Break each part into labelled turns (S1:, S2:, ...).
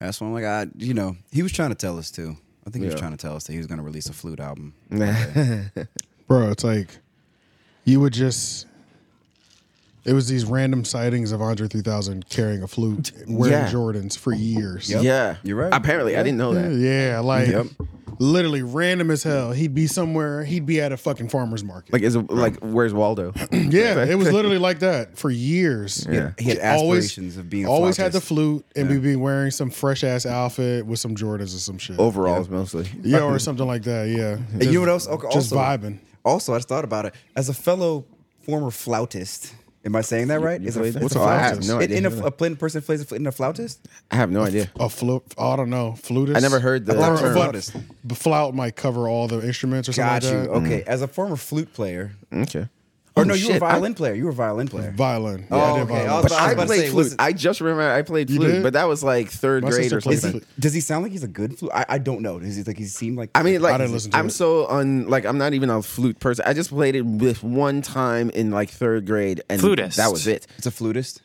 S1: That's when I'm like, I, you know, he was trying to tell us too. I think he was
S2: Yeah.
S1: trying to tell us that he was going to release a flute album.
S3: bro. It's like you would just. It was these random sightings of Andre 3000 carrying a flute, wearing
S2: Yeah.
S3: Jordans for years.
S2: Yeah,
S1: You're right.
S2: Apparently, I didn't know that.
S3: Yeah, like
S1: Yep.
S3: literally random as hell. He'd be somewhere. He'd be at a fucking farmer's market.
S2: Like, is it, like, where's Waldo?
S3: yeah, it was literally like that for years.
S2: Yeah.
S1: He had
S3: Always-
S1: aspirations of being
S3: Always
S1: flautist.
S3: had the flute, and we'd be wearing some fresh ass outfit with some Jordans or some shit.
S2: Overalls mostly.
S3: yeah, or something like that. Yeah,
S1: And you know what else? Okay,
S3: just
S1: also,
S3: vibing.
S1: Also, I just thought about it as a fellow former flautist. Am I saying that right? Is a,
S2: played that?
S1: it's a
S2: Oh, I have
S1: flautist.
S2: no
S1: In-
S2: idea.
S1: in a, a plain person plays a, fl- in a flautist.
S2: I have no idea.
S3: A flute. I don't know. Flutist.
S2: I never heard the
S3: Or,
S1: term.
S3: but, but flout might cover all the instruments or something.
S1: Got
S3: like
S1: you.
S3: that.
S2: Mm.
S1: Okay, as a former flute player,
S2: Okay.
S1: or
S2: Oh,
S1: no, you were a
S2: shit, I-
S1: violin player. You were a violin player.
S3: Violin. Yeah,
S1: Oh,
S3: I did
S1: okay.
S3: violin.
S1: I was
S2: But
S1: about-
S2: I,
S1: was about to
S2: played
S1: say,
S2: flute.
S1: was it-
S2: I just remember I played flute,
S3: did?
S2: but that was like third
S3: My
S2: grade
S3: sister
S2: or
S3: played
S1: Is
S2: something.
S1: he, does he sound like he's a good flute? I, I don't know. Does he like he seem like?
S2: I mean, like,
S3: didn't listen to
S2: I'm
S3: it.
S2: so on. Like, I'm not even a flute person. I just played it with one time in like third grade, and
S4: Flutist.
S2: that was it.
S1: it's a flutist.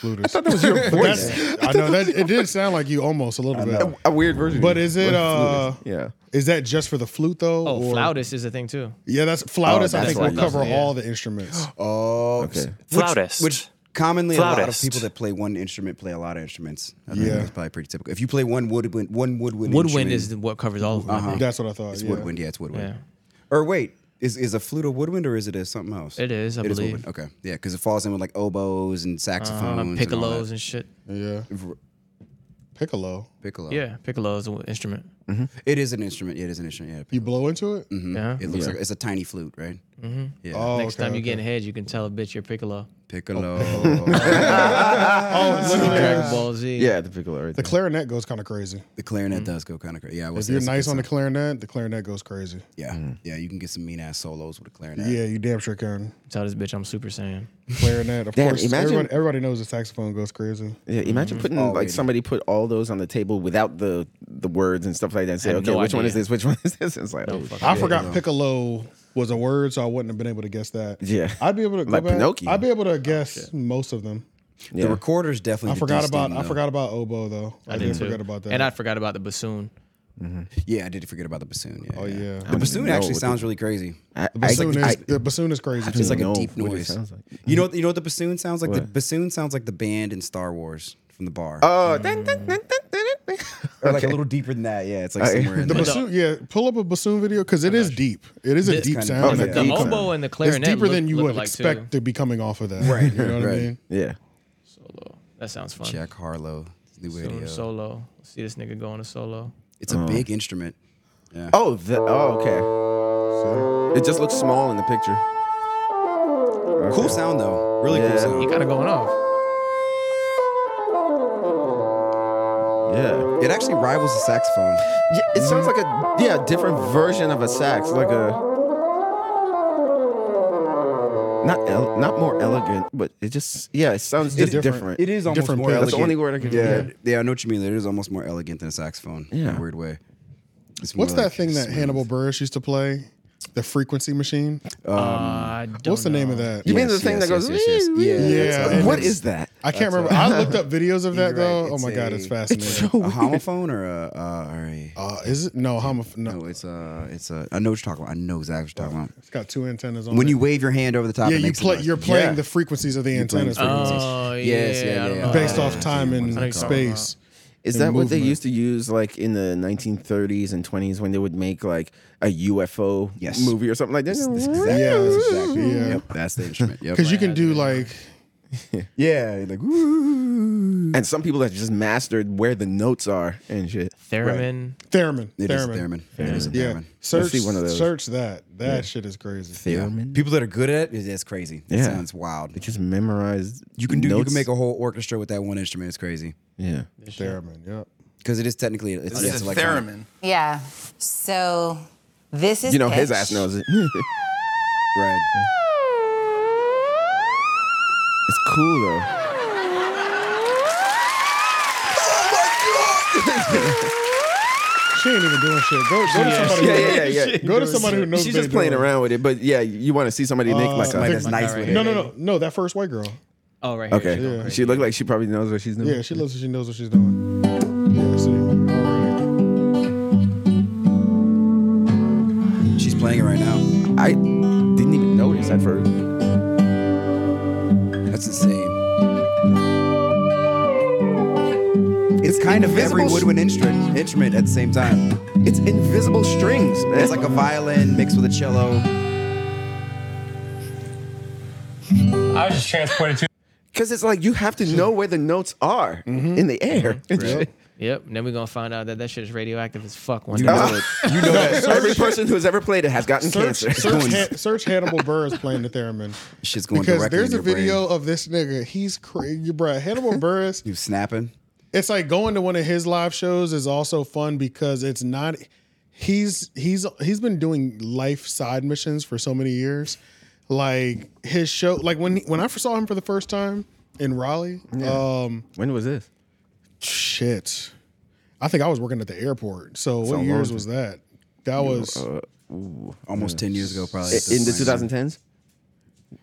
S3: Flutist. I thought that was your voice. I know that it did sound like you almost a little bit.
S2: A weird version.
S3: But is it?
S2: Flutist.
S3: uh
S2: Yeah.
S3: Is that just for the flute though?
S5: Oh,
S3: or-
S5: flautist is a thing too.
S3: Yeah, that's flautist.
S2: Oh,
S3: I
S2: that's
S3: think
S2: what
S3: will
S2: I thought,
S3: cover
S5: yeah.
S3: all the instruments.
S1: Oh,
S2: Okay.
S1: Which-
S4: Flautist.
S1: Which, commonly a lot of
S4: Flautist.
S1: people that play one instrument play a lot of instruments. I think
S3: Yeah.
S1: that's probably pretty typical. If you play one woodwind, one woodwind.
S5: Woodwind
S1: instrument, Uh-huh.
S5: is the- what covers all of them. Uh-huh. I think.
S3: That's what I thought.
S1: it's
S3: yeah.
S1: woodwind. Yeah, it's woodwind.
S5: Yeah.
S1: Or wait, is is a flute a woodwind or is it a something else?
S5: It is, I
S1: It
S5: believe.
S1: woodwind. Okay, yeah, because it falls in with like oboes and
S5: Um,
S1: saxophones, and all
S5: piccolos
S1: that.
S5: and shit.
S3: Yeah. Piccolo.
S1: piccolo.
S5: Yeah, piccolo is an instrument.
S1: it is an instrument. Yeah, it is an instrument. Yeah,
S3: You blow into
S6: Mm-hmm.
S3: it?
S5: Yeah.
S1: Mm-hmm. it looks like it's a tiny flute, right? Mm-hmm. Yeah,
S3: Oh,
S5: Next
S3: okay,
S5: time you
S3: okay.
S5: get in head, you can tell a bitch you're piccolo.
S1: piccolo.
S3: Oh, literally,
S5: Dragon Ball Z.
S2: Yeah, the piccolo. Right
S3: the
S2: there.
S3: clarinet goes kind of crazy.
S1: the clarinet does go kind of crazy. Yeah, I will
S3: If
S1: say
S3: you're
S1: it's a
S3: nice
S1: good
S3: on the
S1: sound.
S3: clarinet, the clarinet goes crazy.
S1: yeah, yeah, you can get some mean ass solos with a clarinet.
S3: Yeah, you damn sure can.
S5: Tell this bitch I'm Super Saiyan.
S3: Clarinet, of
S2: Damn,
S3: course.
S2: imagine-
S3: everybody, everybody knows the saxophone goes crazy.
S2: Yeah,
S3: Mm-hmm.
S2: imagine putting like
S1: Already.
S2: somebody put all those on the table without the the words and stuff like that. And say,
S5: Had
S2: okay,
S5: no
S2: which one is
S5: idea.
S2: this? Which one is this? It's like, oh,
S5: fuck.
S3: I forgot piccolo was a word, so I wouldn't have been able to guess that.
S2: Yeah.
S3: I'd be able to go
S2: Like
S3: back.
S2: Pinocchio. Oh,
S3: I'd be able to guess most of them.
S1: The
S2: Yeah.
S1: recorder's definitely.
S3: I
S1: the
S3: forgot
S1: dust
S3: about
S1: thing,
S3: I
S1: though.
S3: forgot about oboe though. I,
S5: I
S3: did
S5: did too.
S3: forget about that.
S5: And I forgot about the bassoon.
S1: Yeah, I did forget about the bassoon. Yeah,
S3: oh yeah,
S1: The bassoon
S2: know
S1: actually
S2: what
S1: sounds really crazy.
S2: I,
S3: the
S2: I,
S3: bassoon
S2: I,
S3: is the bassoon is crazy.
S2: don't
S3: Too.
S1: It's like a
S2: know
S1: deep
S2: what it
S1: noise.
S2: sounds like.
S1: You know, what- you know what the bassoon sounds like. The
S2: What?
S1: bassoon sounds like the band in Star Wars from the bar,
S2: oh, dun, dun, dun, dun, dun, dun.
S1: or like a little deeper than that. Yeah, it's like
S2: Uh, yeah.
S1: somewhere in
S3: The
S1: there.
S3: bassoon, yeah. Pull up a bassoon video because it is deep. It is a
S5: This
S3: deep
S1: kind of-
S3: sound.
S1: Oh,
S3: and a
S1: yeah.
S5: The
S3: deep
S2: Deep
S3: sound.
S5: oboe and the
S3: It's
S5: clarinet.
S3: deeper than
S5: look-
S3: you
S5: look
S3: would
S5: alike, too.
S3: expect to be coming off of that.
S1: Right,
S3: You know what
S1: right.
S3: I mean?
S2: yeah.
S5: Solo. That sounds fun.
S1: Jack Harlow new
S5: Doing
S1: video.
S5: solo. See this nigga going to solo.
S1: It's
S2: uh-huh.
S1: a big instrument. Yeah.
S2: Oh, the, oh, okay. It just looks small in the picture.
S1: cool sound though. Really
S2: Yeah.
S1: cool
S5: He
S1: sound.
S5: kind of going off.
S2: Yeah.
S1: It actually rivals the saxophone.
S2: Yeah, It sounds like a yeah different version of a sax, like a not el- not more elegant, but it just yeah it sounds just different.
S3: different.
S1: It is almost
S3: Different
S1: more
S3: pitch.
S1: elegant.
S2: That's the only word I could
S1: yeah.
S2: think
S1: yeah, I know what you mean. It is almost more elegant than a saxophone in
S2: Yeah.
S1: a weird way. It's more
S3: What's
S1: like
S3: that thing that
S1: smooth.
S3: Hannibal Burris used to play? The frequency machine.
S1: Um,
S5: Uh,
S3: What's the name of that?
S2: You mean the thing that goes,
S1: yes. Yeah,
S3: Yeah,
S1: that's
S3: and
S2: What
S3: it's-
S2: is that?
S3: I can't remember. I looked up videos of that
S1: You're right,
S3: though. oh
S1: it's
S3: my god,
S1: a-
S3: it's fascinating.
S1: a homophone or a uh, or a
S3: uh, is it no? How no?
S1: no, Oh, it's a it's a I know what you're talking about. I know exactly what you're talking about.
S3: It's got two antennas on
S1: When Oh,
S3: it.
S1: you wave your hand over the top,
S3: yeah,
S1: it
S3: you
S1: makes a
S3: play.
S1: noise.
S3: You're playing
S2: Yeah.
S3: the frequencies of the
S1: playing
S3: antennas
S1: the frequencies.
S5: Oh, yeah.
S1: Yes, yeah,
S5: I don't
S1: yeah,
S5: know.
S3: based
S1: Uh,
S3: off time
S1: yeah,
S3: and
S1: what it's
S3: space.
S2: Is
S3: and
S2: that what they
S3: movement.
S2: used to use like in the 1930s and 20s when they would make like a UFO
S1: Yes.
S2: movie or something like that?
S1: That's exactly,
S3: Yeah.
S1: that's exactly.
S3: Yeah.
S1: Yep, that's the instrument. Yep.
S3: Because you can do like
S1: yeah, you're like woo.
S2: And some people that just mastered where the notes are and shit.
S5: Theremin.
S3: theremin.
S1: It is a
S3: theremin.
S1: theremin. It is a
S3: Yeah.
S1: theremin.
S3: Search
S2: see one of those.
S3: search that. That shit is crazy.
S1: Yeah. People that are good at it, that's crazy. That
S2: Yeah.
S1: sounds wild.
S2: They just memorized.
S1: You can do. You
S2: notes.
S1: can make a whole orchestra with that one instrument. It's crazy
S2: yeah.
S3: Theremin. Yep.
S1: because it is technically it's,
S4: This
S1: it's
S4: is a
S1: electronic.
S4: theremin.
S7: Yeah. So this is
S2: You know his
S7: pitch.
S2: ass knows it. it's
S1: Right.
S2: cool though.
S3: She ain't even doing shit. Go, go to somebody.
S2: Yeah,
S3: who-
S2: yeah, yeah. yeah.
S3: Go to somebody who knows.
S2: She's
S3: what
S2: just
S3: they
S2: playing
S3: doing.
S2: around with it, but yeah, you want to see somebody make like
S1: Somebody
S2: a.
S1: that's nice with it.
S3: No, no, no, no. That first white girl.
S5: Oh, right here.
S2: Okay.
S5: She's going
S2: She looked like she probably knows what she's doing.
S3: Yeah, she loves it. She knows what she's doing.
S2: I didn't even notice at first.
S1: That's insane. It's kind of every
S2: Invisible sh-
S1: woodwind instrument, instrument at the same time.
S2: It's invisible strings, man.
S1: It's like a violin mixed with a cello.
S4: I was just transported to.
S2: because it's like you have to know where the notes are
S1: Mm-hmm.
S2: in the air.
S5: Yep. And then we're gonna find out that that shit is radioactive as fuck one day.
S1: You know it. You know that.
S2: Every person who's ever played it has gotten
S3: Search,
S2: cancer.
S3: search, Han- search Hannibal Burr is playing the theremin.
S1: Shit's going
S3: because
S1: directly in
S3: there's a
S1: your brain.
S3: video of this nigga. He's crazy, bruh. Hannibal Burris.
S1: You snapping?
S3: It's like going to one of his live shows is also fun because it's not. He's he's he's been doing life side missions for so many years. Like his show, like when when I first saw him for the first time in Raleigh, um,
S2: When was this?
S3: shit, I think I was working at the airport. So
S2: how
S3: what
S2: long
S3: years
S2: ago?
S3: was that? That was
S1: uh, Almost ten years ago, probably. at this
S2: In the
S1: point.
S2: 2010s?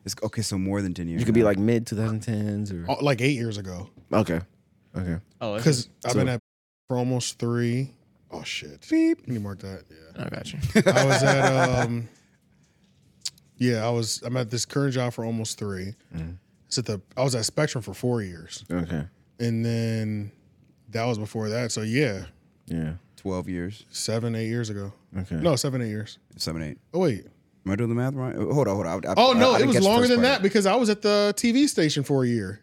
S1: It's, okay, so more than ten years.
S2: You could be
S1: now.
S2: like mid 2010s or
S3: uh, like eight years ago.
S2: okay, okay.
S5: Oh, it's-
S3: Because I've been at for almost three. Oh shit! Can you mark that? Yeah.
S5: I got you.
S3: I was at um. Yeah, I was. I'm at this current job for almost three.
S1: Mm-hmm.
S3: It's at the. I was at Spectrum for four years,
S2: Okay.
S3: and then that was before that. So yeah,
S2: Yeah.
S1: twelve years,
S3: seven, eight years ago.
S2: Okay.
S3: No, seven, eight years.
S1: seven, eight.
S3: Oh wait.
S1: Am I doing the math right? Hold on, hold on. I- I-
S3: Oh
S1: I-
S3: no,
S1: Uh, I
S3: it
S1: didn't
S3: was
S1: catch the
S3: longer
S1: first
S3: than
S1: part.
S3: that because I was at the TV station for a year.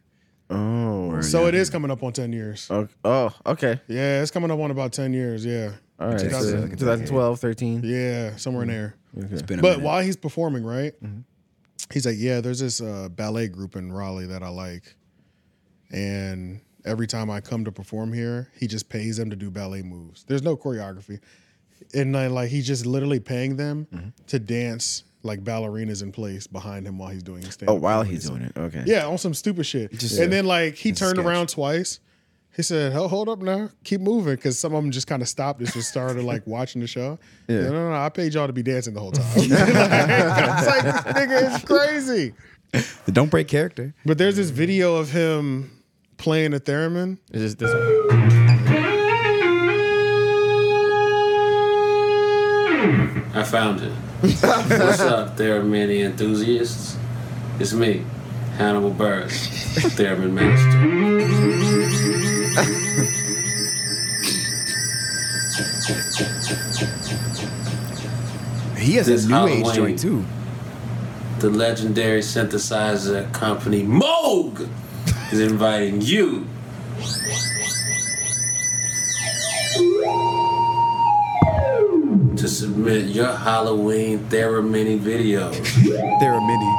S2: Oh.
S3: So it is coming up on ten years.
S2: Okay. Oh. Okay.
S3: Yeah, it's coming up on about ten years. Yeah.
S2: All right. so
S3: 2000.
S2: 2012, 13.
S3: Yeah, somewhere in there.
S1: It's been a
S3: But
S1: minute.
S3: while he's performing, right? He's like, yeah, there's this uh, ballet group in Raleigh that I like, and every time I come to perform here, he just pays them to do ballet moves. There's no choreography, and I, like he's just literally paying them to dance like ballerinas in place behind him while he's doing his thing.
S2: Oh, while he's doing it. Okay.
S3: Yeah, on some stupid shit. and then like he turned around twice. He said, "Ho- "Hold up now, keep moving," because some of them just kind of stopped and just started like watching the show.
S2: Yeah.
S3: No, no, no, I paid y'all to be dancing the whole time. like, it's like this nigga is crazy.
S1: Don't break character.
S3: But there's this video of him playing a theremin.
S5: Is this this one?
S4: I found it. What's up, Theremin enthusiasts? It's me, Hannibal Burris, Theremin Master.
S1: He has
S4: This
S1: a new age
S4: Halloween.
S1: joint too.
S4: The legendary synthesizer company Moog is inviting you to submit your Halloween Theremin videos.
S1: There are many.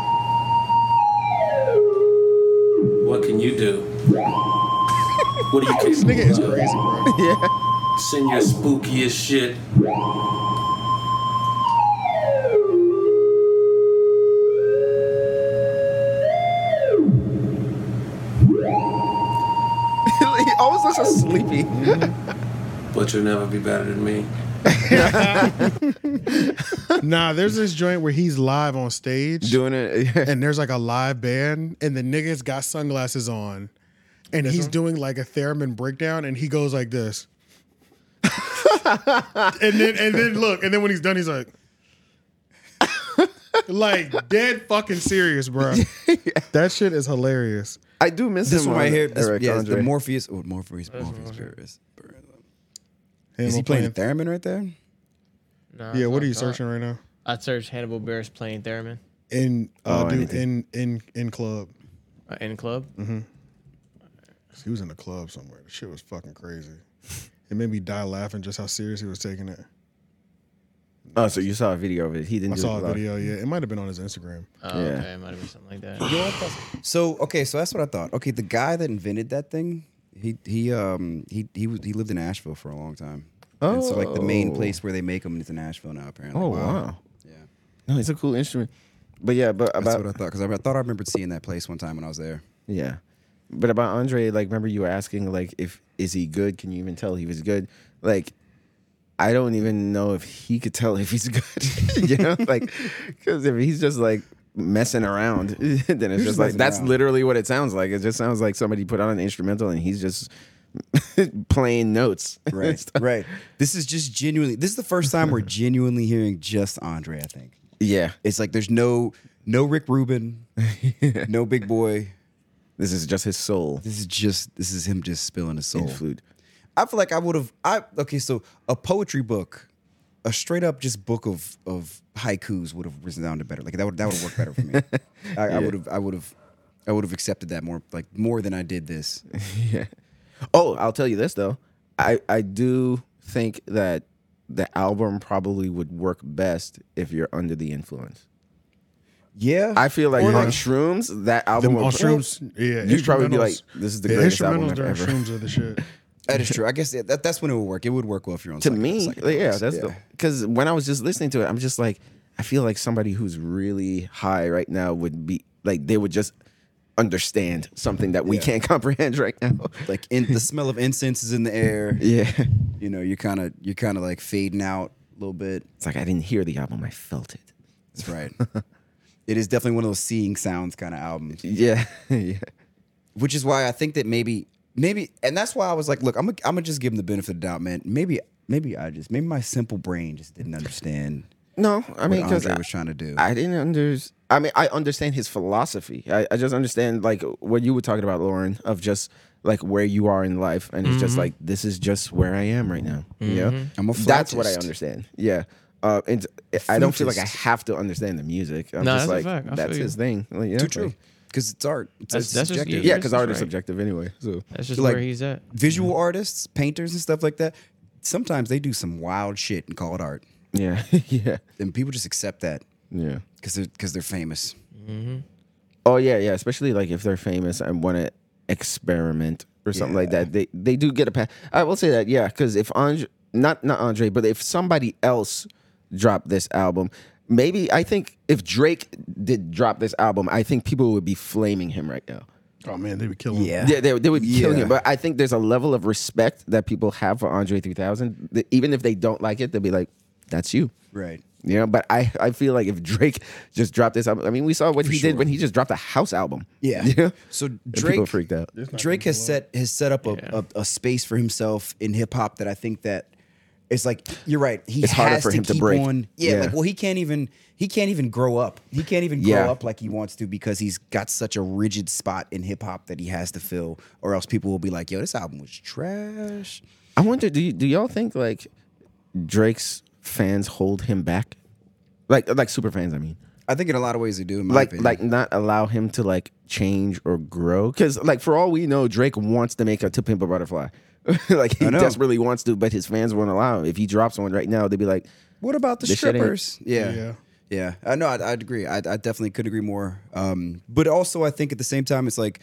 S4: What can you do? What are you
S3: This nigga
S4: capable
S3: is
S4: of?
S3: crazy, bro.
S4: Send your spookiest shit.
S2: he always looks so sleepy.
S4: But you'll never be better than me.
S3: nah, there's this joint where he's live on stage,
S2: Doing it.
S3: and there's like a live band, and the nigga's got sunglasses on, and he's doing like a theremin breakdown, and he goes like this, and then and then look, and then when he's done, he's like, like dead fucking serious, bro. That shit is hilarious.
S2: I do miss
S1: This
S2: him
S1: one right
S2: on
S1: here. This,
S2: Eric
S1: yeah, it's
S2: Andre.
S1: the Morpheus. Oh, Morpheus. Morpheus. Morpheus. Is he
S3: Hannibal
S1: playing the theremin right there?
S5: Nah,
S3: Yeah,
S5: it's
S3: what
S5: not
S3: are you
S5: called.
S3: searching right now?
S5: I searched Hannibal Burris playing theremin
S3: In uh,
S2: Oh, I need
S3: dude,
S2: to-
S3: in in in club.
S5: uh, in club.
S3: He was in the club somewhere. The shit was fucking crazy. It made me die laughing just how serious he was taking it.
S2: Oh, so you saw a video of it. He didn't
S3: I
S2: do
S3: saw
S2: it
S3: a
S2: live.
S3: video. Yeah, it might have been on his Instagram.
S5: Oh,
S2: Yeah.
S5: okay, it might have been something like that.
S1: So okay, so that's what I thought. Okay, the guy that invented that thing, he he um he he was he lived in Asheville for a long time. And so like the main
S2: Oh.
S1: place where they make them is in Asheville now apparently.
S2: Oh, wow.
S1: Yeah.
S2: No, it's a cool instrument. But yeah, but
S1: That's
S2: about
S1: what I thought cuz I, I thought I remembered seeing that place one time when I was there.
S2: Yeah. But about Andre, like remember you were asking like if is he good? Can you even tell he was good? Like I don't even know if he could tell if he's good. you know, like cuz if he's just like messing around, then it's
S1: just
S2: just like
S1: messing
S2: that's
S1: around.
S2: literally what it sounds like. It just sounds like somebody put on an instrumental and he's just playing notes. and
S1: Right.
S2: stuff.
S1: right. This is just genuinely this is the first time we're genuinely hearing just Andre, I think.
S2: Yeah.
S1: It's like there's no no Rick Rubin, no Big Boy.
S2: This is just his soul.
S1: This is just this is him just spilling his soul.
S2: in flute.
S1: I feel like I would have I okay, so a poetry book, a straight up just book of of haikus would have risen down to better. Like that would that would have worked better for me. I, I would have I would have I would have accepted that more like more than I did this.
S2: yeah. Oh, I'll tell you this though. I I do think that the album probably would work best if you're under the influence.
S1: Yeah.
S2: I feel like
S3: Or
S2: on
S3: like-
S2: shrooms, that album
S3: Them
S2: would
S3: on shrooms, yeah.
S2: You'd probably be
S3: instrumentals-
S2: like, "This is the
S3: yeah,
S2: greatest album
S3: instrumentals
S2: I've
S3: during
S2: ever."
S3: Shrooms are the shit.
S1: that is true. I guess that, that that's when it would work. It would work well if you're on
S2: to
S1: psych-
S2: me,
S1: psychedelics.
S2: yeah, that's because when I was just listening to it, I'm just like, I feel like somebody who's really high right now would be like they would just understand something that we can't comprehend right now.
S1: like in the smell of incense is in the air.
S2: yeah,
S1: You know, you're kind of you're kind of like fading out a little bit.
S2: it's like I didn't hear the album, I felt it.
S1: That's right. it is definitely one of those seeing sounds kind of albums,
S2: Yeah, yeah,
S1: which is why I think that maybe maybe and that's why I was like, look, I'm gonna I'm gonna just give him the benefit of the doubt, man. Maybe maybe I just maybe my simple brain just didn't understand
S2: no, I
S1: what
S2: mean, because
S1: Andre was trying to do.
S2: I didn't understand. I mean, I understand his philosophy. I, I just understand like what you were talking about, Lauren, of just like where you are in life, and it's
S5: Mm-hmm.
S2: just like this is just where I am right now. Yeah,
S1: I'm a
S2: that's what I
S1: flautist.
S2: understand. Yeah, uh, and I don't feel like I have to understand the music. I'm
S5: No,
S2: just
S5: that's a
S2: like
S5: fact. I
S2: that's
S5: feel
S2: his
S5: you.
S2: thing. Like, yeah,
S1: Too true
S2: like-
S1: because it's art. It's,
S5: That's-
S1: it's
S5: that's just-
S1: subjective.
S2: yeah, because
S5: That's
S2: art is
S5: right.
S2: subjective anyway. So
S5: That's just
S1: Like-
S5: where he's at.
S1: Visual artists, painters, and stuff like that. Sometimes they do some wild shit and call it art,
S2: yeah, yeah,
S1: and people just accept that
S2: yeah.
S1: because they're because they're famous.
S2: Oh yeah, yeah. Especially like if they're famous and want to experiment or something like that, they they do get a pass. I will say that, yeah, because if Andre, not not Andre, but if somebody else dropped this album, maybe I think if Drake did drop this album, I think people would be flaming him right now.
S3: Oh man, they be killing.
S1: Yeah.
S2: Yeah, they, they would be killing
S1: Yeah.
S2: him. But I think there's a level of respect that people have for Andre 3000. that even if they don't like it, they'll be like, "That's you."
S1: Right.
S2: You know, but I, I feel like if Drake just dropped this album, I mean, we saw what he did when he just dropped a house album.
S1: Yeah.
S2: You know?
S1: So
S2: And
S1: Drake
S2: people freaked out.
S1: Drake has set has set up a, a, a space for himself in hip hop that I think that it's like you're right. He
S2: It's
S1: has
S2: harder for
S1: to
S2: him to
S1: keep
S2: break.
S1: on. Yeah,
S2: Yeah.
S1: Like well, he can't even he can't even grow up. He can't even
S2: Yeah.
S1: grow up like he wants to because he's got such a rigid spot in hip hop that he has to fill, or else people will be like, "Yo, this album was trash."
S2: I wonder, do you, do y'all think like Drake's fans hold him back? Like like super fans, I mean.
S1: I think in a lot of ways they do. In my
S2: Like
S1: opinion.
S2: like not allow him to like change or grow cuz like for all we know Drake wants to make a To Pimp a Butterfly. like he
S1: know.
S2: desperately wants to but his fans won't allow him. If he drops one right now, they'd be like
S1: What about the
S2: This shit ain't-
S1: strippers? Yeah.
S3: Yeah.
S1: Yeah. Uh, I know. I'd, I'd agree. I, I definitely could agree more. Um, but also, I think at the same time, it's like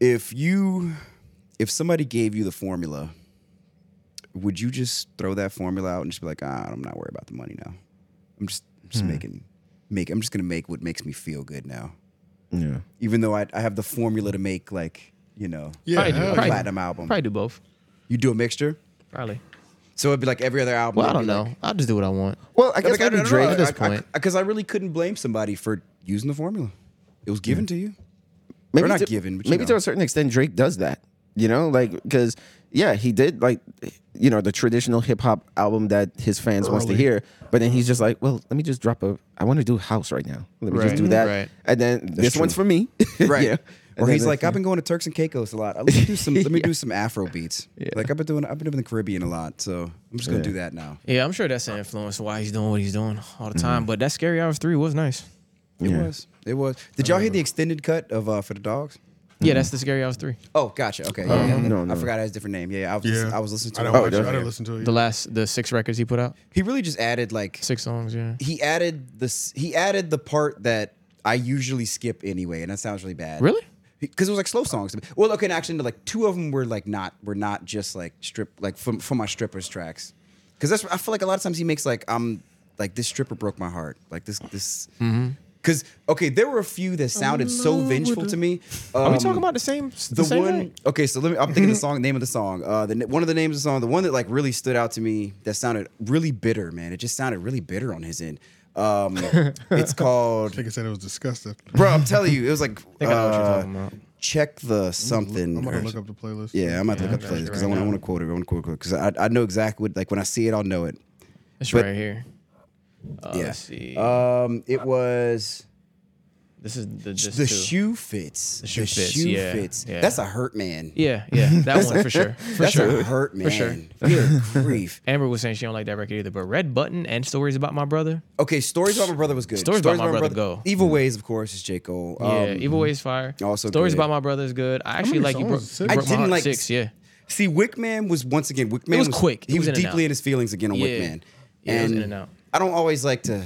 S1: if you, if somebody gave you the formula, would you just throw that formula out and just be like, ah, I'm not worried about the money now. I'm just, I'm
S5: Hmm.
S1: just making, make. I'm just gonna make what makes me feel good now.
S2: yeah.
S1: Even though I, I have the formula to make like, you know,
S3: Yeah,
S5: probably, do,
S3: hell
S5: probably,
S3: yeah.
S1: platinum album.
S5: probably do both.
S1: you do a mixture.
S5: Probably.
S1: So it'd be like every other album.
S5: Well, I
S1: it'd
S5: don't know.
S1: be like-
S5: I'll just do what I want.
S2: Well, I guess
S1: Like, I
S2: that'd be
S1: don't
S2: Drake.
S1: know,
S5: at this
S1: I- I-
S5: point.
S1: Because I, really couldn't blame somebody for using the formula. It was given to you. Or not given, but you
S2: maybe
S1: know.
S2: to a certain extent, Drake does that. You know, like because yeah, he did like you know the traditional hip hop album that his fans wants to
S3: Early.
S2: hear, but then he's just like, well, let me just drop a. I want to do house right now. Let me just
S5: Right.
S2: do that,
S5: Right.
S2: and then this one's for me,
S1: Right.
S2: yeah.
S1: Or
S2: And
S1: he's
S2: then
S1: like,
S2: that's-
S1: I've been going to Turks and Caicos a lot. Let me do some. Let me do some Afro beats. Like I've been doing. I've been doing the Caribbean a lot, so I'm just gonna do that now.
S5: Yeah, I'm sure that's an influence why he's doing what he's doing all the time. But that Scary Hours 3 was nice.
S1: It was. It was. Did y'all hear the extended cut of uh, for the dogs?
S5: Yeah, that's the Scary Hours 3.
S1: Oh, gotcha. Okay. Yeah, yeah.
S2: Um, no, Oh, no.
S1: I forgot it has a different name. Yeah, yeah. I was.
S3: Yeah.
S1: I was listening to.
S3: I
S1: it. Oh,
S3: don't, watch it. I don't listen to it.
S5: The last, the six records he put out.
S1: He really just added like
S5: Six songs, yeah.
S1: he added this. He added the part that I usually skip anyway, and that sounds really bad.
S5: Really?
S1: Because it was like slow songs. to me. Well, okay, and actually, no, like two of them were like not were not just like strip like from from my strippers tracks. Because that's I feel like a lot of times he makes like um like this stripper broke my heart like this this.
S5: Mm-hmm.
S1: Because okay, there were a few that sounded so vengeful to me.
S5: Are we
S1: Um,
S5: talking about the same? The,
S1: the
S5: same
S1: one?
S5: night?
S1: Okay, so let me. I'm thinking the song name of the song. Uh, the one of the names of the song. The one that like really stood out to me. That sounded really bitter, man. It just sounded really bitter on his end. Um, it's called,
S3: I think I said it was disgusting.
S1: bro. I'm telling you, it was like
S5: I know what you're
S1: uh,
S5: talking about.
S1: check the
S3: I'm
S1: something.
S3: gonna
S1: or-
S3: look up the playlist.
S1: yeah, I might look up the playlist because I want to quote it. I want to quote it because I, I know exactly what like when I see it, I'll know it.
S5: It's
S1: but-
S5: right here. Uh,
S1: Yeah.
S5: Let's see. Uh,
S1: Um, it was
S5: this is the just
S1: the
S5: two.
S1: shoe fits. The
S5: shoe fits, yeah, yeah.
S1: That's a hurt man.
S5: Yeah, yeah, that one for sure. For
S1: That's
S5: sure.
S1: a hurt man.
S5: sure.
S1: Good grief.
S5: Amber was saying she don't like that record either, but Red Button and Stories About My Brother.
S1: Okay, stories about my brother was good.
S5: Stories About My Brother, go.
S1: Evil ways, of course, is J Cole. Um,
S5: Yeah, Evil Ways Fire.
S1: also
S5: Stories
S1: mm-hmm. Oh, good.
S5: About My Brother is good. I actually
S3: many
S5: like you
S3: songs
S5: broke,
S3: is
S5: you
S3: it? I
S5: broke my
S1: didn't
S5: heart
S1: like-
S5: six. Yeah,
S1: See, Wickman was once again Wickman
S5: was quick. It
S1: He
S5: was
S1: was,
S5: in and
S1: deeply
S5: out.
S1: in his feelings again on
S5: Yeah.
S1: Wickman.
S5: Yeah, it was in and out.
S1: I don't always like to.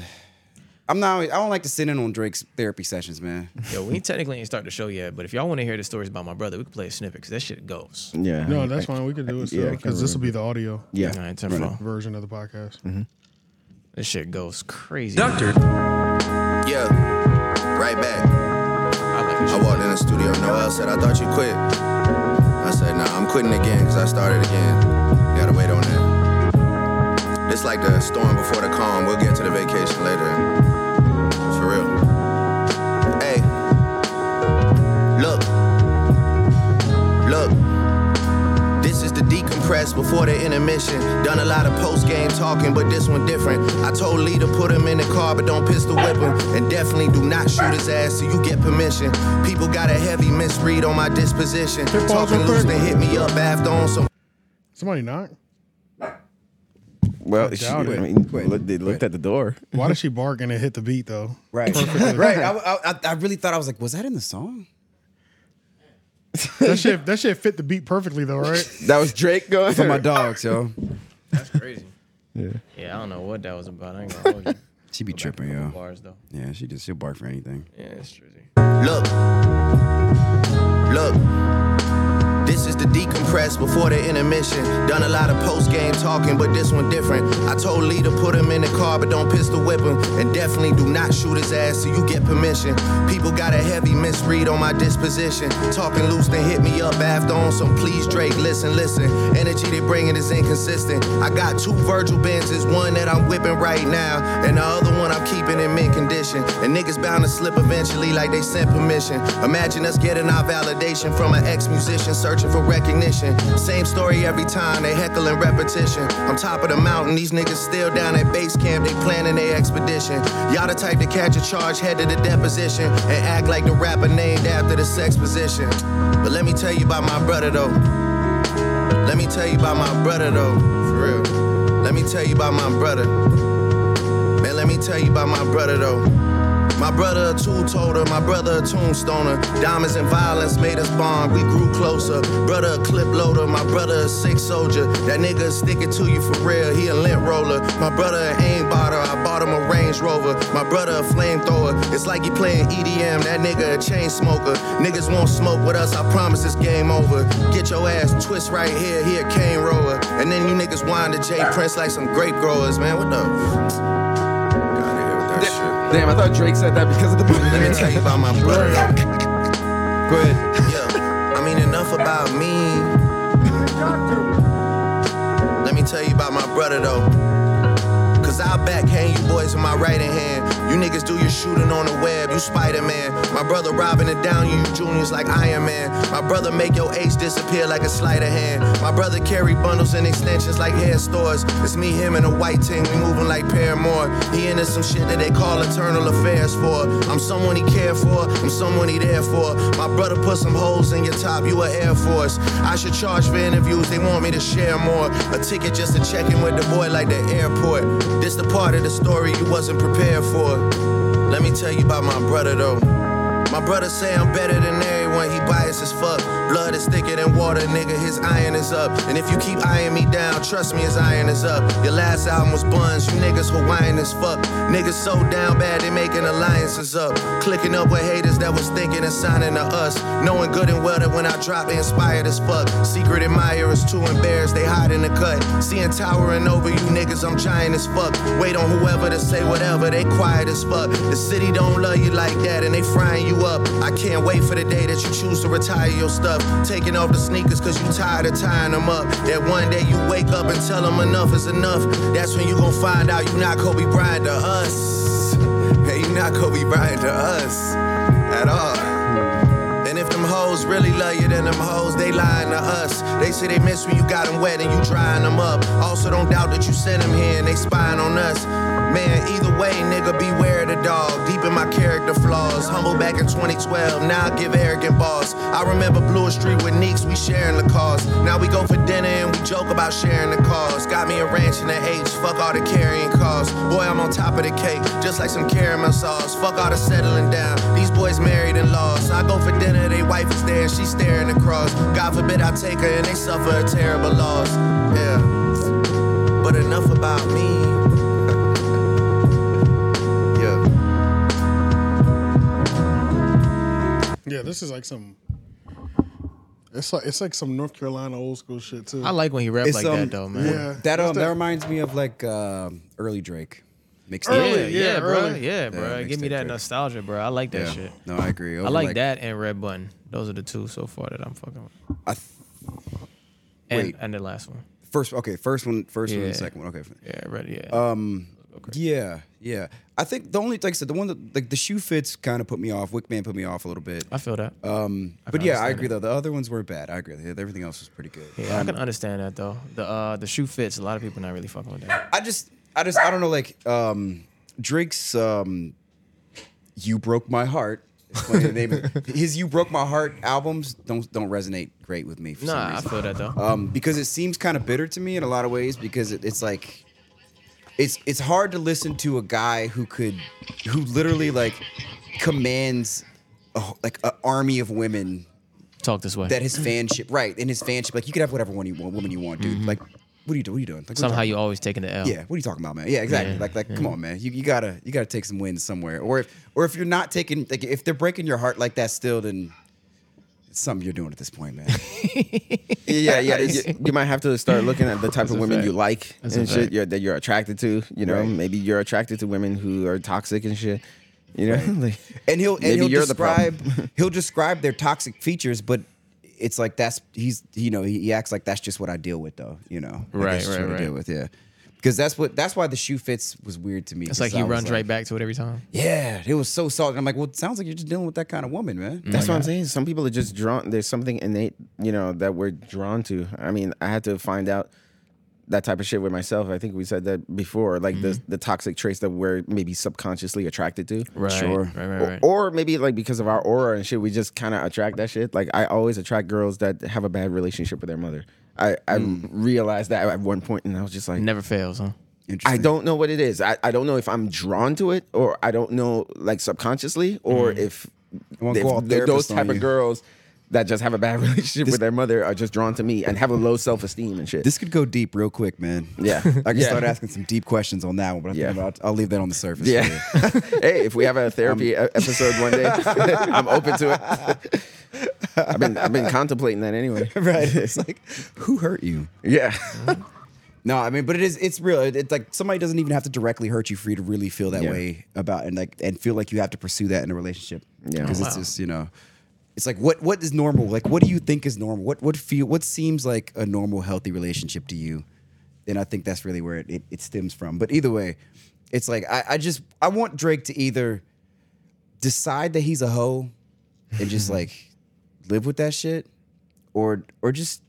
S1: I'm not. always- I don't like to sit in on Drake's therapy sessions, man.
S5: yo, we technically ain't start the show yet, but if y'all want to hear the stories about my brother, we can play a snippet because that shit goes.
S2: Yeah.
S3: No, that's fine. We could do it
S2: yeah, I
S3: still
S2: can't
S3: because this will be the audio
S2: Yeah.
S5: All right, time for all.
S3: version of the podcast.
S5: This shit goes crazy.
S4: Doctor.
S8: Yeah, right back.
S5: I like this
S8: I
S5: shit.
S8: walked in the studio, Noel said, I thought you quit. I said, nah, I'm quitting again because I started again. Gotta wait on that. It's like the storm before the calm. We'll get to the vacation later. For real. Hey. Look. Look. This is the decompress before the intermission. Done a lot of post game talking, but this one different. I told Lee to put him in the car, but don't pistol whip him. And definitely do not shoot his ass till you get permission. People got a heavy misread on my disposition.
S3: balls
S8: Talking
S3: are
S8: loose,
S3: burning.
S8: they hit me up after on some.
S3: Somebody knock.
S2: Well,
S3: I
S2: she, I
S3: doubt it.
S2: mean,
S1: Quit.
S2: look- they looked at the door.
S3: Why does she bark and it hit the beat though?
S1: Right, right. I, I, I really thought I was like, was that in the song?
S3: That shit. That shit fit the beat perfectly though, right?
S2: That was Drake going
S1: For my dogs, yo.
S5: That's crazy. yeah. I don't know what that was about. I ain't gonna hold you.
S1: She be tripping,
S5: Couple
S1: yo.
S5: Bars though.
S1: Yeah, she just she'll bark for anything.
S5: Yeah, it's crazy.
S8: Look. Look. This is the decompress before the intermission. Done a lot of post game talking, but this one different. I told Lee to put him in the car, but don't pistol whip him. And definitely do not shoot his ass till you get permission. People got a heavy misread on my disposition. Talking loose, they hit me up after on some please, Drake, listen, listen. Energy they bringing is inconsistent. I got two Virgil Benzes, one that I'm whipping right now, and the other one I'm keeping in mint condition. And niggas bound to slip eventually, like they sent permission. Imagine us getting our validation from an ex musician searching for recognition. Same story every time, they heckling repetition. On top of the mountain, these niggas still down at base camp, they planning their expedition. Y'all the type to catch a charge, head to the deposition, and act like the rapper named after the sex position. But let me tell you about my brother though. Let me tell you about my brother though, for real. Let me tell you about my brother. Man, let me tell you about my brother though. My brother a two-toter, my brother a tombstoner. Diamonds and violence made us bond, we grew closer. Brother a clip loader, my brother a six soldier. That nigga stick it to you for real, he a lint roller. My brother an aim botter, I bought him a Range Rover. My brother a flamethrower, it's like he playing EDM. That nigga a chain smoker. Niggas won't smoke with us, I promise it's game over. Get your ass twist right here, he a cane roller. And then you niggas wind to J Prince like some grape growers, man. What the? Got here with that shit.
S2: Damn, I thought Drake said that because of the
S8: Let me tell you about my brother. Yeah. I mean, enough about me. Let me tell you about my brother, though. Cause I backhand you boys with my right hand. You niggas do your shooting on the web, you Spider Man. My brother robbing it down, you juniors like Iron Man. My brother make your ace disappear like a sleight of hand. My brother carry bundles and extensions like hair stores. It's me, him, and a white ting, we moving like Paramore. He into some shit that they call eternal affairs for. I'm someone he cared for, I'm someone he there for. My brother put some holes in your top, you a Air Force. I should charge for interviews, they want me to share more. A ticket just to check in with the boy like the airport. This the part of the story you wasn't prepared for. Let me tell you about my brother though. My brother say I'm better than everyone, he biased as fuck. Blood is thicker than water, nigga, his iron is up. And if you keep eyeing me down, trust me, his iron is up. Your last album was Buns, you niggas Hawaiian as fuck. Niggas so down bad, they making alliances up. Clicking up with haters that was thinking and signing to us. Knowing good and well that when I drop, they inspired as fuck. Secret admirers too embarrassed, they hide in the cut. Seeing towering over you niggas, I'm giant as fuck. Wait on whoever to say whatever, they quiet as fuck. The city don't love you like that, and they frying you up. I can't wait for the day that you choose to retire your stuff. Taking off the sneakers cause you tired of tying them up. That one day you wake up and tell them enough is enough. That's when you gon' find out you not Kobe Bryant to us. Hey, you not Kobe Bryant to us at all. And if them them hoes really love you, then them hoes, they lying to us. They say they miss when you got them wet and you drying them up. Also, don't doubt that you sent them here and they spying on us. Man, either way, nigga, beware the dog. Deep in my character flaws. Humble back in 2012, now I give arrogant boss. I remember Blue Street with Neeks, we sharing the cost. Now we go for dinner and we joke about sharing the cost. Got me a ranch and an H, fuck all the carrying costs. Boy, I'm on top of the cake, just like some caramel sauce. Fuck all the settling down. These boys married and lost. I go for dinner, they wife is there, she staring across. God forbid I take her and they suffer a terrible loss. Yeah. But enough about me.
S3: Yeah, this is like some. It's like it's like some North Carolina old school shit too.
S5: I like when he raps
S1: It's,
S5: like
S1: um,
S5: that though, man.
S3: yeah,
S1: That um,
S3: That's
S1: that reminds me of like um early Drake. Mixed
S5: Yeah,
S3: Early.
S5: yeah,
S3: yeah,
S5: bro.
S3: early.
S5: Yeah, bro.
S1: Yeah,
S5: Give me
S1: mixtape
S5: that
S1: Drake.
S5: nostalgia, bro. I like that shit.
S1: No, I agree.
S5: I like, that and Red Button. Those are the two so far that I'm fucking with.
S1: I th-
S5: And,
S1: Wait.
S5: and the last one.
S1: first, okay, first one, first one,
S5: Yeah.
S1: and second one. Okay,
S5: Yeah, Red, yeah.
S1: Yeah, yeah. I think the only like I said, the one that like the shoe fits kind of put me off. Wickman put me off a little bit.
S5: I feel that.
S1: Um,
S5: I
S1: but
S5: can
S1: yeah, I
S5: understand
S1: agree
S5: it.
S1: though. The other ones weren't bad. I agree. The- Everything else was pretty good.
S5: yeah, I can understand that though. The uh the shoe fits. A lot of people not really fucking with that.
S1: I just, I just, I don't know. Like um, Drake's um, "You Broke My Heart." It's funny the name of- his "You Broke My Heart" albums don't don't resonate great with me for some
S5: Nah, I
S1: reason.
S5: feel that though.
S1: um, because it seems kind of bitter to me in a lot of ways because it, it's like it's it's hard to listen to a guy who could who literally like commands a, wh- like an army of women
S5: Talk this way.
S1: that his fanship right in his fanship like you could have whatever one you want woman you want dude like what are you doing what are you doing like, what are you
S5: Mm-hmm. Somehow
S1: talking-
S5: you always taking the L.
S1: yeah what are you talking about man yeah exactly
S5: Yeah,
S1: like like come on man you, you gotta you gotta take some wins somewhere or if or if you're not taking like if they're breaking your heart like that still then it's something you're doing at this point man
S2: yeah, yeah. You, you might have to start looking at the type of
S5: a
S2: women
S5: fact.
S2: you like
S5: That's a
S2: and shit
S5: fact.
S2: you're, that you're attracted to. You know,
S1: Right.
S2: maybe you're attracted to women who are toxic and shit. You know, like,
S1: and he'll
S2: Maybe
S1: and he'll
S2: you're the problem.
S1: describe he'll describe their toxic features, but it's like that's he's you know he, he acts like that's just what I deal with though you know Like,
S5: Right,
S1: that's just
S5: right,
S1: what I deal
S5: right.
S1: with yeah because that's what that's why the shoe fits was weird to me.
S5: It's
S1: 'cause
S5: like he
S1: I was
S5: runs right back to it every time.
S1: Yeah, it was so salty. I'm like, well, it sounds like you're just dealing with that kind of woman, man.
S5: Mm,
S2: That's what I'm saying. Some people are just drawn. There's something innate, you know, that we're drawn to. I mean, I had to find out that type of shit with myself. I think we said that before, like the the toxic traits that we're maybe subconsciously attracted to.
S5: Mm-hmm. Right.
S1: Sure.
S5: Right, right, right.
S2: Or, or maybe like because of our aura and shit, we just kind of attract that shit. Like I always attract girls that have a bad relationship with their mother. I, I
S5: Mm.
S2: realized that at one point, and I was just like,
S5: Never fails, huh?
S2: I
S1: Interesting.
S2: don't know what it is. I, I don't know if I'm drawn to it or I don't know like subconsciously or if,
S1: Mm-hmm. won't
S2: if
S1: go all
S2: th- those
S1: therapist
S2: type
S1: on
S2: of
S1: you.
S2: girls that just have a bad relationship with their mother are just drawn to me and have a low self esteem and shit.
S1: This could go deep real quick, man.
S2: Yeah.
S1: I can
S2: Yeah.
S1: start asking some deep questions on that one, but I
S2: Yeah.
S1: think I'll, I'll leave that on the surface.
S2: yeah.
S1: for you.
S2: hey, if we have a therapy e- episode one day, I'm open to it. I've been I've been contemplating that anyway.
S1: right. It's like, who hurt you?
S2: Yeah.
S1: No, I mean, but it is it's real. It- it's like somebody doesn't even have to directly hurt you for you to really feel that
S2: Yeah.
S1: way about and like and feel like you have to pursue that in a relationship.
S2: Yeah.
S1: Because it's
S5: Wow.
S1: just, you know, it's like what what is normal? Like what do you think is normal? What what feel what seems like a normal, healthy relationship to you? And I think that's really where it, it, it stems from. But either way, it's like I, I just I want Drake to either decide that he's a hoe and just like live with that shit or or just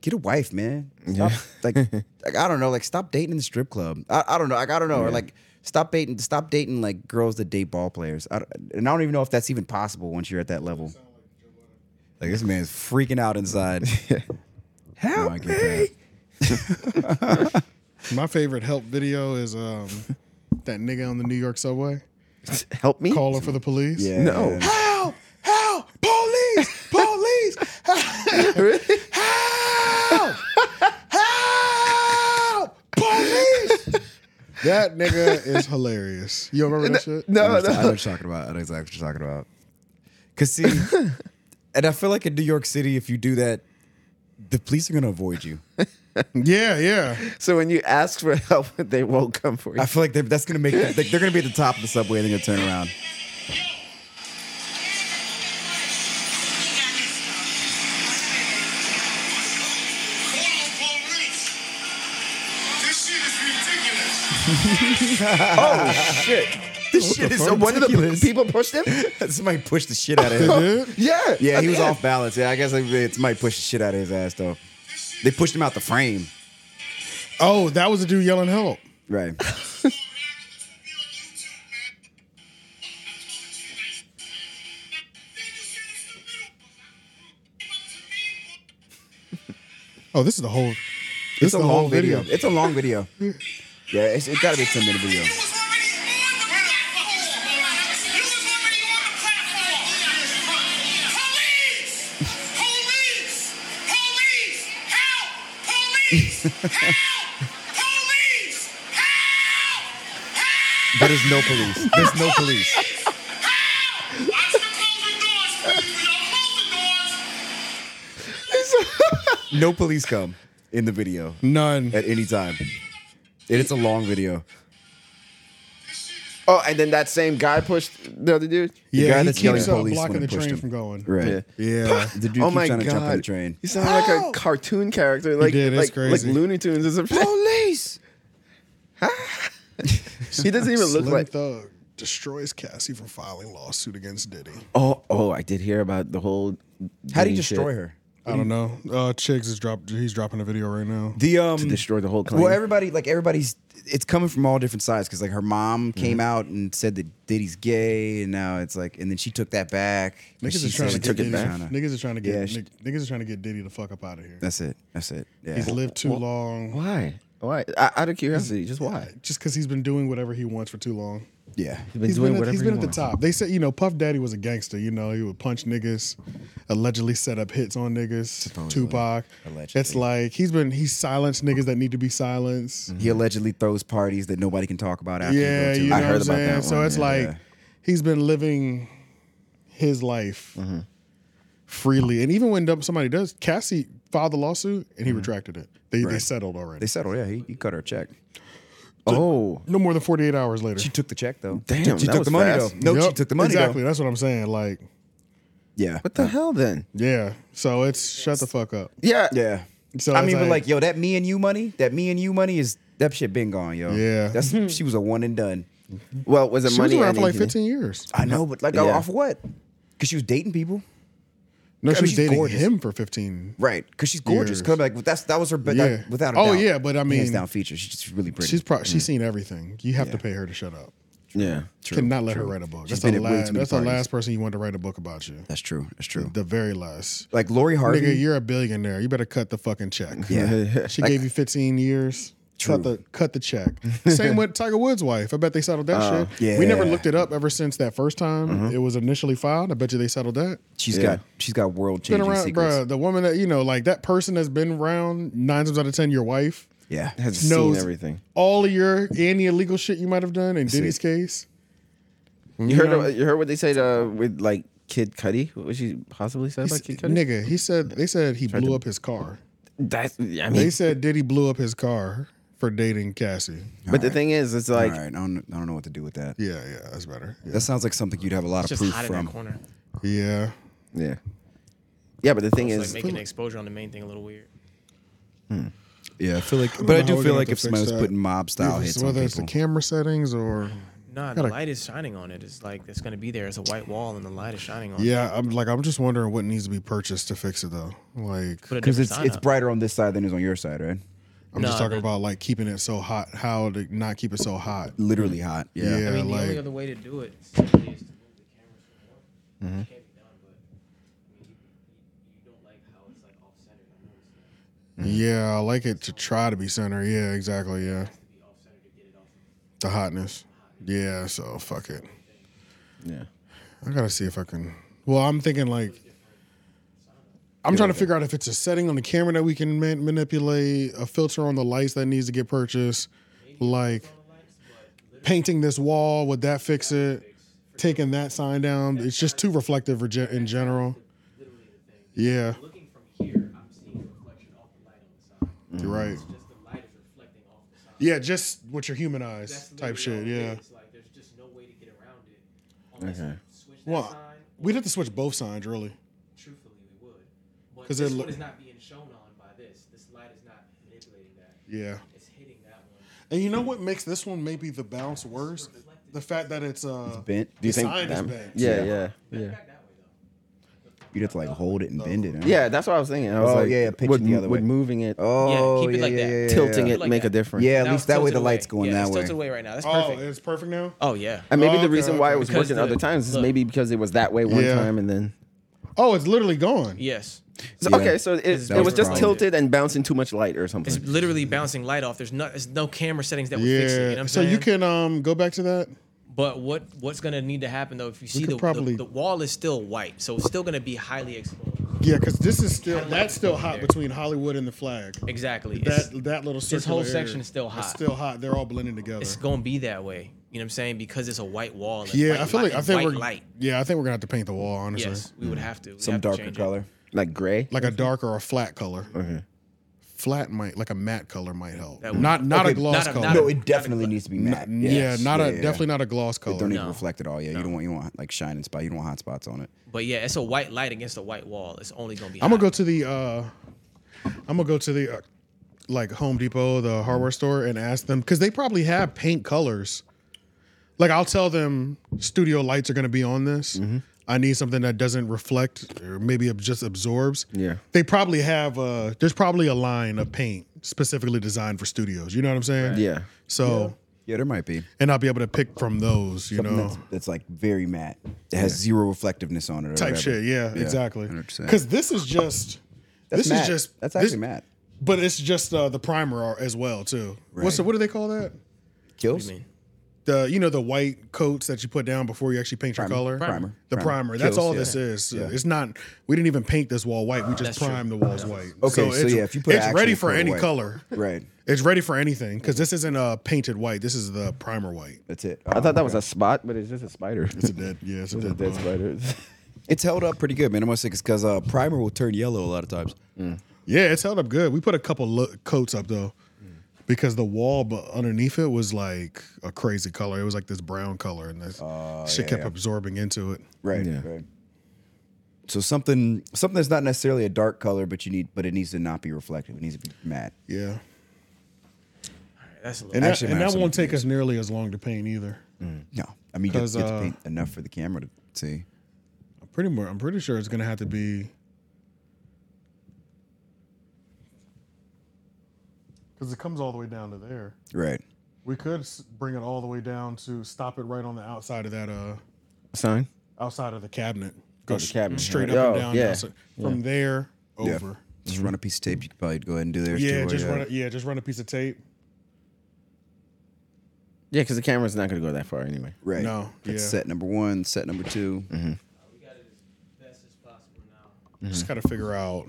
S1: get a wife, man. Stop, like, like I don't know, like stop dating in the strip club. I, I don't know, like I don't know, or like stop dating, stop dating like girls that date ball players. I, don't- and I don't even know if that's even possible once you're at that level. Like this man's freaking out inside. Help me!
S3: my favorite help video is um that nigga on the New York subway
S2: Help me.
S3: calling for the police.
S1: Yeah.
S2: No.
S1: Help! Help! Police! Police! Help! Help! Police!
S3: that nigga is hilarious. You don't remember that shit?
S1: I know,
S2: No,
S1: I know
S2: no.
S1: what you're talking about. I know exactly what you're talking about. Cause see, and I feel like in New York City, if you do that, the police are gonna avoid you.
S3: Yeah, yeah.
S2: So when you ask for help, they won't come for you.
S1: I feel like they're, that's gonna make them, like, they're gonna be at the top of the subway and they're gonna turn around.
S9: This shit is ridiculous.
S2: shit. This shit is so one of the
S1: Ridiculous.
S2: people pushed him.
S1: Somebody pushed the shit out of him.
S2: Yeah,
S1: yeah, he was
S2: Again.
S1: off balance. Yeah, I guess like, they- somebody pushed the shit out of his ass though. They pushed him out the frame.
S3: Oh, that was the dude yelling help.
S1: Right.
S3: Oh, this is the whole. This
S1: It's
S3: is
S1: a
S3: the whole
S1: long
S3: video.
S1: video. It's a long video. Yeah, it's, it gotta be a 10 minute video. But there's no police. There's no police. No police come in the video
S3: None.
S1: at any time. And it's a long video.
S2: Oh, and then that same guy pushed the other dude.
S1: guy
S3: yeah, he
S1: that's yelling
S3: keeps up
S1: police
S3: blocking
S1: when
S3: the
S1: it pushed
S3: train
S1: him.
S3: from going.
S1: Right.
S3: Yeah.
S1: The dude
S2: oh
S1: keeps
S2: my
S1: trying
S2: god!
S1: to jump on the train.
S2: He sounded like a cartoon character, like
S3: did, it's
S2: like
S3: crazy.
S2: like Looney Tunes or something.
S1: Police!
S2: he doesn't even look
S3: Slim
S2: like.
S3: Thug destroys Cassie for filing lawsuit against Diddy.
S2: Oh, oh! I did hear about the whole.
S1: How'd he
S2: Diddy
S1: destroy
S2: shit.
S1: her?
S3: I don't know. Uh, Chiggs is drop. He's dropping a video right now.
S1: The um
S2: To destroy the whole claim.
S1: Well, everybody like everybody's it's coming from all different sides because like her mom
S2: Mm-hmm.
S1: came out and said that Diddy's gay, and now it's like, and then she took that back. But
S3: Niggas
S1: she
S3: is trying to
S1: said
S3: get
S1: she
S3: Diddy.
S1: was trying to-
S3: Niggas is trying to get.
S1: Yeah, she-
S3: nig- niggas is trying to get Diddy the fuck up out of here.
S1: That's it. That's it. Yeah.
S3: He's lived too long.
S2: Why? Why? I, out of curiosity, just
S1: Uh,
S2: why?
S3: Just because he's been doing whatever he wants for too long.
S1: yeah.
S2: been
S3: He's been, at, he's been at the top. They said, you know, Puff Daddy was a gangster. You know, he would punch niggas, allegedly set up hits on niggas. Tupac.
S1: Allegedly.
S3: It's like he's been he's silenced niggas that need to be silenced.
S1: He allegedly throws parties that nobody can talk about after. you go
S3: Yeah,
S1: to.
S3: you know
S2: Mm-hmm. I heard
S3: what
S2: about
S3: I'm saying?
S2: that
S3: So
S2: one,
S3: it's
S2: yeah.
S3: like
S1: Yeah.
S3: he's been living his life
S2: Mm-hmm.
S3: freely. And even when somebody does, Cassie filed the lawsuit and he
S2: Mm-hmm.
S3: retracted it. They, they settled
S1: They
S3: already.
S1: settled. Yeah, he, he cut her a check.
S2: Oh,
S3: no more than 48 hours later.
S1: She took the check though.
S2: Damn,
S1: she
S2: that
S1: took
S2: was
S1: the money
S2: fast.
S1: though. No, she
S3: Yup,
S1: took the money
S3: Exactly.
S1: though.
S3: That's what I'm saying. Like,
S1: Yeah.
S2: what the hell then?
S3: yeah. So it's shut the fuck up.
S2: Yeah,
S1: Yeah.
S3: So
S1: I
S3: it's
S1: mean, but
S3: like-
S1: like, yo, that me and you money, that me and you money is that shit been gone, yo.
S3: Yeah.
S1: That's she was a one and done.
S2: Well, was it
S3: She
S2: money?
S3: was around
S2: I
S3: for like
S2: need to-
S3: 15 years.
S1: I know, but like
S2: Yeah.
S1: off what? Because she was dating people,
S3: No,
S1: I
S3: she
S1: mean,
S3: was
S1: she's
S3: dating
S1: gorgeous.
S3: him for 15.
S1: right? Because she's gorgeous.
S3: Years.
S1: Come back, that's that was her, but
S3: Yeah.
S1: that, without a
S3: Oh,
S1: doubt,
S3: yeah, but I
S1: hands
S3: mean-
S1: down feature. She's just really pretty. Mm.
S3: She's pro- she's seen everything. You have to pay her to shut up.
S2: Yeah,
S3: Cannot let her write a book.
S1: She's
S3: That's the
S1: been at way too
S3: last.
S1: many
S3: That's the
S1: parties.
S3: last person you want to write a book about you.
S1: that's true. That's true.
S3: The very last.
S1: like Lori Harvey,
S3: Nigga, you're a billionaire. You better cut the fucking check.
S1: yeah,
S3: She gave you 15 years. Cut the cut the check. Same with Tiger Woods' wife. I bet they settled that shit. We never
S1: Uh, yeah. Uh-huh.
S3: looked it up ever since that first time it was initially filed. I bet you they settled that.
S1: she's got she's got world
S3: Been
S1: changing
S3: around,
S1: secrets.
S3: bruh. The woman that you know, like that person that's been around nine times out of ten, your wife
S1: Yeah,
S2: has
S3: knows
S2: seen everything.
S3: All of your any illegal shit you might have done in Diddy's case.
S2: You heard? You heard what they said uh, with like Kid Cudi? What she possibly said about Kid Cudi?
S3: Nigga, he said they said he blew up his car.
S2: That's. I mean,
S3: They said Diddy blew up his car for dating Cassie.
S2: but the thing is, it's
S1: all
S2: like
S1: right. I don't I don't know what to do with that.
S3: Yeah, yeah, that's better. Yeah.
S1: That sounds like something you'd have a lot of
S5: Just
S1: proof
S5: hot in that
S1: from.
S5: corner.
S3: yeah.
S2: yeah, yeah. But the thing
S5: It's
S2: is,
S5: like making the exposure on the main thing a little weird.
S1: Yeah, I feel like,
S3: don't
S1: but I
S3: know how
S1: do
S3: we're
S1: feel
S3: gonna
S1: like
S3: have
S1: if
S3: to
S1: somebody
S3: fix
S1: was
S3: that.
S1: putting mob style
S3: If it's-
S1: hits on
S3: whether it's
S1: people,
S3: the camera settings or
S5: Nah, the
S3: Gotta-
S5: light is shining on it. It's like it's gonna be there. It's a white wall, and the light is shining on it.
S3: yeah, I'm like I'm just wondering what needs to be purchased to fix it though. Like
S5: Put a
S1: because
S5: different
S1: it's
S5: sign
S1: it's
S5: up.
S1: brighter on this side than it is on your side, right?
S3: I'm
S5: Nah,
S3: just talking
S5: the-
S3: about like keeping it so hot, how to not keep it so hot.
S1: Literally hot. Yeah.
S3: Yeah.
S5: I mean, the
S3: like-
S5: only other way to do it is to move the cameras from one. Which can't be done, but, I mean, you- you- you don't like how it's, like, off-centered. I know it's not-
S1: Mm-hmm.
S3: Yeah, I like it to try to be center. Yeah, exactly. Yeah. The hotness. Yeah, so fuck it.
S2: yeah.
S3: I gotta see if I can. Well, I'm thinking like. I'm trying to figure out if it's a setting on the camera that we can man- manipulate, a filter on the lights that needs to get purchased, like painting this wall, would that fix it? Taking that sign down, it's just too reflective rege- in general. Yeah,
S5: Looking from here, I'm seeing a reflection off the light on the side.
S3: you're right.
S5: Just the light is reflecting off the side.
S3: Yeah, just with your human eyes
S5: That's literally
S3: type shit.
S5: all it
S3: Yeah.
S5: is. Like, there's just no way to get around it unless you switch that
S3: Well,
S5: sign.
S3: we'd have to switch both signs really.
S5: Truthfully, we would. But
S3: 'Cause
S5: this
S3: they're
S5: one
S3: lo-
S5: is not being shown on by this. This light is not manipulating that.
S3: Yeah.
S5: It's hitting that one.
S3: And you know what makes this one maybe the bounce worse? the fact that it's uh
S1: bent.
S2: Do you
S3: The
S2: think?
S3: sign is
S2: that-
S3: bent.
S2: yeah, yeah, yeah,
S1: You'd have to like hold it and bend it. huh?
S2: yeah. That's what I was thinking. I was
S1: Oh,
S2: like,
S1: yeah, yeah, pitch it
S2: would,
S1: the other
S2: would
S1: way.
S2: moving it,
S1: Oh,
S5: keep it like that.
S2: tilting
S5: yeah.
S2: it,
S5: Like
S2: make a
S5: that.
S2: difference.
S1: Yeah, at
S5: Now
S1: least
S5: it's
S1: that way
S5: tilted
S1: the light's
S5: away.
S1: going
S5: yeah,
S1: that
S5: it's
S1: way.
S5: tilted away right now. That's
S3: oh,
S5: perfect.
S3: it's perfect now.
S5: Oh yeah.
S2: And maybe the
S3: Okay,
S2: reason why it was
S5: okay.
S2: working other
S5: Because the-
S2: times is
S5: look.
S2: maybe because it was that way one
S3: Yeah.
S2: time and then.
S3: Oh, it's literally gone.
S5: Yes.
S2: So,
S1: Yeah.
S2: Okay, so it, it was
S1: was the
S2: just
S1: problem.
S2: tilted and bouncing too much light or
S5: It's
S2: something.
S5: literally bouncing light off. There's no, there's no camera settings that would
S3: Yeah.
S5: fix it. You know what I'm
S3: so
S5: saying?
S3: you can um go back to that.
S5: But what what's gonna need to happen though? If you see
S3: could
S5: the,
S3: probably-
S5: the the wall is still white, so it's still gonna be highly exposed.
S3: Yeah, because this is still
S5: Kinda like
S3: that's still
S5: over
S3: hot
S5: there.
S3: between Hollywood and the flag.
S5: Exactly. It's-
S3: That that little circular
S5: this whole
S3: area,
S5: section is still
S3: It's
S5: hot.
S3: still hot. They're all blending together.
S5: it's gonna be that way. You know what I'm saying? Because it's a white wall. And
S3: yeah,
S5: white
S3: I feel
S5: light,
S3: like I think
S5: white
S3: we're
S5: light.
S3: yeah, I think we're gonna have to paint the wall honestly,
S5: Yes, we would have to. We'd
S1: Some
S5: have to
S1: darker
S5: change it.
S1: color.
S2: like gray.
S3: like a dark or a flat color. Flat might like a matte color might help.
S5: That would-
S3: Not not a
S1: Okay,
S3: gloss
S5: not a-
S3: color.
S5: not
S1: No,
S5: a-
S1: it definitely needs to be matte.
S3: yeah,
S1: Yes.
S3: not
S1: Yeah,
S3: a
S1: yeah, yeah.
S3: definitely not a gloss color.
S1: Don't even
S5: No.
S1: reflect at all. Yeah, you don't want you don't want like shining spot. You don't want hot spots on it.
S5: But yeah, it's a white light against a white wall. It's only gonna be.
S3: I'm gonna go
S5: hot.
S3: to the uh I'm gonna go to the uh, like Home Depot, the hardware store, and ask them because they probably have paint colors. Like I'll tell them studio lights are gonna be on this. I need something that doesn't reflect or maybe ab- just absorbs.
S2: Yeah.
S3: They probably have uh there's probably a line of paint specifically designed for studios. You know what I'm saying?
S2: Yeah.
S3: So
S1: Yeah, there might be.
S3: and I'll be able to pick from those, you
S1: Something
S3: know.
S1: that's, that's like very matte. It has zero reflectiveness on it. Or
S3: type
S1: whatever.
S3: shit. Yeah, exactly.
S1: 100%.
S3: Because this is just
S1: That's
S3: this
S1: matte.
S3: is just
S1: that's
S3: this-
S1: actually matte.
S3: but it's just uh, the primer ar- as well too. What's the,
S1: Right.
S3: what do they call that?
S1: Kills.
S5: I mean,
S3: The you know the white coats that you put down before you actually paint
S1: Primer.
S3: your color.
S1: Primer.
S3: The
S1: Primer.
S3: primer. That's
S1: Kills,
S3: all
S1: yeah.
S3: this is.
S1: Yeah.
S3: It's not. We didn't even paint this wall white. We just
S5: That's true.
S3: primed the walls white.
S1: Okay, so
S3: it's,
S1: yeah, if you put
S3: it's
S1: actual
S3: ready for
S1: color
S3: any
S1: white.
S3: color.
S1: Right.
S3: It's ready for anything because this isn't a painted white. This is the primer white.
S1: That's it. Uh,
S2: I thought that was a spot, but it's just a spider.
S3: It's a dead. Yeah, it's a
S2: It's a
S3: dead.
S2: dead
S3: bug.
S2: spider.
S1: It's held up pretty good, man. I'm gonna say because uh, primer will turn yellow a lot of times.
S3: Yeah, it's held up good. We put a couple lo- coats up though, because the wall but underneath it was like a crazy color. It was like this brown color, and this shit
S1: Ah, yeah,
S3: kept
S1: yeah.
S3: absorbing into it.
S1: Right. Right. So something something that's not necessarily a dark color, but you need, but it needs to not be reflective. It needs to be matte.
S3: Yeah,
S5: that's a little.
S3: and that,
S1: Actually, I
S3: and
S1: have
S3: that
S1: some
S3: won't take us nearly as long to paint either.
S1: No, I mean you have
S3: 'Cause,
S1: to get to
S3: uh,
S1: paint enough for the camera to see.
S3: I'm pretty more. I'm pretty sure it's gonna have to be. Because it comes all the way down to there.
S1: Right.
S3: We could s- bring it all the way down to stop it right on the outside of that uh
S2: Sign.
S3: outside of the cabinet. Go
S2: the
S3: s-
S2: cabinet.
S3: straight
S2: Yeah.
S3: up
S2: Oh,
S3: and down.
S2: yeah.
S3: outside. From there
S1: Yeah.
S3: over. Mm-hmm.
S1: Just run a piece of tape. You could probably go ahead and do theirs.
S3: Yeah,
S1: too, or,
S3: just
S1: yeah.
S3: run. A, yeah, just run a piece of tape.
S2: Yeah, because the camera's not going to go that far anyway.
S1: Right.
S3: No,
S1: That's
S3: yeah. Mm-hmm.
S1: set number one. Set number 2
S5: We got it as best as possible now.
S3: Just gotta figure out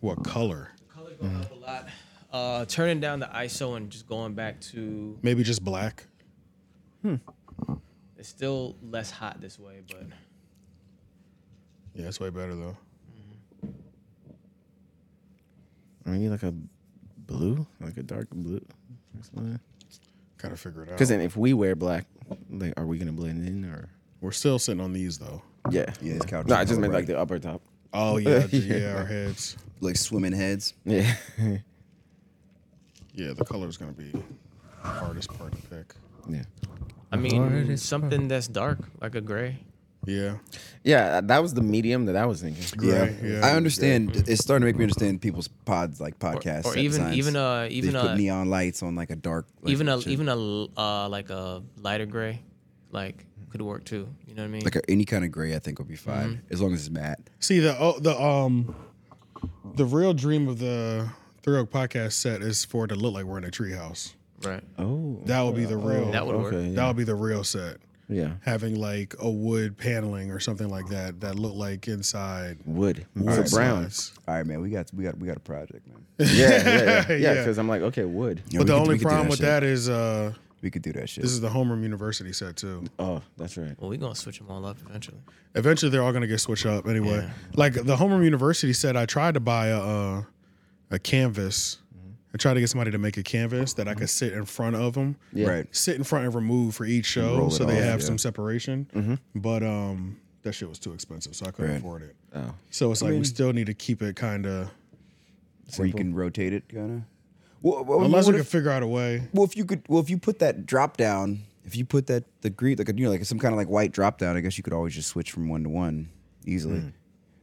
S3: what color.
S5: The color going up a lot. Uh, turning down the ISO and just going back to
S3: Maybe just black.
S5: it's still less hot this way, but
S3: Yeah, that's way better though.
S2: Or maybe like a blue, like a dark blue.
S3: Gotta figure it out.
S2: Because then if we wear black, like, are we going to blend in or?
S3: we're still sitting on these though.
S2: Yeah.
S1: Yeah, this couch.
S2: No,
S1: is
S2: I just meant like
S1: bright.
S2: the upper top.
S3: Oh yeah, yeah, our heads.
S1: like swimming heads.
S2: Yeah.
S3: Yeah, the color's gonna be the hardest part to pick.
S2: yeah.
S5: I mean something that's dark like a gray.
S3: Yeah,
S2: Yeah, that was the medium that I was thinking.
S3: gray. Yeah,
S1: I understand. It's starting to make me understand people's pods, like podcasts,
S5: or
S1: set
S5: even-
S1: designs.
S5: even, uh,
S1: They
S5: even,
S1: put
S5: uh,
S1: neon lights on like a dark, like,
S5: even a
S1: shit.
S5: even a uh, like a lighter gray, like could work too. You know what I mean?
S1: like a, any kind of gray. I think will be fine
S5: Mm-hmm.
S1: as long as it's matte.
S3: See the oh, the um the real dream of the Three Oak podcast set is for it to look like we're in a treehouse.
S5: right.
S2: Oh.
S3: That would be the real.
S5: That would
S2: okay.
S5: work.
S3: That would be the real set.
S2: Yeah.
S3: Having like a wood paneling or something like that that looked like inside.
S2: Wood.
S3: wood
S2: Wood brown.
S3: sides.
S1: All right, man. We got we got we got a project, man.
S2: Yeah, yeah, yeah. Yeah,
S3: Yeah.
S2: because I'm like, okay, wood.
S1: Yeah, we
S3: But the
S1: could-
S3: only
S1: we could do
S3: problem with
S1: shit.
S3: that is uh,
S1: we could do that shit.
S3: this is the Homeroom University set too.
S2: Oh, that's right.
S5: Well, we gonna switch them all up eventually.
S3: Eventually, they're all gonna get switched up anyway.
S5: Yeah.
S3: Like the Homeroom University set, I tried to buy a uh, a canvas. I tried to get somebody to make a canvas that I could sit in front of them.
S2: Yeah.
S1: Right.
S3: sit in front and remove for each
S1: roll
S3: show
S1: it
S3: so they
S1: off,
S3: have
S1: yeah.
S3: some separation. But um, that shit was too expensive, so I couldn't
S1: Right.
S3: afford it.
S2: Oh.
S3: So it's like we still need to keep it kind of
S1: Where you can rotate it, kind of. Well, well,
S3: unless
S1: what
S3: we can
S1: if-
S3: figure out a way.
S1: well, if you could, well, if you put that drop down If you put that the green like you know like some kind of like white drop down, I guess you could always just switch from one to one easily.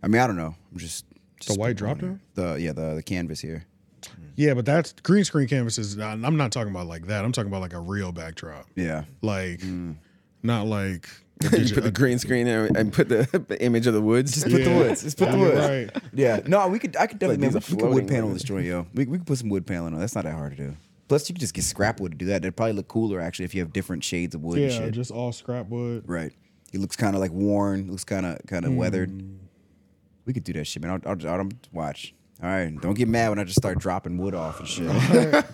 S1: I mean, I don't know. I'm just, just
S3: white
S1: spitballing
S3: drop
S1: here.
S3: down?
S1: The yeah the the canvas here.
S3: Yeah, but that's green screen canvases. I- I'm not talking about like that. I'm talking about like a real backdrop. Mm.
S1: Yeah.
S3: Like, not like.
S2: you put the green screen and, and put the, the image of the woods.
S1: Just put the
S3: Yeah.
S1: woods. Just put the
S3: Yeah,
S1: woods.
S3: right.
S1: Yeah. No, we could. I could definitely.
S2: these
S1: man,
S2: are
S1: we could wood
S2: floating
S1: panel
S2: ones.
S1: this joint, yo. We, we could put some wood paneling on. That's not that hard to do. Plus, you could just get scrap wood to do that. It'd probably look cooler actually if you have different shades of wood. and
S3: Yeah,
S1: shit.
S3: just all scrap wood.
S1: right. It looks kind of like worn. Looks kind of kind of weathered. We could do that shit, man. I'll, I'll, I'll watch. All right. Don't get mad when I just start dropping wood off and shit.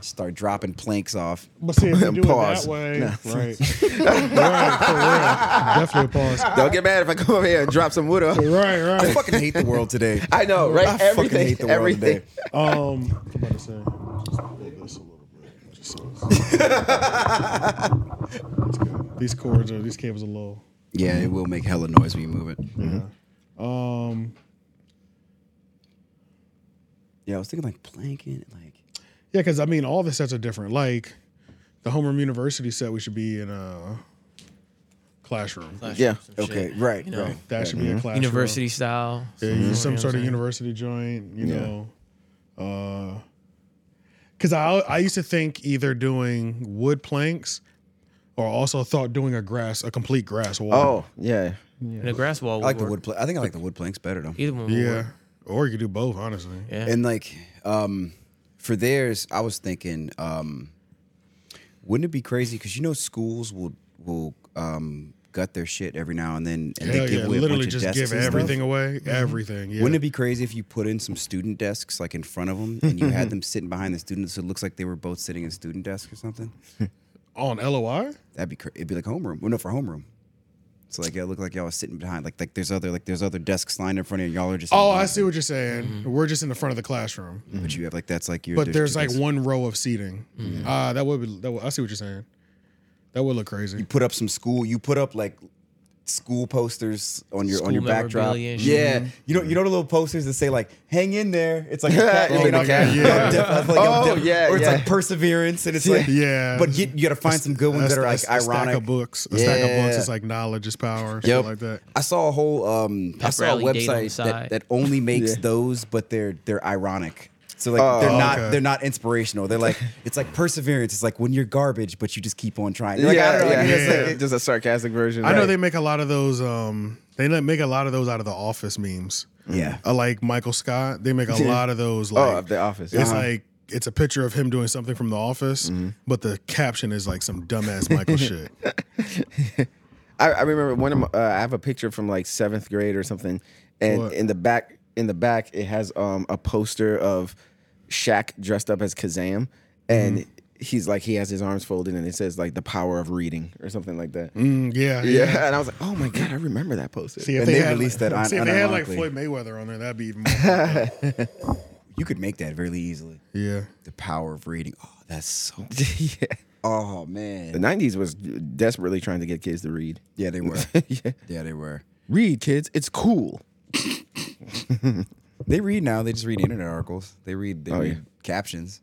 S1: start dropping planks off.
S3: But see, if you do
S2: Pause.
S3: it that way, right? right, for real. Definitely a pause.
S2: Don't get mad if I come over here and drop some wood off.
S3: Right,
S1: I
S3: right.
S1: fucking hate the world today.
S2: I know, right?
S1: I
S2: everything,
S1: fucking hate the world
S2: everything.
S1: today.
S3: Um, what am I about to say? Just pull this a little bit, just so it's- That's good. These cords are these cables are low.
S1: Yeah, it will make hella noise when you move it.
S3: Um,
S1: Yeah, I was thinking like planking, like
S3: yeah, because I mean, all the sets are different. Like the homeroom university set, we should be in a classroom.
S5: Flash
S2: Yeah,
S5: or some shit,
S1: okay, right,
S5: you know?
S1: right.
S3: That should be a classroom.
S5: University style.
S3: Yeah,
S5: you know
S3: you some
S5: what
S3: sort
S5: I'm
S3: of
S5: saying?
S3: university joint, you know. Uh 'cause cause I I used to think either doing wood planks or also thought doing a grass, a complete grass
S2: Oh,
S3: wall.
S2: yeah.
S5: And the grass wall.
S1: I like the wood. Pla- I think I like the wood planks better though.
S5: Either one. would
S3: Yeah.
S5: work.
S3: Or you could do both, honestly.
S5: Yeah.
S1: And like, um, for theirs, I was thinking, um, wouldn't it be crazy? Because you know, schools will will um, gut their shit every now and then, and
S3: Hell
S1: they give
S3: yeah.
S1: away a bunch
S3: Literally
S1: of
S3: just
S1: desks
S3: give
S1: and stuff. Mm-hmm.
S3: everything away. Everything. Yeah.
S1: Wouldn't it be crazy if you put in some student desks like in front of them, and you had them sitting behind the students, so it looks like they were both sitting in student desks or something?
S3: on LOI?
S1: That'd be cra- it'd be like homeroom. Well, no, for homeroom. So like it looked like y'all was sitting behind like like there's other like there's other desks lined in front of you. Y'all are just
S3: Oh, I see what you're saying.
S1: Mm-hmm.
S3: We're just in the front of the classroom.
S1: But you have like that's like your
S3: But there's
S1: your
S3: like
S1: desk.
S3: one row of seating.
S1: Mm-hmm.
S3: Ah, that would be that would, I see what you're saying. That would look crazy.
S1: put up some school. You put up like school posters on your on
S5: School
S1: your backdrop.
S5: memorabilia and shit. Mm-hmm.
S1: Yeah, you know you know the little posters that say like "Hang in there." It's like a
S2: Oh
S1: calculated
S2: my
S1: on-
S2: God,
S1: on
S3: yeah.
S1: def- on, like, on
S2: Oh,
S1: def-
S2: yeah,
S1: or it's
S2: yeah.
S1: like perseverance, and it's like
S3: Yeah.
S1: But you, you got to find some good ones
S3: A
S1: that are
S3: sta-
S1: like
S3: a stack
S1: ironic.
S3: of books. A stack of books
S1: Yeah.
S3: is like knowledge is power,
S1: Yep.
S3: stuff like that.
S1: I saw a whole um I
S5: Pep
S1: saw a
S5: rally date on the
S1: website that,
S5: side.
S1: that only makes
S2: Yeah.
S1: those, but they're they're ironic. So like
S2: Oh,
S1: they're not
S3: okay.
S1: they're not inspirational. They're like it's like perseverance. It's like when you're garbage, but you just keep on trying. Like, I
S2: yeah,
S1: don't know,
S2: yeah,
S1: like, it's
S2: yeah.
S1: like-
S2: Just a sarcastic version.
S3: I know
S2: right.
S3: they make a lot of those. Um, they not- make a lot of those out of the Office memes.
S1: Yeah.
S3: I like Michael Scott. They make a
S2: Yeah.
S3: lot of those. Like,
S2: Oh, of the office.
S3: It's
S1: uh-huh.
S3: like it's a picture of him doing something from the Office,
S1: Mm-hmm.
S3: but the caption is like some dumbass Michael shit.
S2: I, I remember one of my, uh, I have a picture from like seventh grade or something, and
S3: What?
S2: in the back in the back it has um, a poster of Shaq dressed up as Kazam, and
S3: Mm-hmm.
S2: he's like he has his arms folded and it says like the power of reading or something like that.
S3: Mm, yeah,
S2: Yeah. and I was like, oh my god, I remember that poster.
S3: See, if
S1: And they
S3: had,
S1: released that
S3: See, if they had like
S1: unironically.
S3: Floyd Mayweather on there, that'd be even. More
S1: you could make that really easily.
S3: yeah,
S1: The power of reading. Oh, that's so.
S2: yeah.
S1: Oh
S2: The
S1: man.
S2: '90s was desperately trying to get kids to read.
S1: Yeah, they were.
S2: yeah.
S1: Yeah, they were.
S2: Read, kids. It's cool.
S1: They read now. They just read internet articles. They read. They
S2: Oh,
S1: read
S2: yeah.
S1: captions.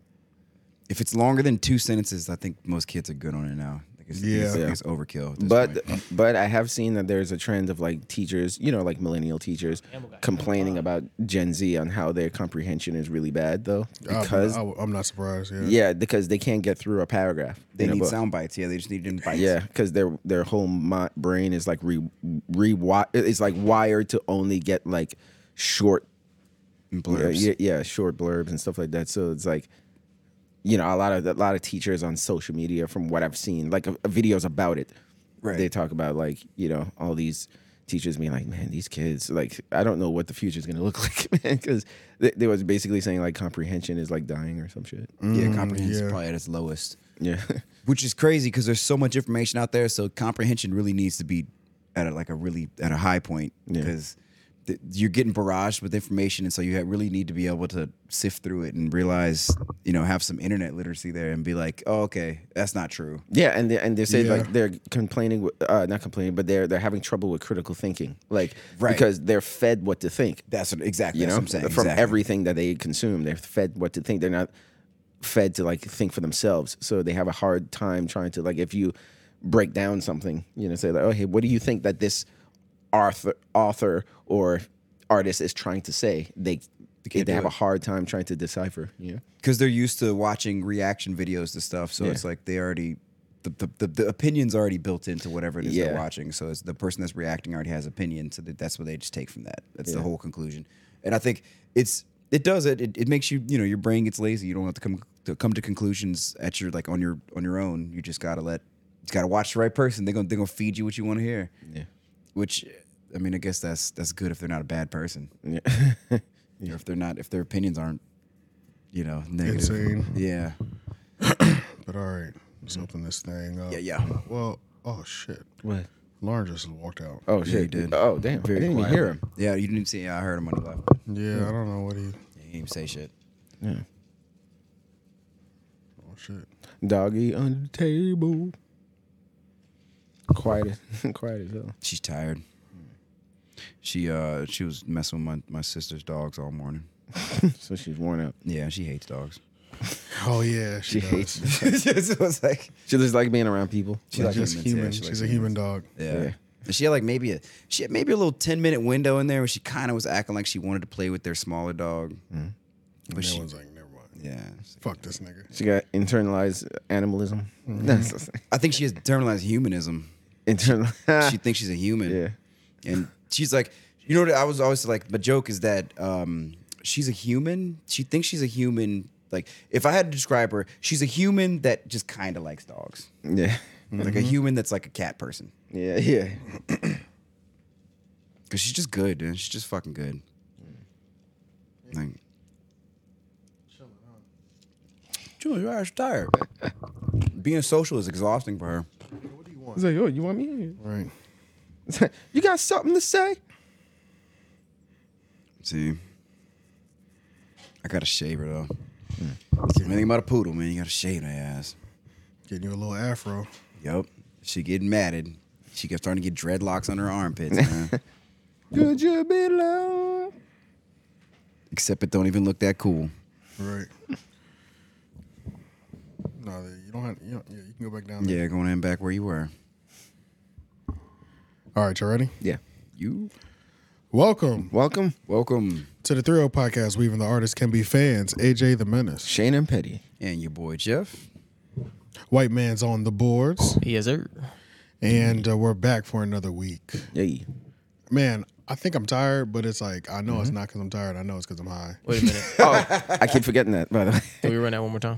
S1: If it's longer than two sentences, I think most kids are good on it now. Like it's, yeah, it's,
S3: Yeah.
S1: it's overkill. at this point.
S2: But but I have seen that there's a trend of like teachers, you know, like millennial teachers complaining about Gen Z on how their comprehension is really bad though,
S1: Oh,
S2: because
S3: I, am not surprised. Yeah,
S2: yeah, because they can't get through a paragraph.
S1: they
S2: in a
S1: need
S2: book.
S1: sound bites. Yeah, they just need in bites.
S2: Yeah, because their their whole mi- brain is like re re it's like wired to only get like short
S1: and
S2: yeah,
S1: blurbs.
S2: yeah, yeah, short blurbs and stuff like that. So it's like, you know, a lot of a lot of teachers on social media, from what I've seen, like uh, videos about it,
S1: Right.
S2: They talk about like you know all these teachers being like, man, these kids, like I don't know what the future is going to look like, man, because they, they was basically saying like comprehension is like dying or some shit.
S1: Yeah, comprehension is
S3: yeah.
S1: probably at its lowest,
S2: Yeah,
S1: which is crazy because there's so much information out there. So comprehension really needs to be at a, like a really at a high point
S2: Yeah.
S1: because th- you're getting barraged with information, and so you ha- really need to be able to sift through it and realize, you know, have some internet literacy there and be like, oh, okay, that's not true.
S2: yeah, and they, and they say
S3: Yeah.
S2: like they're complaining, with, uh, not complaining, but they're they're having trouble with critical thinking, like
S1: Right.
S2: because they're fed what to think.
S1: That's what, exactly
S2: you know,
S1: that's what I'm saying.
S2: from
S1: exactly.
S2: everything that they consume. They're fed what to think. They're not fed to like think for themselves. So they have a hard time trying to like if you break down something, you know, say like, okay, what do you think that this author author or artist is trying to say? They they,
S1: can't do
S2: have
S1: it.
S2: a hard time trying to decipher. Yeah.
S1: because they're used to watching reaction videos to stuff. So it's like they already the, the, the, the opinion's already built into whatever it is they're
S2: Yeah.
S1: watching. So it's the person that's reacting already has opinion. So that, that's what they just take from that. That's the whole conclusion. And I think it's it does it, it. It makes you you know your brain gets lazy. You don't have to come to come to conclusions at your like on your on your own. You just gotta let you gotta watch the right person. They're gonna they're gonna feed you what you want to hear. Yeah. Which I mean, I guess that's that's good if they're not a bad person.
S2: Yeah.
S1: Or if they're not if their opinions aren't you know negative.
S3: Insane.
S1: Yeah.
S3: But all right, let's open this thing up.
S1: Yeah, yeah.
S3: Well, oh shit.
S2: What?
S3: Lauren just walked out.
S2: Oh shit.
S1: he did.
S2: Oh damn. I didn't even hear him.
S1: Yeah, you didn't see. Yeah, I heard him on the left.
S3: Yeah, I don't know what he.
S1: He didn't even say shit.
S3: Oh shit.
S2: Doggy under the table. Quiet as quiet as hell.
S1: She's tired. She uh she was messing with my, my sister's dogs all morning.
S2: So she's worn out.
S1: Yeah, she hates dogs.
S3: Oh yeah,
S2: She
S3: she, does.
S2: hates
S1: Just was like
S2: She just like being around people.
S1: she likes
S3: Just human.
S1: Yeah, she
S3: She's
S1: likes
S3: a human dog.
S1: humans. Yeah.
S2: Yeah.
S1: And she had like maybe a she had maybe a little ten minute window in there where she kind of was acting like she wanted to play with their smaller dog. But she,
S3: Everyone's like, never mind.
S1: yeah,
S3: Fuck this nigga.
S2: She got internalized animalism. That's
S1: I think she has internalized humanism.
S2: internal.
S1: she thinks she's a human.
S2: Yeah.
S1: And she's like, you know what? I was always like, my joke is that um, she's a human. She thinks she's a human. Like, if I had to describe her, she's a human that just kind of likes dogs.
S2: yeah.
S1: Like a human that's like a cat person.
S2: Yeah. Yeah.
S1: Cause she's just good, man. She's just fucking good. Like, Julie, you're always tired. Being social is exhausting for her.
S2: He's like, oh, you want me? in
S3: Right.
S2: here?" you got something to say?
S1: See, I gotta shave her though. Anything about a poodle, man? You gotta shave their ass.
S3: Getting you a little afro.
S1: Yep. She getting matted. She kept starting to get dreadlocks on her armpits, man.
S2: Could you be alone?
S1: Except it don't even look that cool.
S3: Right. no, you don't have. You, don't, yeah, you can go back down there.
S1: Yeah, going in back where you were.
S3: All right, you ready?
S2: Yeah.
S1: You
S3: Welcome
S2: Welcome,
S1: welcome,
S3: to the 30 Podcast. We even the artists can be fans. AJ the Menace.
S2: Shane and Petty.
S1: and your boy Jeff.
S3: White man's on the boards,
S5: Yes, sir.
S3: and uh, we're back for another week.
S2: Yay.
S3: Man, I think I'm tired, but it's like I know it's not because I'm tired. I know it's because I'm high.
S5: Wait a minute.
S2: Oh, I keep forgetting that. By the way,
S5: Can we run that one more time?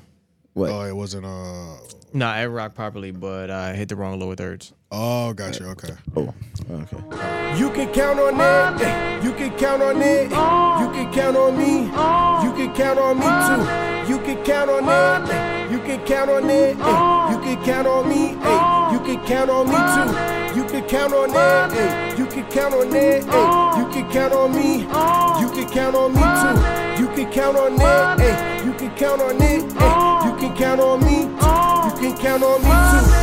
S2: what?
S3: Oh, it wasn't. Uh.
S5: Nah, I rock properly, but I hit the wrong lower thirds.
S3: Oh, gotcha. Okay.
S2: Oh, okay.
S9: You can count on it. eh, You can count on it. eh, You can count on me. You can count on me too. You can count on it. eh, You can count on it. eh, You can count on me. eh, You can count on me too. You can count on it. eh, You can count on it. eh, You can count on me. You can count on me too. You can count on it. eh, You can count on it. eh, You can count on me. You can count on me too.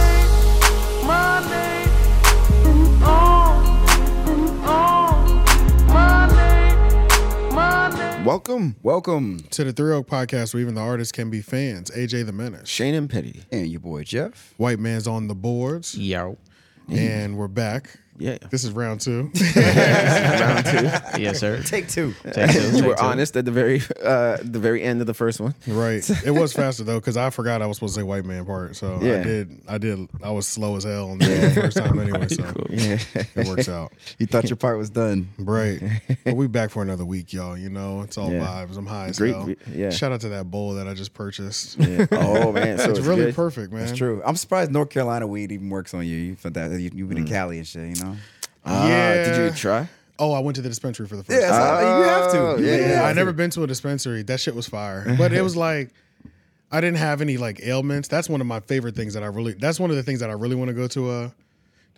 S2: Welcome,
S1: Welcome,
S3: To the 30 Podcast, where even the artists can be fans. AJ the Menace.
S2: Shane and Petty.
S1: and your boy Jeff.
S3: White man's on the boards,
S5: Yo.
S3: and we're back.
S2: Yeah.
S3: This is round two.
S5: Yes, sir.
S1: Take two.
S5: Take two,
S2: You
S5: take
S2: were
S5: two.
S2: honest at the very, uh, the very end of the first one.
S3: Right. It was faster though, because I forgot I was supposed to say white man part. So I
S2: Yeah.
S3: did. I did. I was slow as hell on the first time anyway. So it works out.
S1: You thought your part was done.
S3: Right. But we back for another week, y'all. You know, it's all
S2: Yeah.
S3: vibes. I'm high as
S2: Great
S3: hell.
S2: vi- yeah.
S3: Shout out to that bowl that I just purchased.
S2: Oh man, so
S3: It's, really
S2: good.
S3: perfect, man.
S1: That's true. I'm surprised North Carolina weed even works on you. You thought that you, you've been in Cali and shit, you know.
S2: Ah,
S3: Yeah.
S2: Did you try?
S3: Oh, I went to the dispensary for the first
S1: that's
S3: time.
S1: how- you have
S2: Oh,
S1: to. You
S2: yeah,
S1: literally
S2: yeah.
S1: have
S3: I
S1: to.
S3: never been to a dispensary. That shit was fire. But it was like I didn't have any like ailments. That's one of my favorite things that I really that's one of the things that I really want to go to a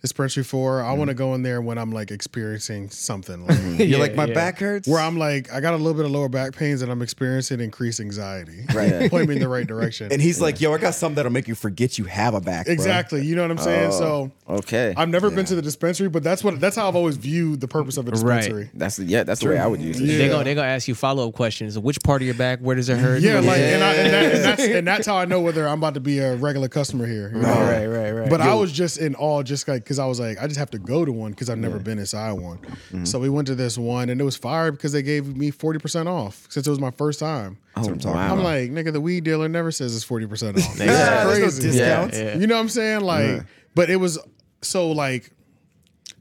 S3: this Prince Four. I want to go in there when I'm like experiencing something, like,
S1: You're like, my back hurts.
S3: where I'm like, I got a little bit of lower back pains and I'm experiencing increased anxiety.
S1: Right.
S3: point me in the right direction.
S1: and he's like, yo, I got something that'll make you forget you have a back. bro."
S3: exactly. You know what I'm saying? so
S2: Okay.
S3: I've never been to the dispensary, but that's what that's how I've always viewed the purpose of a
S6: Right.
S3: dispensary.
S2: that's yeah. That's the way I would use it.
S6: They're gonna they gonna ask you follow up questions. Which part of your back? Where does it hurt?
S3: Yeah, like and, I, and, that, and, that's, and that's how I know whether I'm about to be a regular customer here. you know?
S6: right, right, right.
S3: But I was just in awe, just like because I was like, I just have to go to one because I've never been inside one.
S1: Mm-hmm.
S3: So we went to this one, and it was fire because they gave me forty percent off since it was my first time.
S1: That's what I'm talking
S2: wow.
S1: about.
S3: I'm like, nigga, the weed dealer never says it's forty percent off.
S1: Yeah,
S3: That's
S1: there's no
S3: crazy.
S1: discounts.
S6: Yeah.
S3: You know what I'm saying? Like, but it was so like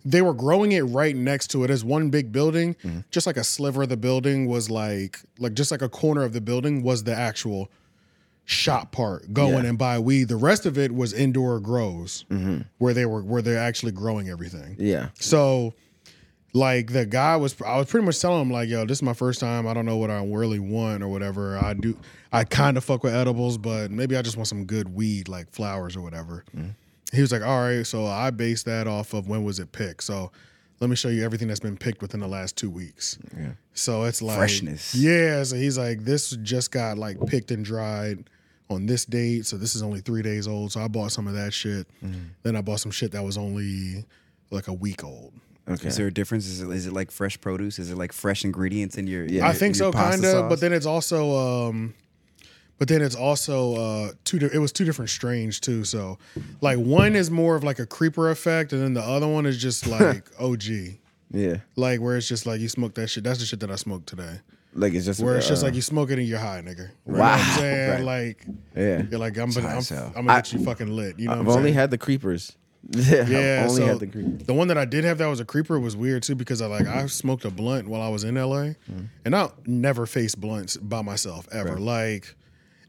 S3: they were growing it right next to it as one big building.
S6: Mm-hmm.
S3: Just like a sliver of the building was like like just like a corner of the building was the actual shop part going and buy weed. The rest of it was indoor grows
S6: Mm-hmm.
S3: where they were where they're actually growing everything.
S2: Yeah.
S3: So like the guy was I was pretty much telling him like, yo, this is my first time. I don't know what I really want or whatever. I do I kind of fuck with edibles, but maybe I just want some good weed like flowers or whatever. He was like, all right, so I based that off of when was it picked. So let me show you everything that's been picked within the last two weeks. Yeah. So it's like
S1: Freshness.
S3: Yeah. So he's like, this just got like picked and dried on this date. So this is only three days old. So I bought some of that shit. Then I bought some shit that was only like a week old.
S2: Okay.
S1: Is there a difference? Is it, is it like fresh produce? Is it like fresh ingredients in your?
S2: Yeah.
S1: your-
S3: I think
S1: your
S3: so,
S1: pasta
S3: kind of.
S1: sauce?
S3: But then it's also, um, but then it's also uh, two. Di- it was two different strains too. So, like one is more of like a creeper effect, and then the other one is just like OG,
S2: yeah.
S3: like where it's just like you smoke that shit. That's the shit that I smoked today.
S2: Like it's just
S3: Where it's just
S2: uh,
S3: like you smoke it and you're high, nigga. You know
S2: Wow.
S3: what I'm saying? Like
S2: yeah.
S3: you're like I'm, gonna-
S1: high
S3: I'm,
S1: as hell.
S3: I'm gonna get you fucking lit. You know,
S2: I've
S3: what I'm
S2: only
S3: saying?
S2: had the creepers. Yeah.
S3: Yeah,
S2: I've only
S3: so
S2: had the creepers.
S3: the one that I did have that was a creeper was weird too because I like I smoked a blunt while I was in LA,
S2: Mm-hmm.
S3: and I never face blunts by myself ever. Like,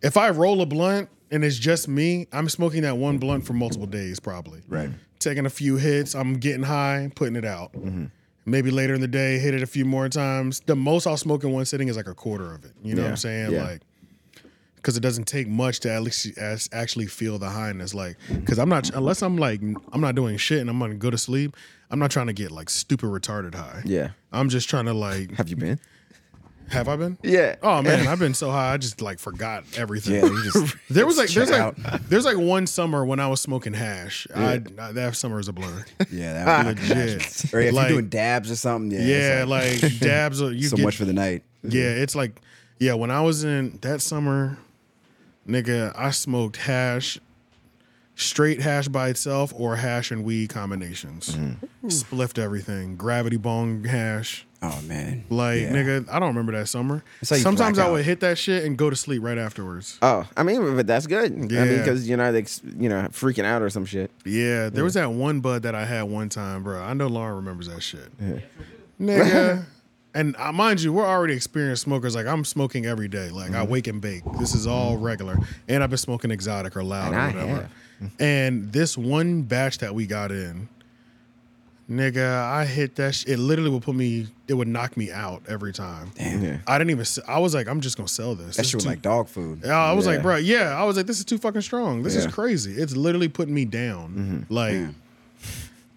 S3: if I roll a blunt and it's just me, I'm smoking that one blunt for multiple days probably. Right. Taking a few hits, I'm getting high, putting it out.
S2: Mm-hmm.
S3: Maybe later in the day, hit it a few more times. The most I'll smoke in one sitting is like a quarter of it. You know what
S2: Yeah,
S3: I'm saying?
S2: yeah.
S3: Like because it doesn't take much to at least as- actually feel the highness. Like, because I'm not unless I'm like I'm not doing shit and I'm gonna go to sleep. I'm not trying to get like stupid retarded high.
S2: Yeah.
S3: I'm just trying to like.
S2: Have you been?
S3: Have I been?
S2: Yeah.
S3: Oh man, I've been so high. I just like forgot everything.
S1: Yeah, you just-
S3: there was like there's
S1: check
S3: like there's like one summer when I was smoking hash. I, I- that summer is a blur.
S1: yeah, that would be
S3: Legit.
S1: Or if
S3: like,
S1: you're doing dabs or something, yeah, it's
S3: yeah, like, dabs. Are, you
S1: so
S3: get,
S1: much for the night.
S3: Yeah, it's like, yeah, when I was in that summer, nigga, I smoked hash, straight hash by itself or hash and weed combinations.
S1: Mm-hmm.
S3: Spliffed everything, gravity bong hash.
S1: Oh man,
S3: Like,
S1: Yeah.
S3: nigga, I don't remember that summer.
S1: That's how you
S3: Sometimes
S1: black
S3: I
S1: out.
S3: would hit that shit and go to sleep right afterwards.
S2: Oh, I mean, but that's good. I mean,
S3: Yeah.
S2: because you're not like s- you know freaking out or some shit.
S3: Yeah, there was that one bud that I had one time, bro. I know Lauren remembers that shit. Nigga. And uh, mind you, we're already experienced smokers. Like I'm smoking every day. Like
S1: Mm-hmm.
S3: I wake and bake. This is all regular. And I've been smoking exotic or loud
S2: And I
S3: or whatever.
S1: Mm-hmm.
S3: And this one batch that we got in, nigga, I hit that. Sh- it literally would put me. It would knock me out every time.
S2: Yeah.
S3: I didn't even. s- I was like, I'm just gonna sell this.
S1: that
S3: This
S1: shit was
S3: too-
S1: like dog food.
S3: yeah, I was
S2: Yeah.
S3: like, bro, yeah. I was like, this is too fucking strong. This is
S2: Yeah. Mm-hmm.
S3: crazy. It's literally putting me down. Like,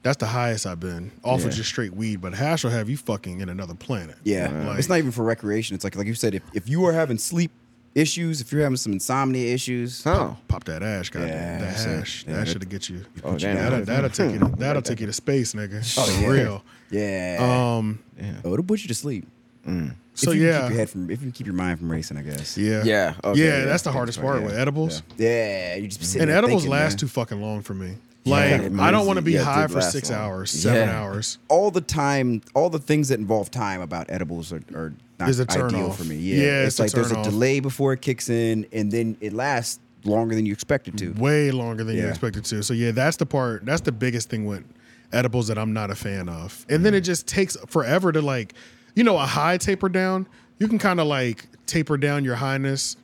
S3: that's the highest I've been off
S2: Yeah.
S3: of just straight weed. But hash will have you fucking in another planet.
S1: Yeah,
S3: Like-
S1: it's not even for recreation. It's like like you said, if, if you are having sleep issues, if you're having some insomnia issues,
S2: Oh,
S3: Pop that ash, goddamn.
S1: Yeah,
S3: that
S1: that's it.
S3: hash.
S1: Yeah,
S3: that
S1: that-
S3: should will get you.
S2: Oh, damn. Oh,
S3: That'll, that'll take you. To, that'll take you to space, nigga. For real.
S1: yeah,
S3: Um.
S1: oh, it'll put you to sleep.
S3: Mm. So
S1: if you can
S3: yeah.
S1: keep your head from if you can keep your mind from racing, I guess.
S3: yeah.
S2: Yeah, okay,
S3: yeah.
S2: yeah.
S3: That's the hardest part with edibles.
S1: yeah, you just be sitting
S3: And
S1: there
S3: edibles
S1: thinking,
S3: last
S1: man.
S3: too fucking long for me. Like
S2: it
S3: I
S2: is.
S3: don't want to be
S2: Yeah, it
S3: high
S2: did
S3: for
S2: last
S3: six
S2: long.
S3: hours, seven
S2: Yeah.
S3: hours.
S1: all the time, all the things that involve time about edibles are, are not
S3: Is a turn
S1: ideal
S3: off.
S1: for me. Yeah,
S3: Yeah,
S1: it's,
S3: it's a
S1: like there's
S3: turn
S1: a
S3: off.
S1: delay before it kicks in, and then it lasts longer than you expect it to.
S3: way longer than you
S1: Yeah.
S3: expected to. So yeah, that's the part. That's the biggest thing with edibles that I'm not a fan of. And
S1: Mm-hmm.
S3: then it just takes forever to like, you know, a high taper down. You can kind of like taper down your highness.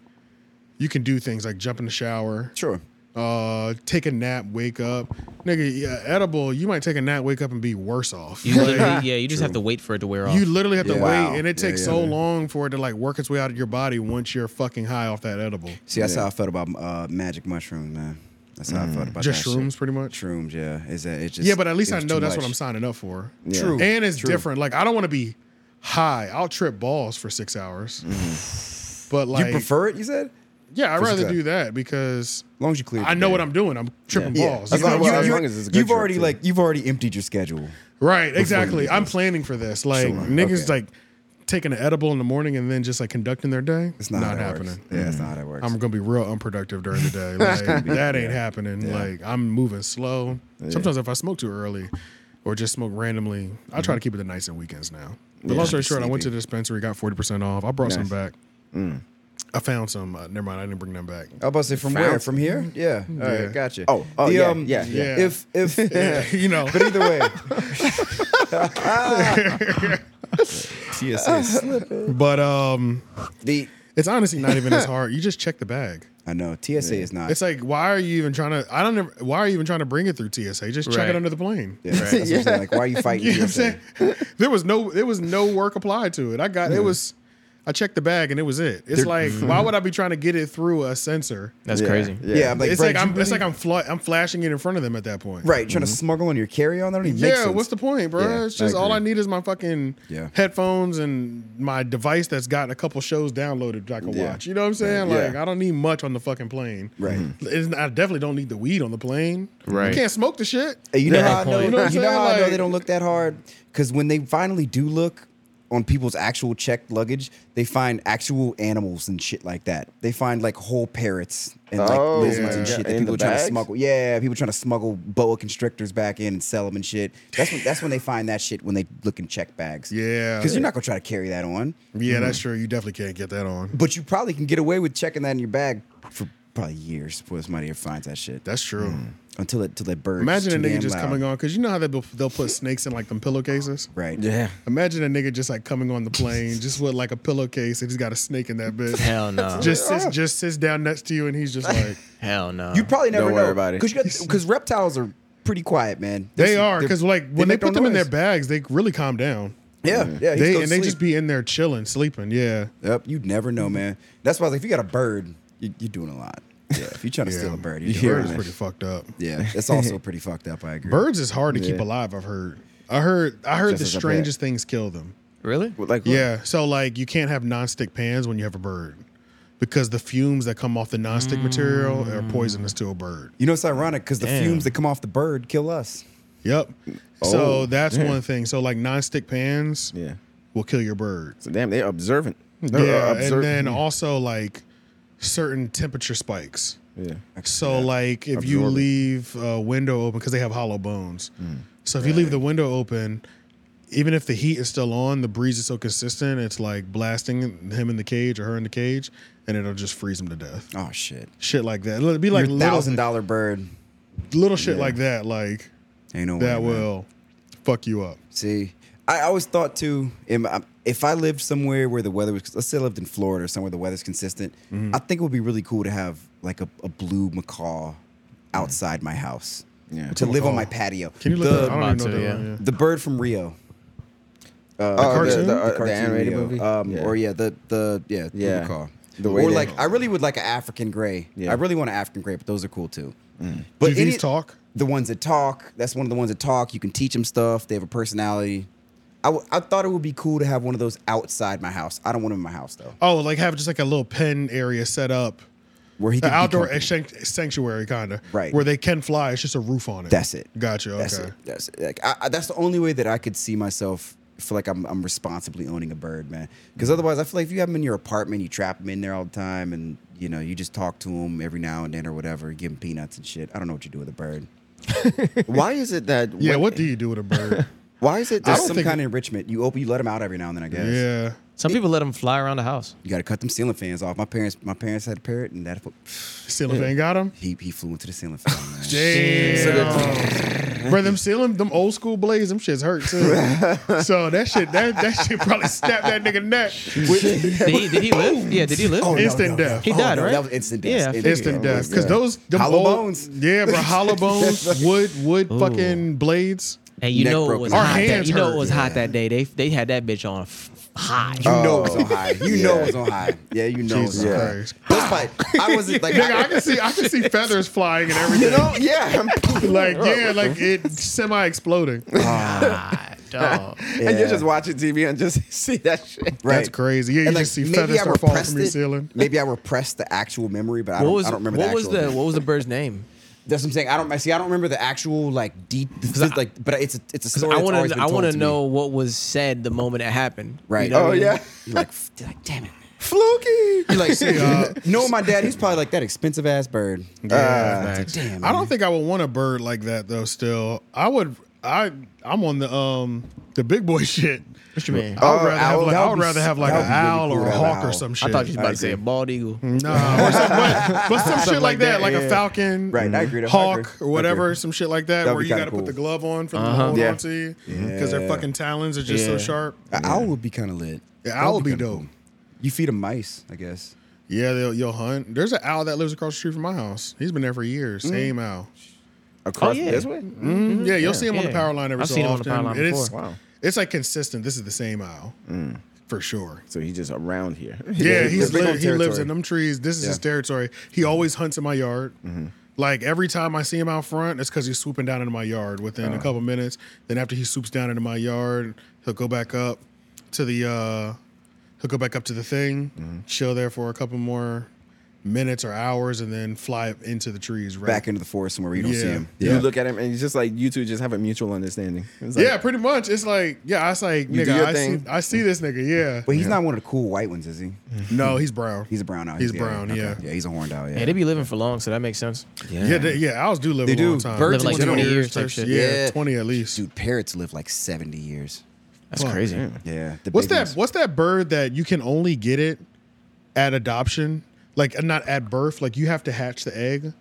S3: You can do things like jump in the shower,
S1: Sure.
S3: uh, take a nap, wake up. Nigga, yeah, edible. You might take a nap, wake up, and be worse off.
S6: You literally, yeah, you just have to wait for it to wear off.
S3: You literally have to
S1: Yeah.
S3: wait,
S1: Wow.
S3: and it
S1: Yeah,
S3: takes
S1: yeah,
S3: so
S1: yeah.
S3: long for it to like work its way out of your body once you're fucking high off that edible.
S1: See, that's how I felt about uh, magic mushroom, man. That's how I felt about
S3: Mm. Just
S1: that
S3: shrooms,
S1: shit.
S3: pretty much?
S1: Shrooms, yeah. Is that it's just
S3: yeah, but at least
S1: it
S3: I
S1: was
S3: know
S1: too
S3: that's what
S1: much.
S3: I'm signing up for.
S2: Yeah.
S1: True.
S3: And it's
S1: true.
S3: different. Like I don't want to be high. I'll trip balls for six hours. But like,
S1: Mm-hmm. you prefer it? You said
S3: yeah, I'd
S1: for
S3: rather
S1: six
S3: do that because
S1: as long as you clear.
S3: I know what I'm doing. I'm tripping
S2: Yeah.
S3: balls.
S2: That's
S3: You know,
S2: not what
S3: you-
S2: I-
S3: you-
S2: as long as it's a good
S1: you've
S2: trip,
S1: already
S2: too.
S1: like you've already emptied your schedule.
S3: right, exactly. I'm planning for this. Like niggas like taking an edible in the morning and then just like conducting their day.
S1: It's not, how that
S3: happening.
S1: Works. Yeah, it's not how that works.
S3: Mm-hmm. I'm gonna be real unproductive during the day. Like, that ain't happening. Like I'm moving slow. Sometimes if I smoke too early, or just smoke randomly, I try to keep it the nights and weekends now. But long story short, I went to the dispensary, got forty percent off. I brought some back. I found some. Uh, never mind, I didn't bring them back.
S1: I was about to say from where? From here? Yeah.
S3: Mm-hmm.
S1: All right. Gotcha.
S2: Oh, oh, yeah,
S3: um,
S2: yeah,
S3: yeah.
S1: um, If if
S3: you know,
S1: but either way. TSA slipping.
S3: but um,
S1: The
S3: it's honestly not even as hard. You just check the bag.
S1: I know TSA is not.
S3: It's like, why are you even trying to? I don't. Ever, why are you even trying to bring it through TSA? Just check it
S6: Right.
S3: under the plane.
S1: yeah, that's what I'm saying. Like, why are you fighting?
S3: You know what I'm
S1: TSA?
S3: saying? there was no there was no work applied to it. I got it was I checked the bag and it was it. It's like
S1: Mm-hmm.
S3: why would I be trying to get it through a sensor?
S6: That's
S2: Yeah.
S6: crazy.
S1: Yeah, I'm like,
S3: it's
S1: Brad,
S3: like I'm
S1: you
S3: it's
S1: really-
S3: like I'm fla- I'm flashing it in front of them at that point.
S1: right trying to smuggle on your carry on. That don't even make
S3: Yeah,
S1: sense.
S3: what's the point, bro?
S1: Yeah,
S3: it's
S1: I
S3: just all
S1: agree.
S3: I need is my fucking
S1: Yeah.
S3: headphones and my device that's got a couple shows downloaded that I can
S1: Yeah.
S3: watch. You know what I'm saying?
S1: Yeah.
S3: Like I don't need much on the fucking plane. Mm-hmm.
S1: Right.
S3: It's not- I definitely don't need the weed on the plane.
S6: Right.
S3: You can't smoke the shit.
S1: Hey, you know
S6: Yeah.
S1: how I know,
S6: You
S1: you
S3: know
S1: know,
S3: what I'm saying?
S1: how I know
S3: Like-
S1: they don't look that hard? Because when they finally do look on people's actual checked luggage, they find actual animals and shit like that. They find like whole parrots and like
S2: Oh,
S1: lizards and
S2: yeah.
S1: shit that
S2: In
S1: people
S2: the
S1: trying to
S2: bags?
S1: smuggle. Yeah, people trying to smuggle boa constrictors back in and sell them and shit. That's when that's when they find that shit when they look in check bags.
S3: Yeah.
S1: because you're not gonna try to carry that on,
S3: Yeah, that's true. You definitely can't get that on.
S1: but you probably can get away with checking that in your bag for probably years before somebody ever finds that shit.
S3: That's true.
S1: until it until that bird.
S3: Imagine a nigga just coming on because you know how they be- they'll put snakes in like them pillowcases.
S1: Right.
S2: Yeah.
S3: Imagine a nigga just like coming on the plane just with like a pillowcase and he's got a snake in that bitch.
S6: Hell no.
S3: Just sits just sits down next to you and he's just like
S6: Hell no.
S1: You probably never
S2: Don't worry
S1: know
S2: about it.
S1: because reptiles are pretty quiet, man. They're-
S3: they are
S1: they're-
S3: because like when they,
S1: make
S3: put
S1: no
S3: them in their
S1: noise.
S3: bags they really calm down.
S1: yeah, yeah,
S3: They and they just be in there chilling, sleeping. Yeah,
S1: Yep, you never know, man. That's why I was like, if you got a bird, you, you're doing a lot. Yeah, if you're trying to
S3: yeah.
S1: steal a bird, you're
S3: Birds
S1: doing a
S3: is
S1: lot.
S3: pretty fucked up.
S1: Yeah, it's also pretty fucked up. I agree.
S3: Birds is hard to keep alive. I've heard. I heard. I heard
S2: Just
S3: the
S2: as a pet.
S3: strangest things kill them.
S6: really?
S2: Like
S3: Yeah. So like you can't have nonstick pans when you have a bird because the fumes that come off the nonstick material
S2: Mm.
S3: are poisonous to a bird.
S1: You know, it's ironic because the
S6: Damn.
S1: fumes that come off the bird kill us.
S3: Yep. so that's one thing. So like nonstick pans
S2: Oh, Yeah.
S3: will kill your bird.
S2: So damn, they're observant.
S3: Yeah.
S2: They're uh,
S3: and
S2: observant.
S3: then also like certain temperature spikes.
S2: yeah.
S3: So like if you
S2: Absorbent.
S3: leave a window open because they have hollow bones. So if you leave the window open, even if the heat is still on, the breeze is so consistent, it's like blasting him in the cage or her in the cage, and it'll just freeze him to death.
S1: Oh shit!
S3: Shit like that. It'd be like
S1: Your thousand
S3: little,
S1: dollar bird.
S3: little shit like that, like
S1: Ain't no way,
S3: that
S1: man.
S3: will fuck you up.
S1: See, I always thought too, am- I- if I lived somewhere where the weather was, let's say I lived in Florida or somewhere the weather's consistent, I think it would be really cool to have like a, a blue macaw outside my house.
S2: Yeah.
S1: To live on my
S3: macaw?
S1: patio.
S3: Can you look
S1: the,
S3: that? I don't even know
S6: Matsu,
S3: that.
S6: yeah.
S3: one, yeah.
S1: the bird from Rio. Uh,
S2: Oh, the-
S3: cartoon?
S2: the, uh, the
S1: cartoon
S2: animated
S1: Rio.
S2: movie.
S1: Um,
S2: Yeah.
S1: Or yeah, the the yeah, blue
S2: Yeah.
S1: macaw.
S2: The way
S1: or
S2: they-
S1: like, I really would like an African gray.
S2: Yeah.
S1: I really want an African gray, but those are cool too. But
S3: Do these
S1: any-
S3: talk?
S1: the ones that talk. That's one of the ones that talk. You can teach them stuff. They have a personality. I, w- I thought it would be cool to have one of those outside my house. I don't want them in my house though.
S3: Oh, like have just like a little pen area set up,
S1: Where he
S3: an
S1: can be
S3: outdoor
S1: comfortable.
S3: sanct- sanctuary kind of,
S1: Right.
S3: Where they can fly. It's just a roof on it.
S1: That's it.
S3: Gotcha. Okay.
S1: That's it. That's it. Like I, I, that's the only way that I could see myself feel like I'm, I'm responsibly owning a bird, man. Because otherwise, I feel like if you have them in your apartment, you trap them in there all the time, and you know you just talk to them every now and then or whatever, give them peanuts and shit. I don't know what you do with a bird.
S2: Why is it that?
S3: Yeah.
S2: when-
S3: What do you do with a bird?
S2: Why is it
S1: There's
S2: that?
S1: some
S3: think-
S1: kind of enrichment. You open, you let them out every now and then. I guess.
S3: yeah.
S6: Some people let them fly around the house.
S1: You got to cut them ceiling fans off. My parents, my parents had a parrot, and that
S3: Ceiling fan got him.
S1: he he flew into the ceiling fan. man.
S3: Damn. Bro, them ceiling, them old school blades, them shits hurt too. so that shit, that, that shit probably snapped that nigga neck.
S6: Did he, did he live? Yeah, did he live?
S1: Oh, no,
S3: Instant
S1: no,
S3: death.
S6: He died,
S1: no,
S6: right?
S1: That was instant death.
S6: Yeah,
S3: Instant death. Because those them
S1: Hollow
S3: old-
S1: bones.
S3: Yeah, bro. Hollow bones, wood, wood fucking blades.
S6: And you
S1: Neck
S6: know it
S1: broken.
S6: was
S1: Our
S6: hot. That,
S3: hands
S6: you know
S3: hurt.
S6: it was hot that day. They they had that bitch on f- high.
S1: You know Oh, it was on high. You know it was on high. Oh, Yeah, you know it was
S3: Jesus
S1: on high.
S3: Christ.
S1: This fight, I wasn't like,
S3: Nigga, I can see I can see feathers flying and everything.
S1: you know, yeah. I'm-
S3: Like yeah, like it semi exploding.
S6: God, dog.
S2: And
S1: Yeah.
S2: you're just watching TV and just see that shit.
S1: right.
S3: That's crazy. Yeah, you
S1: And like,
S3: just see
S1: maybe
S3: feathers
S1: I
S3: start falling
S1: repressed
S3: from your
S1: it.
S3: ceiling.
S1: Maybe I repressed the actual memory, but I
S6: What
S1: don't,
S6: was
S1: I don't remember
S6: what
S1: the
S6: was
S1: actual.
S6: the what was the bird's name?
S1: That's what I'm saying. I don't. See, I don't remember the actual like deep.
S6: I-
S1: like, but it's a, it's a
S6: Because
S1: story.
S6: I
S1: that's
S6: want
S1: always
S6: to
S1: been
S6: I
S1: told
S6: want to
S1: me.
S6: know what was said the moment it happened. You
S1: Right.
S6: know what
S1: Oh,
S6: I mean?
S2: yeah.
S1: You're like, f- you're like, damn it, fluky. You're like, no, my dad. He's probably like that expensive ass bird.
S3: Yeah.
S1: Like, damn.
S3: I
S1: man.
S3: don't think I would want a bird like that though. Still, I would. I I'm on the um the big boy shit.
S6: What you mean?
S3: I would rather
S1: Oh,
S3: have
S1: owl.
S3: like,
S1: That
S3: I
S1: would
S3: would
S1: be-
S3: rather have like
S1: that
S3: an
S1: would be really cool to
S3: owl or a
S1: have
S3: hawk
S1: an
S3: or
S1: owl.
S3: some
S6: I
S3: shit.
S6: thought you was about to
S1: agree.
S6: say a bald
S1: Hmm.
S6: eagle.
S3: No, or some, but, but some shit like
S6: like
S3: that,
S6: that,
S3: like
S6: yeah.
S3: a falcon,
S1: Right, I agree, I agree.
S3: hawk
S1: I
S3: or whatever,
S1: agree.
S3: some shit like that,
S1: That'd
S3: where
S1: be
S3: you
S1: kinda
S3: got to put
S1: cool.
S3: the glove on for them to hold
S2: Yeah.
S3: on to you because their fucking talons are just
S6: Uh-huh. Yeah.
S3: so sharp.
S1: An owl would be kind of lit.
S3: The
S1: That
S3: owl
S1: would
S3: be
S1: kinda
S3: dope.
S1: cool. You feed them mice, I guess.
S3: Yeah, they'll you'll hunt. There's an owl that lives across the street from my house. He's been there for years.
S1: Mm.
S3: Same owl.
S2: Across
S6: Oh, yeah.
S2: this way?
S3: Yeah, you'll see him on the
S6: yeah.
S3: power line every
S6: I've
S3: so
S6: seen him on the
S3: often.
S6: power line
S3: And it's,
S6: before. Mm.
S2: Wow.
S3: it's like consistent. This is the same owl for sure.
S2: So he's just around here.
S3: Yeah,
S1: he lives
S3: he's
S1: on
S3: li- he lives
S1: territory.
S3: in them trees. This is his
S1: Yeah.
S3: territory. He always hunts in my yard.
S6: Mm-hmm.
S3: Like every time I see him out front, it's because he's swooping down into my yard within
S6: Uh.
S3: a couple minutes. Then after he swoops down into my yard, he'll go back up to the uh he'll go back up to the thing,
S6: Mm-hmm.
S3: chill there for a couple more minutes or hours, and then fly up into the trees. Right
S1: Back into the forest somewhere where you don't see
S3: Yeah.
S1: them.
S2: You look at him and it's just like you two just have a mutual understanding. It's like,
S3: yeah, pretty much. It's like, yeah, I was like,
S2: You do
S3: nigga,
S2: your
S3: I see,
S2: thing.
S3: I see this nigga, yeah.
S1: But he's not one of the cool white ones, is he?
S3: No, he's brown.
S1: He's a brown owl.
S3: Mm. He's
S1: the other
S3: brown,
S1: one.
S3: yeah.
S1: Yeah, he's a horned owl. Yeah.
S6: Yeah, they be living for long, so that makes sense.
S3: Yeah, they, yeah, owls do live
S1: They
S3: a long
S1: do.
S3: time.
S1: Birds
S6: Live like 20 years type
S3: 30,
S6: shit.
S3: Yeah,
S1: Yeah.
S3: twenty at least.
S1: Dude, parrots live like 70 years.
S6: That's
S3: Fuck.
S6: crazy.
S1: Yeah. the
S3: What's
S1: big
S3: that?
S1: ones.
S3: What's that bird that you can only get it at adoption? Like uh, not at birth. Like you have to hatch the egg,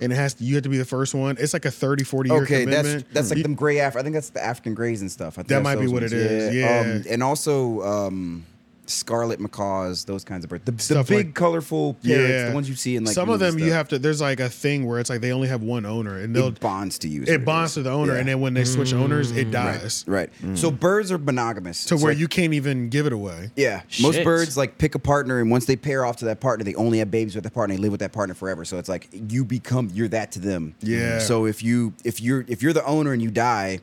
S3: and it has to, you have to be the first one. It's like a 30, 40 year
S1: Okay, that's
S3: commitment.
S1: that's like
S3: You-
S1: them gray Af. I think that's the African grays and stuff. I think
S3: That
S1: that's
S3: might be
S1: those
S3: what
S1: ones.
S3: it is, yeah.
S1: Um, and also um, scarlet macaws, those kinds of birds. The, the
S3: Stuff
S1: big
S3: like-
S1: colorful parrots, the ones you see in like
S3: some of
S1: movies
S3: them.
S1: and
S3: You
S1: stuff.
S3: have to. There's like a thing where it's like they only have one owner, and they'll
S1: it bonds to you. is what
S3: it bonds
S1: is.
S3: to the owner,
S1: Yeah. Mm.
S3: and then when they switch owners, it dies
S1: right. So birds are monogamous
S3: to
S1: It's
S3: where
S1: like-
S3: you can't even give it away.
S1: Yeah, most
S6: Shit.
S1: birds like pick a partner, and once they pair off to that partner, they only have babies with that partner. They live with that partner forever. So it's like you become you're that to them.
S3: Yeah.
S1: So if you if you're if you're the owner and you die,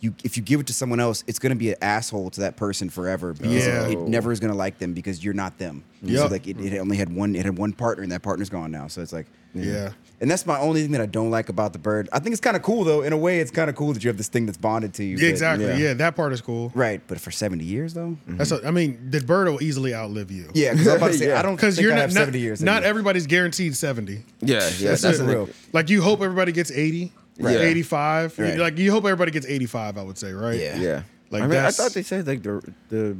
S1: you if you give it to someone else, it's gonna be an asshole to that person forever. Because
S3: Yeah.
S1: It never is gonna like them because you're not them. So
S3: Yep.
S1: like it, it only had one it had one partner, and that partner's gone now. So it's like.
S3: Yeah.
S1: And that's my only thing that I don't like about the bird. I think it's kind of cool though. In a way, it's kind of cool that you have this thing that's bonded to you. but-
S3: Exactly. Yeah. that part is cool.
S1: Right, but for seventy years though.
S3: That's. A, I mean, the bird will easily outlive you.
S1: Yeah, because I'm about to say
S2: Yeah.
S1: I don't
S3: because
S1: think
S3: you're
S1: I'd
S3: not
S1: have
S3: not,
S1: seventy years. in
S3: not
S1: me.
S3: everybody's guaranteed seventy.
S2: Yeah, yeah.
S1: That's
S2: That's
S1: the
S2: a,
S1: real.
S3: Like you hope everybody gets eighty,
S2: Right. Yeah.
S3: eighty five.
S1: Right.
S3: Like you hope everybody gets eighty five. I would say, right?
S1: Yeah.
S2: Yeah.
S3: Like
S2: I mean, I
S3: that's-
S2: thought they said like the the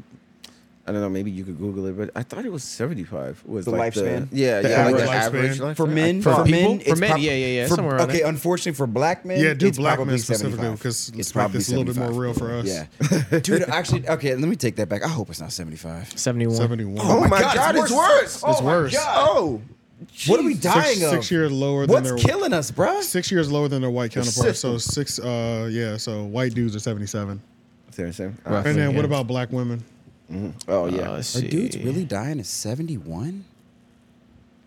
S2: I don't know, maybe you could Google it, but I thought it was seventy five was
S1: The
S2: like
S1: lifespan?
S2: The, yeah,
S3: The
S2: yeah, like the
S3: average
S2: average
S3: lifespan?
S2: lifespan.
S1: For men,
S6: For
S1: for,
S6: people?
S1: men,
S6: For
S1: it's
S6: men,
S1: prob-
S6: yeah, yeah, yeah,
S1: For,
S6: somewhere around
S1: okay,
S6: there.
S1: unfortunately, for black men,
S3: Yeah, do
S1: it's
S3: black
S1: probably
S3: men specifically,
S1: 75.
S3: because let's
S1: it's
S3: make
S1: probably
S3: this a little bit
S1: 75.
S3: more real for us.
S1: Yeah, dude, actually, okay, let me take that back. I hope it's not seventy-five.
S6: 71.
S3: seventy one.
S2: Oh, my god, it's worse.
S3: It's worse.
S2: Oh,
S1: What are we dying
S3: six,
S1: of?
S3: six years lower than
S1: What's
S3: their
S1: killing us, bro?
S3: six years lower than their white counterparts.
S2: system.
S3: So six. Uh, yeah. So white dudes are seventy seven.
S2: seriously.
S6: Rough.
S3: And then what
S6: Yeah.
S3: about black women?
S2: Oh yeah,
S6: Uh, let's
S1: Are
S6: see.
S1: dudes really dying at seventy-one?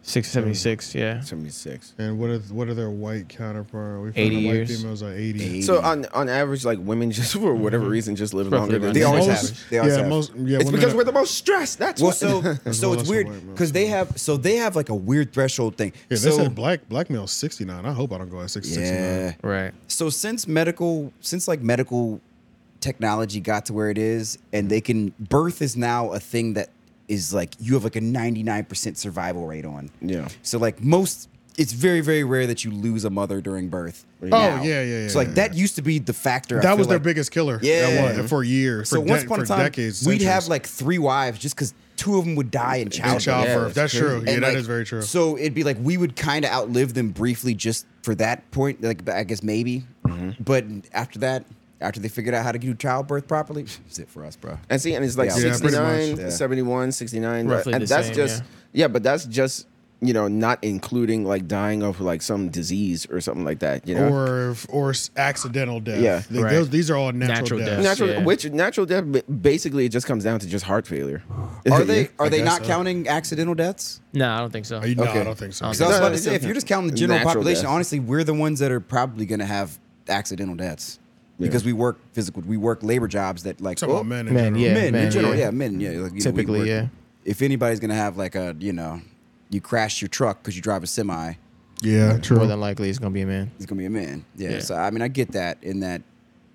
S6: 676, yeah.
S2: seventy six.
S3: And what are what are their white counterpart? We found
S6: 80
S3: the white
S6: years.
S3: females are eighty.
S1: Eight.
S2: So on on average, like women just for whatever reason just live
S6: Roughly
S2: longer
S6: around
S2: than
S1: They
S6: that.
S2: men.
S1: always
S3: Most-
S1: have. They always
S3: yeah,
S1: have.
S3: most yeah.
S2: It's
S3: women
S2: because
S3: are-
S2: we're the most stressed. That's
S1: Well,
S2: what.
S1: so so
S3: well
S1: it's
S3: as
S1: weird
S3: white males,
S1: because they have so they have like a weird threshold thing.
S3: Yeah, they
S1: so,
S3: said black black male sixty nine. I hope I don't go at six sixty
S1: yeah.
S3: nine.
S6: Right.
S1: so since medical since like medical technology got to where it is and they can birth is now a thing that is like you have like a 99% survival rate on
S2: Yeah.
S1: so like most it's very very rare that you lose a mother during birth oh
S3: yeah, yeah, yeah,
S1: so like
S3: yeah,
S1: that
S3: yeah.
S1: used to be the factor I
S3: That
S1: feel
S3: was their
S1: like.
S3: biggest killer.
S1: Yeah.
S3: that was, for years.
S1: so
S3: for
S1: once
S3: de-
S1: upon a
S3: for
S1: time
S3: decades,
S1: we'd have
S3: centuries.
S1: like three wives just because two of them would die in
S3: in
S1: childbirth
S3: childbirth.
S2: Yeah,
S3: that's
S2: it's
S3: true. Yeah,
S1: and,
S3: that is
S1: like,
S3: very true.
S1: So it'd be like we would kind of outlive them briefly just for that point. Like I guess maybe, but after that, after they figured out how to do childbirth properly, it's it for us, bro.
S2: And see, and it's like
S1: Yeah,
S3: pretty much.
S2: 69,
S1: Yeah.
S2: 71, 69.
S6: Roughly
S2: and
S6: the
S2: that's
S6: same,
S2: just, yeah. but that's just you know, not including like dying of like some disease or something like that, you know.
S3: or or s- accidental death.
S2: Yeah.
S3: Th-
S6: Right.
S3: those- these are all natural,
S6: Natural
S3: deaths.
S6: deaths.
S2: natural
S6: yeah.
S2: which natural death ba- basically it just comes down to just heart failure.
S1: Are they
S3: I
S1: are they
S3: guess
S1: not
S3: so.
S1: counting accidental deaths?
S6: No, I don't think so.
S3: Are you- No,
S1: Okay.
S3: I don't think so.
S6: I don't
S1: Because I was
S2: No,
S1: about to
S2: it's
S1: say, if
S2: okay.
S1: you're just counting the general
S2: Natural
S1: population,
S2: death.
S1: honestly, we're the ones that are probably going to have accidental deaths because we work physical, we work labor jobs that like
S3: Talking
S1: oh,
S3: about men in
S10: Men,
S3: general.
S10: yeah.
S1: men in
S10: man,
S1: general,
S10: yeah.
S1: yeah, men, yeah, like, you know, we
S10: Typically,
S1: work-
S10: yeah.
S1: If anybody's going to have like a you know, you crash your truck because you drive a semi,
S3: Yeah, true.
S10: More than likely, it's gonna be a man.
S1: it's going to be a man. Yeah,
S6: Yeah.
S1: So I mean, I get that in that.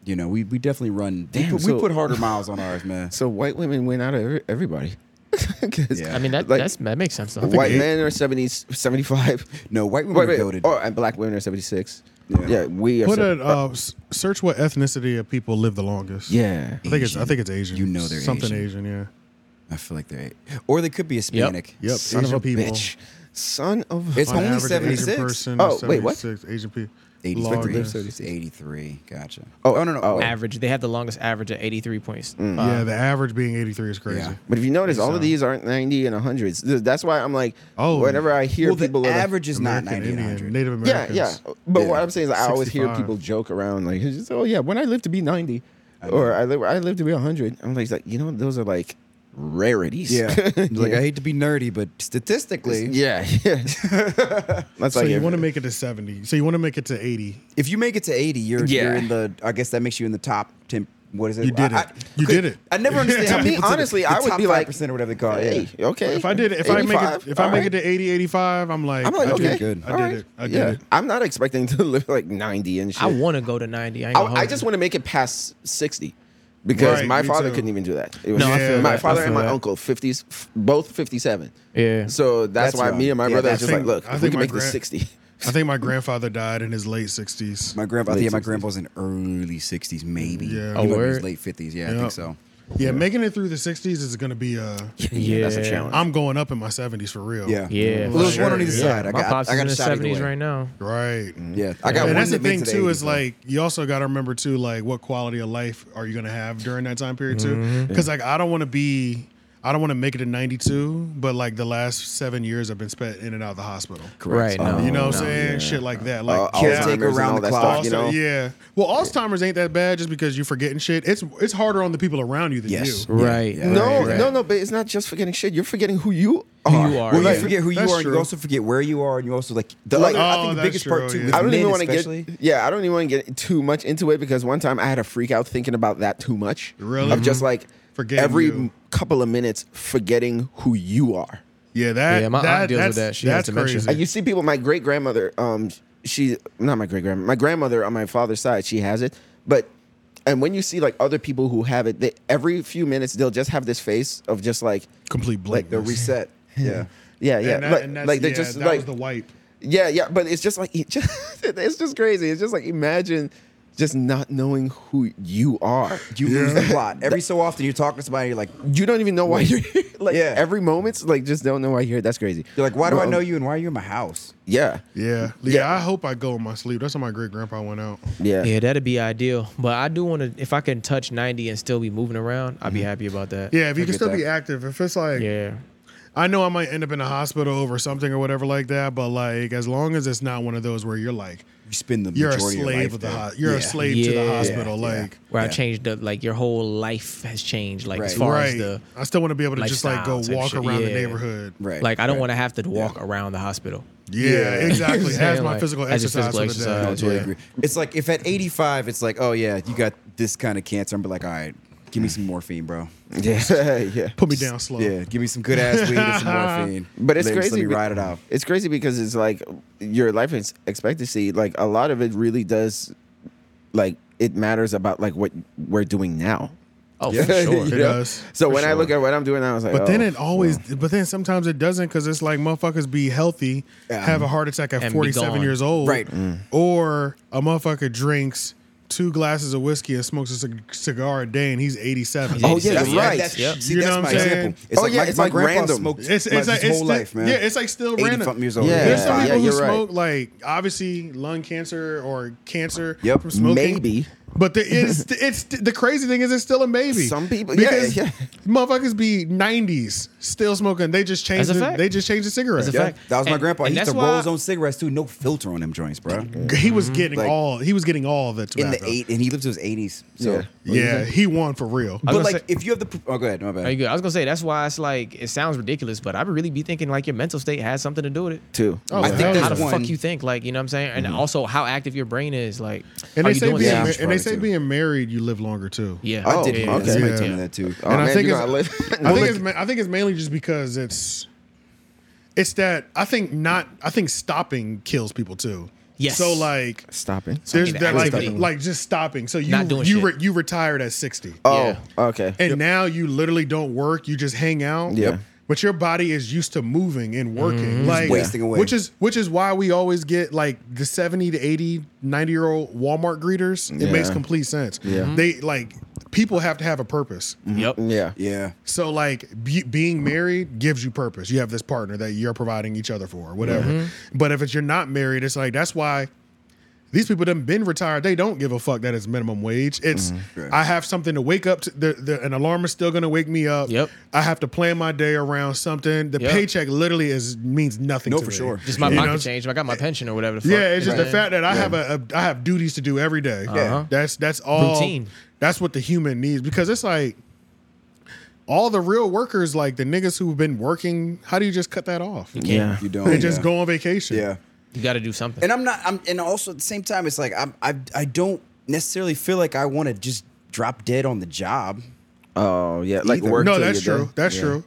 S1: You know, we, we definitely run. we,
S2: Damn,
S1: put, we
S2: so-
S1: put harder miles on ours, man.
S2: So white women win out of every- everybody. 'Cause,
S1: Yeah.
S6: I mean, that
S2: like,
S6: that's, that makes sense though.
S2: white
S3: it-
S2: men are 70, 75.
S1: No, white women
S2: Wait,
S1: are
S2: wait,
S1: goaded.
S2: oh, and black women are 76.
S1: Yeah.
S2: Yeah, we are
S3: Put
S2: sev-
S3: a uh, s- search what ethnicity of people live the longest.
S2: Yeah.
S3: I think it's I think it's Asian.
S1: You know they're
S3: something
S1: Asian.
S3: Asian. yeah.
S1: I feel like they, or they could be Hispanic.
S3: Yep.
S2: Son
S3: Asian
S2: of a
S3: people.
S2: bitch. Son of a
S1: It's
S3: On
S1: only
S3: average, an
S1: seventy
S3: Asian
S1: six.
S3: person
S2: Oh,
S3: is
S2: wait, what?
S3: 76 Asian people.
S1: 83.
S3: Longest.
S1: It's 83. Gotcha.
S2: Oh,
S1: oh no, no.
S2: oh.
S1: wait.
S6: average. They have the longest average at 83 points.
S2: Mm. Uh,
S3: Yeah, the average being 83 is crazy.
S1: Yeah.
S2: But if you notice, all of these aren't 90 and 100s. Th- That's why I'm like,
S3: Oh.
S2: oh, whenever I hear
S1: well, the
S2: people. are like-
S1: average is not 90 and
S3: Indian,
S1: 100.
S3: Native
S2: yeah,
S3: Americans.
S2: yeah. But what
S1: Yeah.
S2: I'm saying is, I always hear
S3: 65.
S2: people joke around like, it's just, oh, yeah, when I live to be 90 or I live, I live to be 100, I'm like, like, you know, those are like rarities.
S1: Yeah.
S2: yeah.
S1: like, I hate to be nerdy, but statistically,
S2: Yeah. yeah. That's
S3: So
S2: like,
S3: you
S2: if-
S3: want to make it to 70. So you want to make it to 80.
S1: if you make it to 80, you're, you're
S2: Yeah.
S1: in the, I guess that makes you in the top 10. What is it?
S3: You did
S1: I,
S3: it. You did it.
S1: I never understand how
S2: To me,
S1: people to the-
S2: honestly,
S1: the
S2: I would
S1: top
S2: be like,
S1: 5% or whatever they call it.
S2: Hey,
S1: Yeah.
S2: okay.
S3: If I did it, if I make it,
S2: 85,
S3: if I
S2: all
S3: make
S2: right.
S3: it to 80, 85, I'm like,
S2: I'm like,
S3: I
S2: okay,
S3: did it. I
S2: all
S3: did
S2: right,
S3: it. I did
S2: yeah.
S3: it.
S2: I'm not expecting to live like 90 and shit.
S6: I want to go to 90. I, ain't
S2: I,
S6: gonna
S2: I
S6: hold
S2: just
S6: you.
S2: want to make it past 60 because
S3: Right,
S2: my
S3: me
S2: father
S3: too.
S2: couldn't even do that. It was-
S6: No, I feel
S2: my
S6: that, I
S2: father and
S6: feel
S2: my
S6: that.
S2: uncle, 50s, f- both 57.
S6: Yeah.
S2: So that's,
S1: That's
S2: why
S1: wrong.
S2: me and my
S1: Yeah,
S2: brother is
S1: that's-
S2: just
S3: I
S2: like,
S3: think-
S2: look, if
S3: I
S2: we
S3: think
S2: can
S3: my
S2: make this
S3: grand-
S2: 60.
S3: I think my grandfather died in his late 60s.
S1: My grandpa, I
S2: Late
S1: think my
S2: 60s.
S1: grandpa was in early 60s, maybe. He
S3: Yeah. Oh,
S1: might be in his
S6: word?
S1: late 50s. Yeah, I
S3: Yeah.
S1: think so.
S3: Yeah, making it through the 60s is going to be uh
S6: Yeah.
S2: That's a challenge.
S3: I'm going up in my 70s for real.
S1: Yeah.
S6: Yeah.
S1: Well, there's
S3: sure,
S1: one on either
S3: yeah.
S1: side. I
S6: My
S1: got,
S6: pops
S1: I got a
S6: is
S1: shot
S6: in
S1: either
S6: the 70s
S1: way.
S6: right now.
S3: Right.
S1: Yeah. I got one
S3: and that's the
S1: that makes
S3: thing
S1: it to
S3: too
S1: 80,
S3: is
S1: so.
S3: like you also got to remember too like what quality of life are you going to have during that time period too because like i don't want to be i don't want to make it to 92 but like the last seven years i've been spent in and out of the hospital
S6: Right
S2: Oh.
S6: now.
S3: you know what i'm saying shit like that like
S2: Uh,
S3: yeah,
S1: Alzheimer's
S2: Alzheimer's
S1: around
S2: and all
S1: the
S2: that
S1: clock,
S2: stuff,
S3: Alzheimer's,
S2: you know?
S3: yeah well alzheimer's ain't that bad just because you're forgetting shit it's it's harder on the people around you than
S1: Yes.
S3: you
S6: Right.
S1: Yeah.
S2: No,
S6: right, right.
S2: no, no, but it's not just forgetting shit. You're forgetting who you
S6: Who
S2: are.
S6: you are.
S1: Well,
S6: yeah.
S1: you forget who you
S3: That's
S1: are, and you
S3: true.
S1: also forget where you are, and you also like the
S2: Like-
S1: other. I
S3: Oh,
S1: think the
S3: that's
S1: biggest
S3: true,
S1: part too.
S3: yeah.
S1: with
S2: I don't even
S1: men
S2: want to
S1: especially-
S2: get. Yeah, I don't even want to get too much into it because one time I had a freak out thinking about that too much.
S3: Really? Mm-hmm.
S2: Of just like
S3: Forgetting
S2: every
S3: you.
S2: couple of minutes forgetting who you are.
S3: yeah that
S6: Yeah, my aunt
S3: that,
S6: deals with
S3: that's-
S6: that. She has
S3: that's
S6: dementia.
S2: Uh,
S3: crazy
S2: You see people. My great grandmother. Um, she not my great grandma. My grandmother on my father's side. She has it, but. And when you see like other people who have it, they, every few minutes they'll just have this face of just like,
S3: complete
S2: like
S3: blank
S2: the reset. yeah, yeah, yeah.
S3: and that,
S2: like,
S3: and that's,
S2: like they
S3: yeah,
S2: just
S3: that
S2: like
S3: was the wipe
S2: yeah, yeah, but it's just like it just, it's just crazy. It's just like imagine just not knowing who you are.
S1: You lose the plot every so often. You're talking to somebody, you're like,
S2: You don't even know why you're here. Like
S1: Yeah.
S2: every moment's like just don't know why you're here. That's crazy.
S1: you're like, why do I
S2: Well,
S1: know you, and why are you in my house?
S2: Yeah,
S3: Yeah. yeah,
S2: Yeah.
S3: I hope I go in my sleep. That's how my great grandpa went out.
S2: yeah,
S6: Yeah, that'd be ideal. But I do want to, if I can touch 90 and still be moving around, I'd be
S2: Mm-hmm.
S6: happy about that.
S3: Yeah, if you
S1: I
S3: can
S1: get
S3: still be
S1: that.
S3: active, if it's like,
S6: Yeah.
S3: I know I might end up in a hospital over something or whatever like that, but like as long as it's not one of those where you're like,
S1: You spend the
S3: you're a
S1: majority of, your
S3: slave
S1: life
S3: of the
S1: there.
S3: ho- you're a
S1: Yeah.
S3: slave to the
S6: Yeah.
S3: hospital.
S1: Yeah.
S3: Like,
S6: Where
S1: Yeah.
S6: I've changed up, like your whole life has changed, like as
S1: Right.
S6: far
S3: right?
S6: as the,
S3: I still want to be able to just like go
S6: lifestyle type
S3: walk
S6: shit.
S3: around the
S6: Yeah.
S3: neighborhood.
S1: Right.
S6: like, I don't want to have to walk around the hospital.
S3: Yeah, exactly. as
S6: Saying,
S3: my
S6: like,
S3: physical
S6: as your
S3: exercise
S6: physical
S3: for the day.
S6: exercise,
S1: Totally
S6: yeah.
S1: agree. It's like if at 85, it's like, oh yeah, you got this kind of cancer. I'm be like, all right, give me some morphine, bro.
S2: yeah, yeah.
S3: Put me down slow.
S1: Yeah, give me some good ass weed and some morphine.
S2: But it's
S1: Let-
S2: crazy.
S1: Just let me
S2: be-
S1: ride it out.
S2: It's crazy because it's like your life ex- expectancy. Like a lot of it really does, like it matters about like what we're doing now.
S6: Oh, for sure.
S2: You
S3: It
S2: know?
S3: does,
S2: So
S3: for
S2: when I
S3: sure.
S2: look at what I'm doing, I was like,
S3: But then
S2: oh,
S3: it always, but then sometimes it doesn't because it's like motherfuckers be healthy, have a heart attack at
S6: And be
S3: 47
S6: gone.
S3: years old.
S1: Right.
S2: Mm.
S3: Or a motherfucker drinks two glasses of whiskey and smokes a cig- cigar a day and he's 87.
S2: Oh, yeah,
S1: That's-
S2: you're right.
S1: That's,
S6: Yep.
S1: See,
S3: You know
S1: that's
S3: what
S1: my
S3: I'm saying?
S1: example. It's
S2: Oh,
S1: like
S2: yeah,
S1: my,
S2: it's
S1: my
S2: like
S1: grandpa
S2: random.
S1: smoked
S3: It's, it's,
S1: his
S3: like,
S1: whole
S3: it's
S1: life,
S3: the-
S1: man.
S3: Yeah, it's like still
S1: 85
S3: random.
S1: years old.
S2: Yeah.
S3: There's some
S2: Yeah,
S3: people who
S2: you're right.
S3: smoke like obviously lung cancer or cancer
S1: Yep,
S3: from smoking.
S2: maybe.
S3: But the, it's it's the crazy thing is it's still a maybe.
S2: Some people- yeah,
S3: because
S2: yeah.
S3: Motherfuckers be 90s still smoking. They just changed.
S6: That's a
S3: the-
S6: fact.
S3: they just changed the cigarette.
S6: That's a
S1: Yeah,
S6: fact.
S1: that was my
S6: And-
S1: grandpa.
S6: and
S1: He used to
S6: that's
S1: roll
S6: why-
S1: his own cigarettes too. No filter on them joints, bro.
S2: Mm-hmm.
S3: He was getting
S1: Like-
S3: all. He was getting all the
S1: In
S3: tobacco.
S1: the eight, and he lived to his eighties. So,
S2: Yeah.
S3: Yeah, he won for
S6: I
S3: real.
S6: was
S1: but
S6: gonna
S1: like, if you have the, oh, go ahead, my
S6: Are you
S1: bad.
S6: good? I was gonna say that's why it's like it sounds ridiculous, but I really be thinking like your mental state has something to do with it.
S2: too.
S3: Oh,
S1: I
S3: hell
S1: think
S3: yeah.
S1: there's
S6: How the
S1: one-
S6: fuck you think, like you know what I'm saying, and
S1: Mm-hmm.
S6: also how active your brain is, like
S3: And
S6: are
S3: they
S6: you
S3: say
S6: doing
S3: being
S6: things?
S3: ma-
S1: things?
S3: and they say
S1: Probably, too.
S3: being married, you live longer too.
S6: yeah,
S1: I
S6: Oh,
S1: did
S6: yeah,
S1: hear
S6: yeah,
S1: that.
S6: yeah.
S1: Somebody
S3: yeah.
S1: told me that too.
S2: Oh,
S3: And I
S2: man,
S3: think
S2: you
S3: it's-
S2: gotta let-
S3: I think
S2: Look,
S3: it's ma- I think it's mainly just because it's it's that I think not I think stopping kills people too.
S6: Yes.
S3: So like
S2: stopping.
S3: there's
S6: the
S3: that like
S6: activity.
S3: like just stopping. So you
S6: Not doing
S3: you
S6: shit.
S3: you retired at 60.
S2: Oh, okay.
S3: and now you literally don't work, you just hang out.
S2: Yeah.
S3: But your body is used to moving and working.
S6: Mm-hmm.
S3: Like
S1: wasting away.
S3: Which is which is why we always get like the 70 to 80, 90 year old Walmart greeters. It
S2: Yeah.
S3: makes complete sense.
S2: Yeah.
S3: They like people have to have a purpose.
S6: Yep.
S2: Yeah.
S1: Yeah,
S3: So like be, being married gives you purpose. You have this partner that you're providing each other for, whatever.
S6: Mm-hmm.
S3: But if it's you're not married, it's like that's why these people done been retired. They don't give a fuck that it's minimum wage. It's
S1: Mm-hmm. Right.
S3: I have something to wake up to. The, the, an alarm is still gonna wake me up.
S6: Yep.
S3: I have to plan my day around something. The
S6: Yep.
S3: paycheck literally is means nothing.
S1: No,
S3: to
S1: for
S3: me.
S1: sure.
S6: Just my
S3: You know,
S6: pocket change. I got my pension or whatever. The fuck.
S3: Yeah, it's just the
S6: Right.
S3: fact that I have a, a I have duties to do every day.
S6: Uh-huh.
S3: That's that's all
S6: Routine.
S3: That's what the human needs because it's like all the real workers, like the niggas who've been working, how do you just cut that off?
S2: Yeah.
S1: you don't.
S3: They just
S1: yeah.
S3: go on vacation.
S1: Yeah,
S6: you got to do something.
S1: and I'm not. I'm, and also at the same time, it's like I'm, I I don't necessarily feel like I want to just drop dead on the job.
S2: Oh, yeah. Like
S1: Either.
S2: work.
S3: No,
S2: till
S3: that's
S2: you're
S3: true.
S2: done.
S3: That's
S2: Yeah.
S3: true.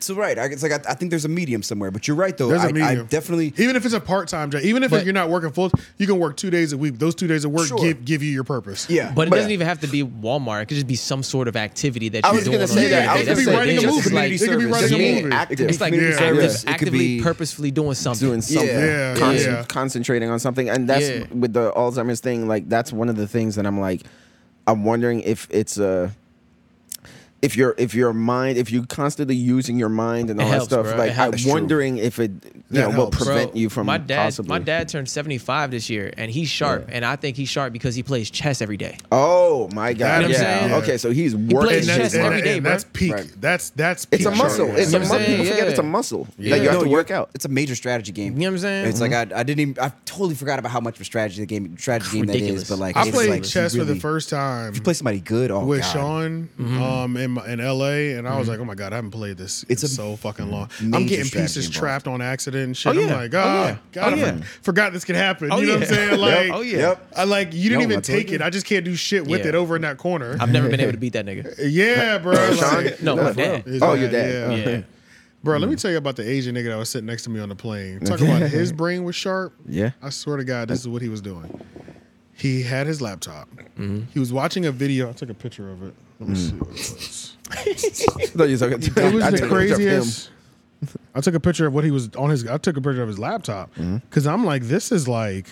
S1: So right, I, it's like I, I think there's a medium somewhere. But you're right though.
S3: There's
S1: I
S3: a
S1: I
S3: medium.
S1: definitely.
S3: Even if it's a part time job, even if
S6: But-
S3: you're not working full, you can work two days a week. Those two days of work
S1: Sure.
S3: give give you your purpose.
S1: Yeah,
S6: But it doesn't even have to be Walmart. It could just be some sort of activity that
S2: I
S6: you're
S2: was
S6: doing.
S2: gonna
S6: on
S2: say
S6: a
S2: that.
S6: day-to-day.
S2: I was
S6: That's
S2: gonna
S6: it.
S2: say
S6: Just
S2: that.
S6: like-
S1: Community
S3: They could be
S1: service.
S3: writing a
S1: Just being
S3: movie.
S1: active.
S2: It could be
S6: It's like
S1: Community
S6: active-
S1: service. It could
S6: actively,
S1: be-
S6: purposefully doing something.
S2: doing something,
S1: Yeah,
S2: concent-
S3: yeah.
S2: concentrating on something, and that's
S6: Yeah.
S2: with the Alzheimer's thing. Like that's one of the things that I'm like, I'm wondering if it's a, if your if your mind, if you constantly using your mind and
S6: It
S2: all
S6: helps,
S2: that stuff,
S6: bro. It
S2: like I'm
S6: helps.
S2: wondering if it, you
S3: That
S2: know, will
S3: helps.
S2: prevent
S6: Bro,
S2: you from
S6: my dad.
S2: possibly.
S6: My dad turned seventy five this year, and he's sharp. And I think he's sharp because he plays chess every day.
S2: Oh my god!
S3: You know what I'm
S2: yeah.
S3: saying?
S2: Okay, so he's
S6: plays
S2: working.
S3: And that's,
S6: chess
S3: and,
S6: every day,
S3: and
S6: bro.
S3: that's peak.
S1: Right.
S3: That's that's peak
S2: It's a
S3: sharp.
S2: muscle. It's
S6: You know what
S2: a
S6: I'm
S2: muscle.
S6: saying?
S2: People forget
S6: Yeah.
S2: it's a muscle
S3: Yeah.
S2: that you have
S1: No,
S2: to
S1: you're-
S2: work out.
S1: It's a major strategy game.
S6: You know what I'm saying?
S1: It's
S3: Mm-hmm.
S1: like I, I didn't even I totally forgot about how much of a strategy the game strategy game
S6: Ridiculous.
S1: that is. But like
S3: I
S1: it's
S3: played
S1: like,
S3: chess
S1: you
S3: for the
S1: really-
S3: first time.
S1: Play somebody good. Oh
S3: with
S1: God. Mm-hmm.
S3: Sean um, in, my, in LA, and I was like, oh my God, I haven't played this
S1: It's
S3: it's
S1: a
S3: in so fucking long. I'm
S1: major
S3: getting pieces
S1: strategy involved.
S3: trapped on accident and shit.
S6: Oh, yeah.
S3: I'm like,
S6: Oh,
S3: ah,
S6: yeah.
S3: God,
S6: Oh,
S3: I
S6: yeah.
S3: forgot this could happen.
S6: Oh,
S3: you know what
S6: yeah.
S3: I'm saying? Like,
S6: Oh yeah.
S1: Yep.
S3: I like you didn't
S1: No, I
S3: even
S1: told
S3: take
S1: you.
S3: it. I just can't do shit with
S6: Yeah.
S3: it over in that corner.
S6: I've never been able to beat that nigga.
S3: yeah, bro. like-
S2: Sean?
S6: No, my
S2: Nah,
S3: for real.
S6: dad.
S3: His
S2: Oh, your dad.
S6: Yeah.
S3: Bro, let me tell you about the Asian nigga that was sitting next to me on the plane. Talk about his brain was sharp.
S2: Yeah.
S3: I swear to God, this is what he was doing. He had his laptop.
S6: Mm-hmm.
S3: He was watching a video. I took a picture of it. Let me see what it was.
S2: No, you're talking-
S3: It was
S2: Mm. I took a
S3: the
S2: picture of him.
S3: craziest. I took a picture of what he was on his. I took a picture of his laptop
S2: Mm-hmm.
S3: because I'm like, this is like.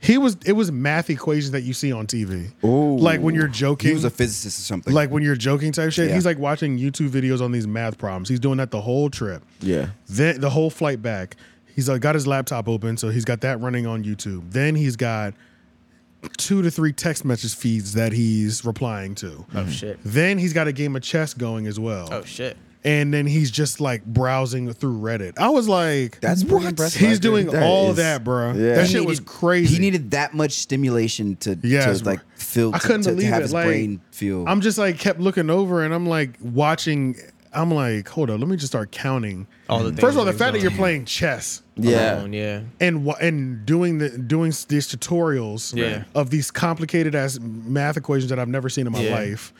S3: He was. It was math equations that you see on TV.
S2: Ooh.
S3: Like when you're
S1: He
S3: joking.
S1: was a physicist or something.
S3: like when you're joking type shit.
S2: Yeah.
S3: He's like watching YouTube videos on these math problems. He's doing that the whole trip.
S2: Yeah.
S3: Then the whole flight back. He's like got his laptop open, so he's got that running on YouTube. Then he's got two to three text message feeds that he's replying to.
S6: Oh shit.
S3: Then he's got a game of chess going as well.
S6: Oh shit.
S3: and then he's just like browsing through Reddit. I was like,
S1: That's pretty What? impressive,
S3: He's
S1: I think.
S3: doing
S2: That
S3: all
S2: is-
S3: that, bro.
S2: yeah.
S3: That
S1: He
S3: shit was crazy.
S1: He needed that much stimulation to,
S3: Yes,
S1: to
S3: bro.
S1: like feel.
S3: I
S1: to-
S3: couldn't
S1: to, to
S3: believe
S1: have
S3: it,
S1: his
S3: like,
S1: brain feel.
S3: I'm just like kept looking over and I'm like watching. I'm like, hold up, let me just start counting.
S6: All the
S3: First
S6: things
S3: of all, the
S6: he's
S3: fact that
S6: doing.
S3: you're playing chess
S2: Yeah.
S6: Alone, yeah.
S3: and wha- and doing the doing s- these tutorials
S6: Yeah.
S3: of these complicated ass math equations that I've never seen in my
S6: Yeah.
S3: life.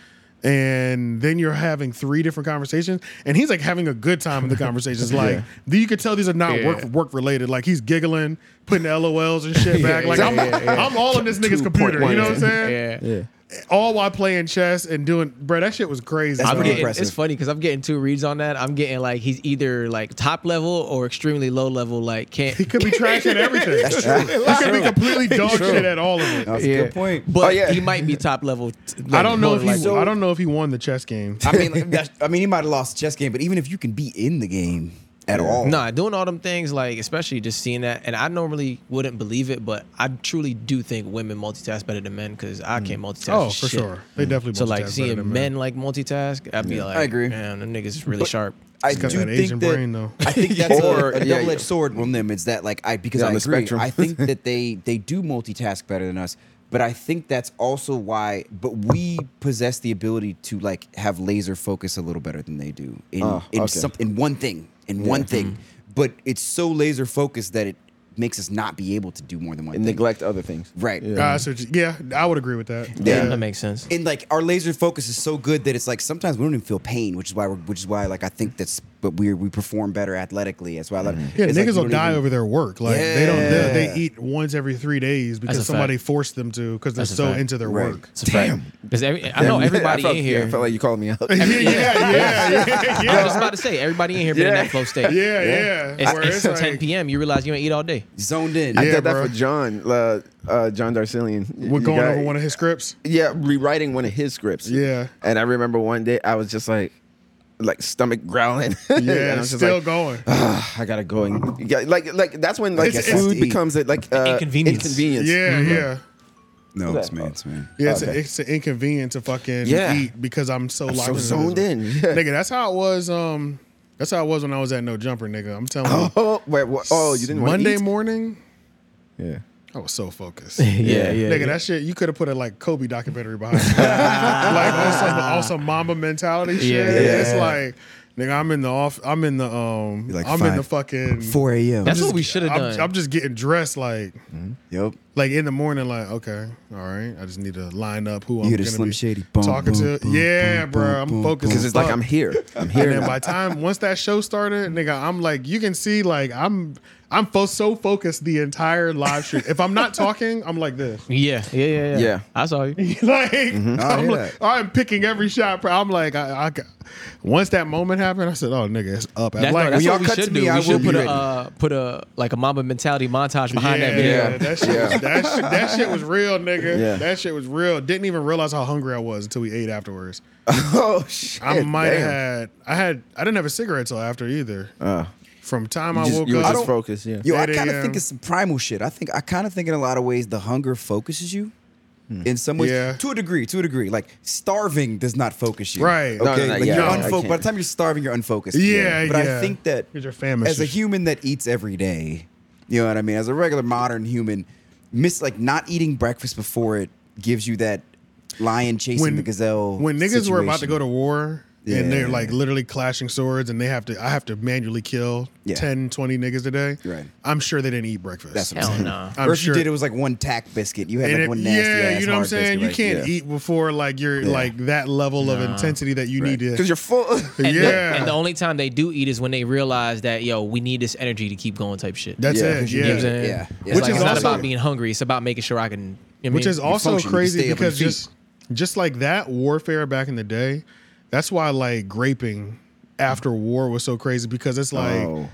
S3: And then you're having three different conversations, and he's like having a good time in the conversations. Like th- you could tell these are not
S6: Yeah.
S3: work work related. Like he's giggling, putting LOLs and shit back. Like I'm, I'm all in this nigga's computer. You know what I'm saying?
S6: Yeah.
S3: All while playing chess and doing, bro. That shit was crazy.
S1: That's
S6: I'm
S3: dog.
S1: pretty
S6: getting,
S1: impressive.
S6: It's funny because I'm getting two reads on that. I'm getting like he's either like top level or extremely low level. Like can't.
S3: He could be trash at everything. That's true. He could be completely dog shit at all of it.
S1: That's a good point.
S6: But
S2: Oh, yeah.
S6: he might be top level. t-
S3: I
S6: like,
S3: don't know
S6: more
S3: if he.
S6: likely.
S3: I don't know if he won the chess game.
S1: I mean, like, that's, I mean, he might have lost the chess game, but even if you can be in the game, at all.
S6: Nah, doing all them things, like especially just seeing that, and I normally wouldn't believe it, but I truly do think women multitask better than men because I can't multitask.
S3: Oh,
S6: for
S3: for
S6: shit. Mm.
S3: sure. They definitely
S6: So
S3: multitask
S6: like
S3: better
S6: seeing
S3: than
S6: men. like multitask, I'd be like,
S1: I agree.
S6: Man, the niggas is really
S1: But
S6: sharp.
S1: I
S3: It's got
S1: do
S3: that
S1: think
S3: Asian
S1: that
S3: brain though.
S1: I think that's
S2: Or-
S1: a, a
S2: yeah,
S1: double-edged
S2: yeah.
S1: sword on them. It's that like I because
S2: Yeah, on
S1: I
S2: the
S1: agree.
S2: spectrum.
S1: I think that they they do multitask better than us, but I think that's also why. But we possess the ability to like have laser focus a little better than they do in
S2: Oh,
S1: in
S2: okay. Mm-hmm.
S1: some in one thing in one thing. But it's so laser focused that it makes us not be able to do more than one
S2: and
S1: thing.
S2: neglect other things.
S1: Right.
S2: Yeah.
S3: Ah, so j- yeah, I would agree with that.
S6: Yeah, that makes sense.
S1: and like our laser focus is so good that it's like sometimes we don't even feel pain, which is why we're, which is why like I think that's but we we perform better athletically. That's why I love.
S3: Yeah,
S1: it's like
S3: niggas
S1: you
S3: will
S1: don't
S3: die
S1: even-
S3: over their work. Like they don't. They,
S1: Yeah.
S3: they eat once every three days
S6: a
S3: because
S6: fact.
S3: somebody forced them to because they're
S6: That's a
S3: so
S6: fact.
S3: into their
S1: Right.
S3: work.
S6: It's a fact. 'Cause every- I know
S2: Damn,
S6: everybody
S2: I felt-
S6: in
S2: yeah,
S6: here.
S2: I felt like you called me out.
S3: yeah, yeah, yeah, yeah,
S6: I was
S3: yeah,
S6: just about to say everybody in here been in that flow state.
S3: yeah, yeah.
S6: It's,
S3: Where
S6: it's
S3: it's
S6: 10
S3: like-
S6: p.m. You realize you ain't eat all day.
S1: zoned in.
S2: I
S3: Yeah,
S2: did that
S3: bro.
S2: for John, uh, uh, John Darcillian.
S3: We're
S2: You
S3: going
S2: got-
S3: over one of his scripts.
S2: Yeah, rewriting one of his scripts.
S3: Yeah.
S2: And I remember one day I was just like, like stomach growling. And I
S3: Yeah,
S2: was
S3: it's
S2: just
S3: still
S2: like,
S3: going.
S2: "Ah, I gotta go and yeah, like like that's when like
S3: It's-
S2: food
S1: it's-
S2: becomes a, like uh,
S6: Inconvenience.
S2: inconvenience.
S3: Yeah, yeah.
S1: No,
S2: What's
S1: it's
S2: that?
S1: man, it's man.
S3: Yeah, it's,
S2: Okay.
S3: a, it's an inconvenience to fucking
S2: Yeah.
S3: eat because I'm so locked
S2: So
S3: into this
S2: zoned
S3: one.
S2: in.
S3: nigga. That's how it was. Um, that's how it was when I was at No Jumper, nigga. I'm telling you.
S2: Oh wait, what? oh you didn't want
S3: Monday
S2: eat?
S3: morning,
S2: Yeah.
S3: I was so focused.
S2: Yeah, yeah.
S3: Nigga, that shit, you could have put a like Kobe documentary behind it. like on some, on some mama mentality shit.
S6: Yeah.
S3: It's like, nigga, I'm in the off I'm in the um
S1: You're like
S3: I'm in the
S1: five-
S3: fucking
S1: Four a.m.
S6: That's
S3: just-
S6: what we should have
S3: I'm-
S6: done.
S3: I'm just getting dressed like
S1: Yep.
S3: like in the morning, like, okay, all right. I just need to line up who I'm
S1: hear the
S3: gonna
S1: Slim
S3: be
S1: Shady, boom,
S3: talking
S1: boom,
S3: to.
S1: boom,
S3: yeah,
S1: boom,
S3: bro.
S1: boom,
S3: I'm
S1: boom,
S3: focused.
S2: Because
S3: as
S2: it's like
S3: fuck.
S2: I'm here. I'm here.
S3: And
S2: now.
S3: then by the time once that show started, nigga, I'm like, you can see like I'm I'm fo- so focused the entire live stream. If I'm not talking, I'm like this.
S6: yeah, yeah, yeah, yeah.
S2: Yeah.
S6: I saw you.
S3: like,
S1: Mm-hmm. I
S3: I'm,
S1: hear
S3: like
S1: that.
S3: I'm picking every shot. bro. I'm like, I, I ca- once that moment happened, I said, "Oh, nigga, it's up."
S6: That's,
S3: like,
S6: no, that's
S1: y'all
S6: what we
S1: cut to
S6: should
S1: me,
S6: do.
S1: I
S6: we
S1: will
S6: should
S1: be
S6: put a
S1: ready.
S6: uh, put a like a mama mentality montage behind
S3: yeah,
S6: that video.
S2: video.
S3: that shit,
S2: Yeah.
S3: Was, that, shit, that shit was real, nigga.
S2: Yeah.
S3: That shit was real. Didn't even realize how hungry I was until we ate afterwards.
S2: oh shit!
S3: I might
S2: damn.
S3: have had, I had, I didn't have a cigarette till after either.
S2: Uh,
S3: From time
S2: you
S3: I
S2: just,
S3: woke
S2: you were
S3: up,
S2: just focused. Yeah.
S1: Yo, I
S3: 8
S1: kind of
S3: a.m..
S1: think it's some primal shit. I think I kind of think in a lot of ways the hunger focuses you. In some ways,
S3: Yeah.
S1: to a degree, to a degree, like starving does not focus you.
S3: Right. No,
S2: no,
S1: Okay.
S2: no,
S1: like
S2: yeah,
S1: you're
S3: I
S1: unfocused.
S2: can't.
S1: By the time you're starving, you're unfocused.
S3: Yeah,
S1: But
S3: yeah.
S1: I think that
S3: Because you're famished.
S1: as a human that eats every day, you know what I mean. As a regular modern human, miss like not eating breakfast before it gives you that lion chasing the gazelle.
S3: When niggas were about to
S1: situation.
S3: go to war and they're
S1: Yeah.
S3: like literally clashing swords and they have to I have to manually kill
S1: Yeah.
S3: ten, twenty 10, 20 niggas a day.
S1: Right.
S3: I'm sure they didn't eat breakfast.
S1: That's what I'm
S6: Hell
S1: saying.
S6: no.
S3: I'm
S1: or if
S3: sure-
S1: you did, it was like one tack biscuit. You had
S3: And
S1: like
S3: it-
S1: one nasty
S3: yeah,
S1: ass
S3: you know what I'm
S1: hard biscuit,
S3: saying? you
S1: like,
S3: can't
S1: yeah.
S3: eat before like you're
S1: Yeah.
S3: like that level of intensity that you need to
S2: Because you're full.
S6: And
S3: yeah.
S6: The, and the only time they do eat is when they realize that yo, we need this energy to keep going type shit.
S3: that's
S2: Yeah,
S3: it.
S2: 'cause
S3: Yeah.
S6: You know what I'm saying?
S1: Yeah.
S6: It's,
S1: Yeah.
S6: like,
S3: Which is
S6: it's not
S3: also-
S6: about being hungry. It's about making sure I can. You know
S3: Which
S6: what I mean?
S3: is also
S1: function, you
S3: crazy
S1: stay up on
S3: because
S1: your feet.
S3: just just like that warfare back in the day, that's why like graping after war was so crazy because it's like
S2: Oh.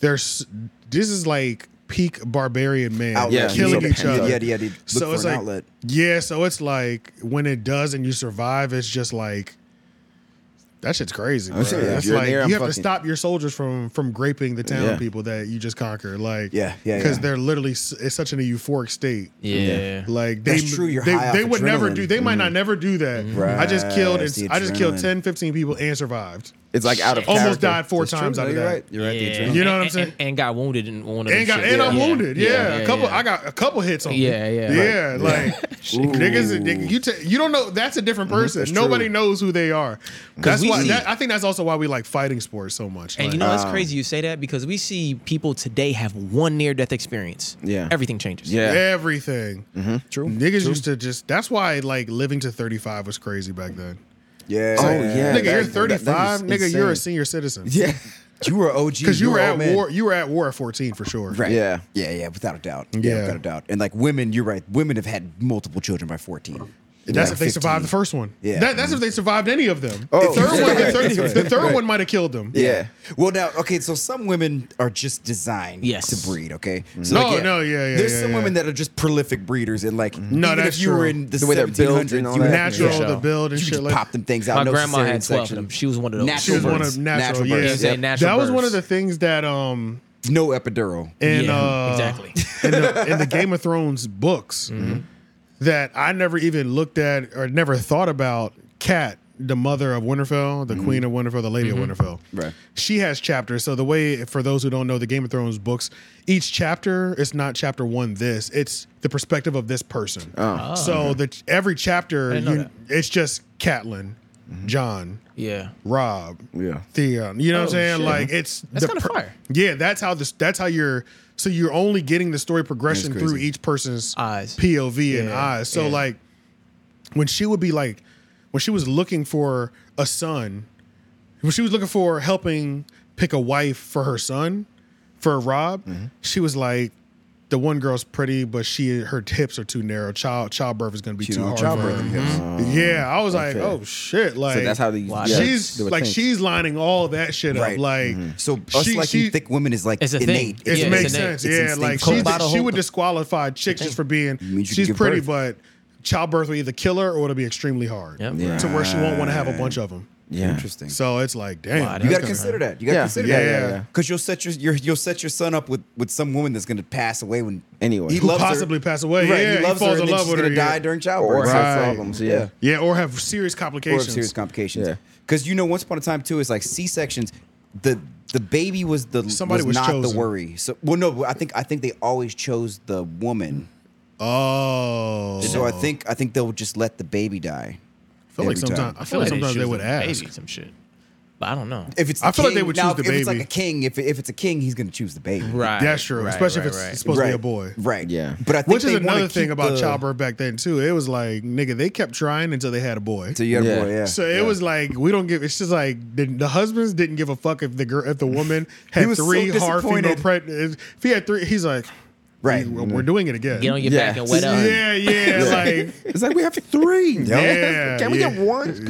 S3: there's this is like peak barbarian man
S1: Outlet.
S2: Yeah,
S3: killing
S2: so
S3: each
S2: pent
S3: other.
S2: up.
S1: Yeah, yeah, yeah. Look
S3: so
S1: for
S3: it's
S1: an
S3: like
S1: outlet.
S3: yeah, so it's like when it does and you survive, it's just like that shit's crazy. Bro.
S2: shit, yeah.
S3: It's
S2: You're in
S3: like
S2: there,
S3: you
S2: I'm
S3: have to
S2: fucking-
S3: stop your soldiers from from graping the town
S2: Yeah.
S3: people that you just conquered. Like
S1: Yeah, yeah,
S3: because
S1: yeah.
S3: they're literally s- it's such an euphoric state.
S6: yeah. Mm-hmm.
S3: Like they,
S1: That's true, you're
S3: they,
S1: high off
S3: they would never
S1: adrenaline.
S3: do. They might not never do that.
S1: Right,
S3: I just killed.
S1: it's
S3: and
S1: the
S3: I just killed
S1: adrenaline.
S3: 10, 15 people and survived.
S2: It's like out of
S3: Almost
S2: character.
S3: died four
S1: It's true,
S3: times
S1: no,
S3: out of
S1: you're
S3: that.
S1: right. You're right. the
S6: Yeah.
S1: adrenaline.
S3: You know what I'm
S6: And-
S3: saying?
S6: And, and got wounded in one of them.
S3: and got
S6: shit.
S3: and
S6: yeah.
S3: I'm wounded. Yeah, a couple.
S6: yeah.
S3: I got a couple hits on.
S6: Yeah,
S3: me.
S6: yeah.
S3: yeah. Like niggas,
S1: Ooh.
S3: nigga, you ta- you don't know. That's a different person.
S1: that's
S3: Nobody
S1: true.
S3: knows who they are. That's
S6: we
S3: why.
S6: see-
S3: That, I think that's also why we like fighting sports so much.
S6: And
S3: Like,
S6: you know that's crazy you say that because we see people today have one near death experience.
S2: Yeah.
S6: Everything changes.
S2: Yeah.
S3: everything.
S1: True.
S3: Niggas used to just. That's why like living to 35 was crazy back then.
S1: Yeah.
S2: Oh, yeah. that- that-
S3: nigga, you're
S2: that is
S3: 35. nigga, you're a
S2: insane.
S3: senior citizen.
S2: Yeah.
S1: You were OG.
S3: Because you, were at
S1: old man.
S3: war. You were at war at 14 for sure.
S1: Right.
S2: Yeah.
S1: Yeah, yeah, without a doubt. Yeah,
S3: Yeah.
S1: without a doubt. And like women, you're right. Women have had multiple children by 14.
S3: That's if they survived the first one.
S1: Yeah.
S3: That, that's if they survived any of them.
S1: Oh,
S3: the third one, the
S1: right,
S3: third,
S1: right,
S3: the third
S1: right.
S3: one might have killed them.
S1: Yeah. Well, now, okay, so some women are just designed
S6: Yes.
S1: to breed, okay? So,
S3: No, no, yeah, yeah,
S1: There's
S3: yeah,
S1: some
S3: yeah.
S1: women that are just prolific breeders, and like,
S3: No,
S1: even
S3: that's
S1: if you were
S3: true.
S1: in the,
S2: The way they're built
S1: 1700s,
S2: and all
S1: you
S2: that.
S1: would-
S3: Natural,
S6: Yeah.
S3: the build
S1: You
S3: and
S1: just
S3: shit like
S1: pop them things out.
S6: My
S1: no
S6: grandma
S1: cesarean
S6: had 12
S1: section.
S6: of them. She was one of those.
S1: Natural
S3: She was
S1: birth.
S3: one of natural,
S1: Natural
S3: yeah.
S1: births,
S6: yeah.
S3: That
S6: Natural
S3: was one
S6: births.
S3: of the things that um
S1: No epidural.
S3: in
S6: yeah,
S3: uh
S6: exactly.
S3: in the, in the Game of Thrones books that I never even looked at or never thought about. Cat, the mother of Winterfell, the queen of Winterfell, the lady of Winterfell.
S1: Right.
S3: She has chapters. So the way, for those who don't know, the Game of Thrones books, each chapter it's not chapter one. This it's the perspective of this person.
S2: Oh.
S3: so the every chapter,
S6: didn't know
S3: you,
S6: that.
S3: it's just Catelyn, John,
S6: Yeah.
S3: Rob,
S2: Yeah.
S3: Theon. You know what I'm
S6: Oh,
S3: saying?
S6: shit.
S3: Like it's
S6: That's
S3: the
S6: kinda fire.
S3: Yeah, that's how this. That's how you're. So you're only getting the story progression
S1: That's
S3: through
S1: crazy.
S3: each person's
S6: Eyes.
S3: POV, and
S6: Yeah,
S3: eyes. So
S6: yeah.
S3: like, when she would be like, when she was looking for a son, when she was looking for helping pick a wife for her son, for Rob, she was like. The one girl's pretty, but she her hips are too narrow. Child childbirth is going to be
S1: She
S3: too
S1: don't
S3: hard.
S1: childbirth
S3: for her.
S1: them hips.
S3: Yeah, I was
S2: okay.
S3: like, oh shit! Like
S2: So that's how they.
S6: Wow.
S2: yeah,
S3: she's
S2: they would
S3: like
S2: think.
S3: she's lining all that shit
S1: Right. Mm-hmm.
S3: up. Like
S2: Mm-hmm.
S1: So us
S3: She-
S1: liking
S3: she-
S1: thick women is like
S6: It's a thing.
S1: innate.
S3: it
S6: Yeah,
S3: makes
S6: it's innate.
S3: sense.
S1: It's
S3: yeah, like
S1: instinctual.
S3: she,
S6: By the
S3: she
S6: whole-
S3: would disqualify chicks just for being
S1: means you can
S3: she's
S1: give
S3: pretty,
S1: birth.
S3: but childbirth will either kill her or it'll be extremely hard
S6: Yep.
S3: to where she won't want to have a bunch of them.
S2: Yeah.
S1: Interesting.
S3: So it's like, damn,
S6: Wow,
S3: that's
S1: you got to
S3: kinda-
S1: consider that. You got to
S2: Yeah.
S1: consider
S3: Yeah,
S1: that.
S3: yeah, yeah.
S1: Because you'll set your, your you'll set your son up with with some woman that's going to pass away when
S2: Anyway.
S1: he
S2: Who
S1: loves her.
S3: possibly pass away.
S1: Right,
S3: Yeah,
S1: he
S3: he
S1: loves
S3: falls
S1: her
S3: in
S1: and then
S3: love
S1: she's
S3: with her,
S1: gonna die
S3: yeah.
S1: during
S2: Or
S1: childbirth.
S2: have
S3: Right.
S2: problems. Yeah.
S3: Yeah, or have serious
S1: or
S3: complications.
S1: have serious complications.
S2: Yeah.
S1: Because you know, once upon a time too, it's like C sections. The the baby was the
S3: Somebody was
S1: not
S3: chosen.
S1: the worry. So well, no, I think I think they always chose the woman.
S3: oh,
S1: So I think I think they'll just let the baby die.
S3: I feel like
S1: every time.
S3: sometimes I feel like sometimes they
S6: choose
S3: would
S6: the
S3: ask.
S6: Baby some shit. But I don't know.
S1: If it's the
S3: I feel like they
S1: king-
S3: would
S1: now,
S3: choose the
S1: if it's like
S3: baby.
S1: a king, if, if it's a king, he's gonna choose the baby.
S6: Right.
S3: That's true,
S6: right,
S3: especially
S6: right,
S3: if it's
S6: right.
S3: supposed to be a boy.
S1: Right.
S2: Yeah.
S1: But I think
S3: Which is
S1: they wanna
S3: another thing
S1: keep
S3: about
S1: the-
S3: childbirth back then too. It was like, nigga, they kept trying until they had a boy.
S1: So you had a
S2: Yeah.
S1: boy, yeah.
S3: So it was like we don't give. It's just like the, the husbands didn't give a fuck if the girl, if the woman had
S1: was so
S3: three hard female
S1: disappointed.
S3: pregnant. If he had three, he's like,
S1: Right.
S3: we- we're doing it again.
S6: Get on your
S2: Yeah.
S6: back and wet up.
S3: yeah, yeah, like
S2: It's like we have three.
S3: yeah.
S2: Can we
S3: yeah.
S2: get one?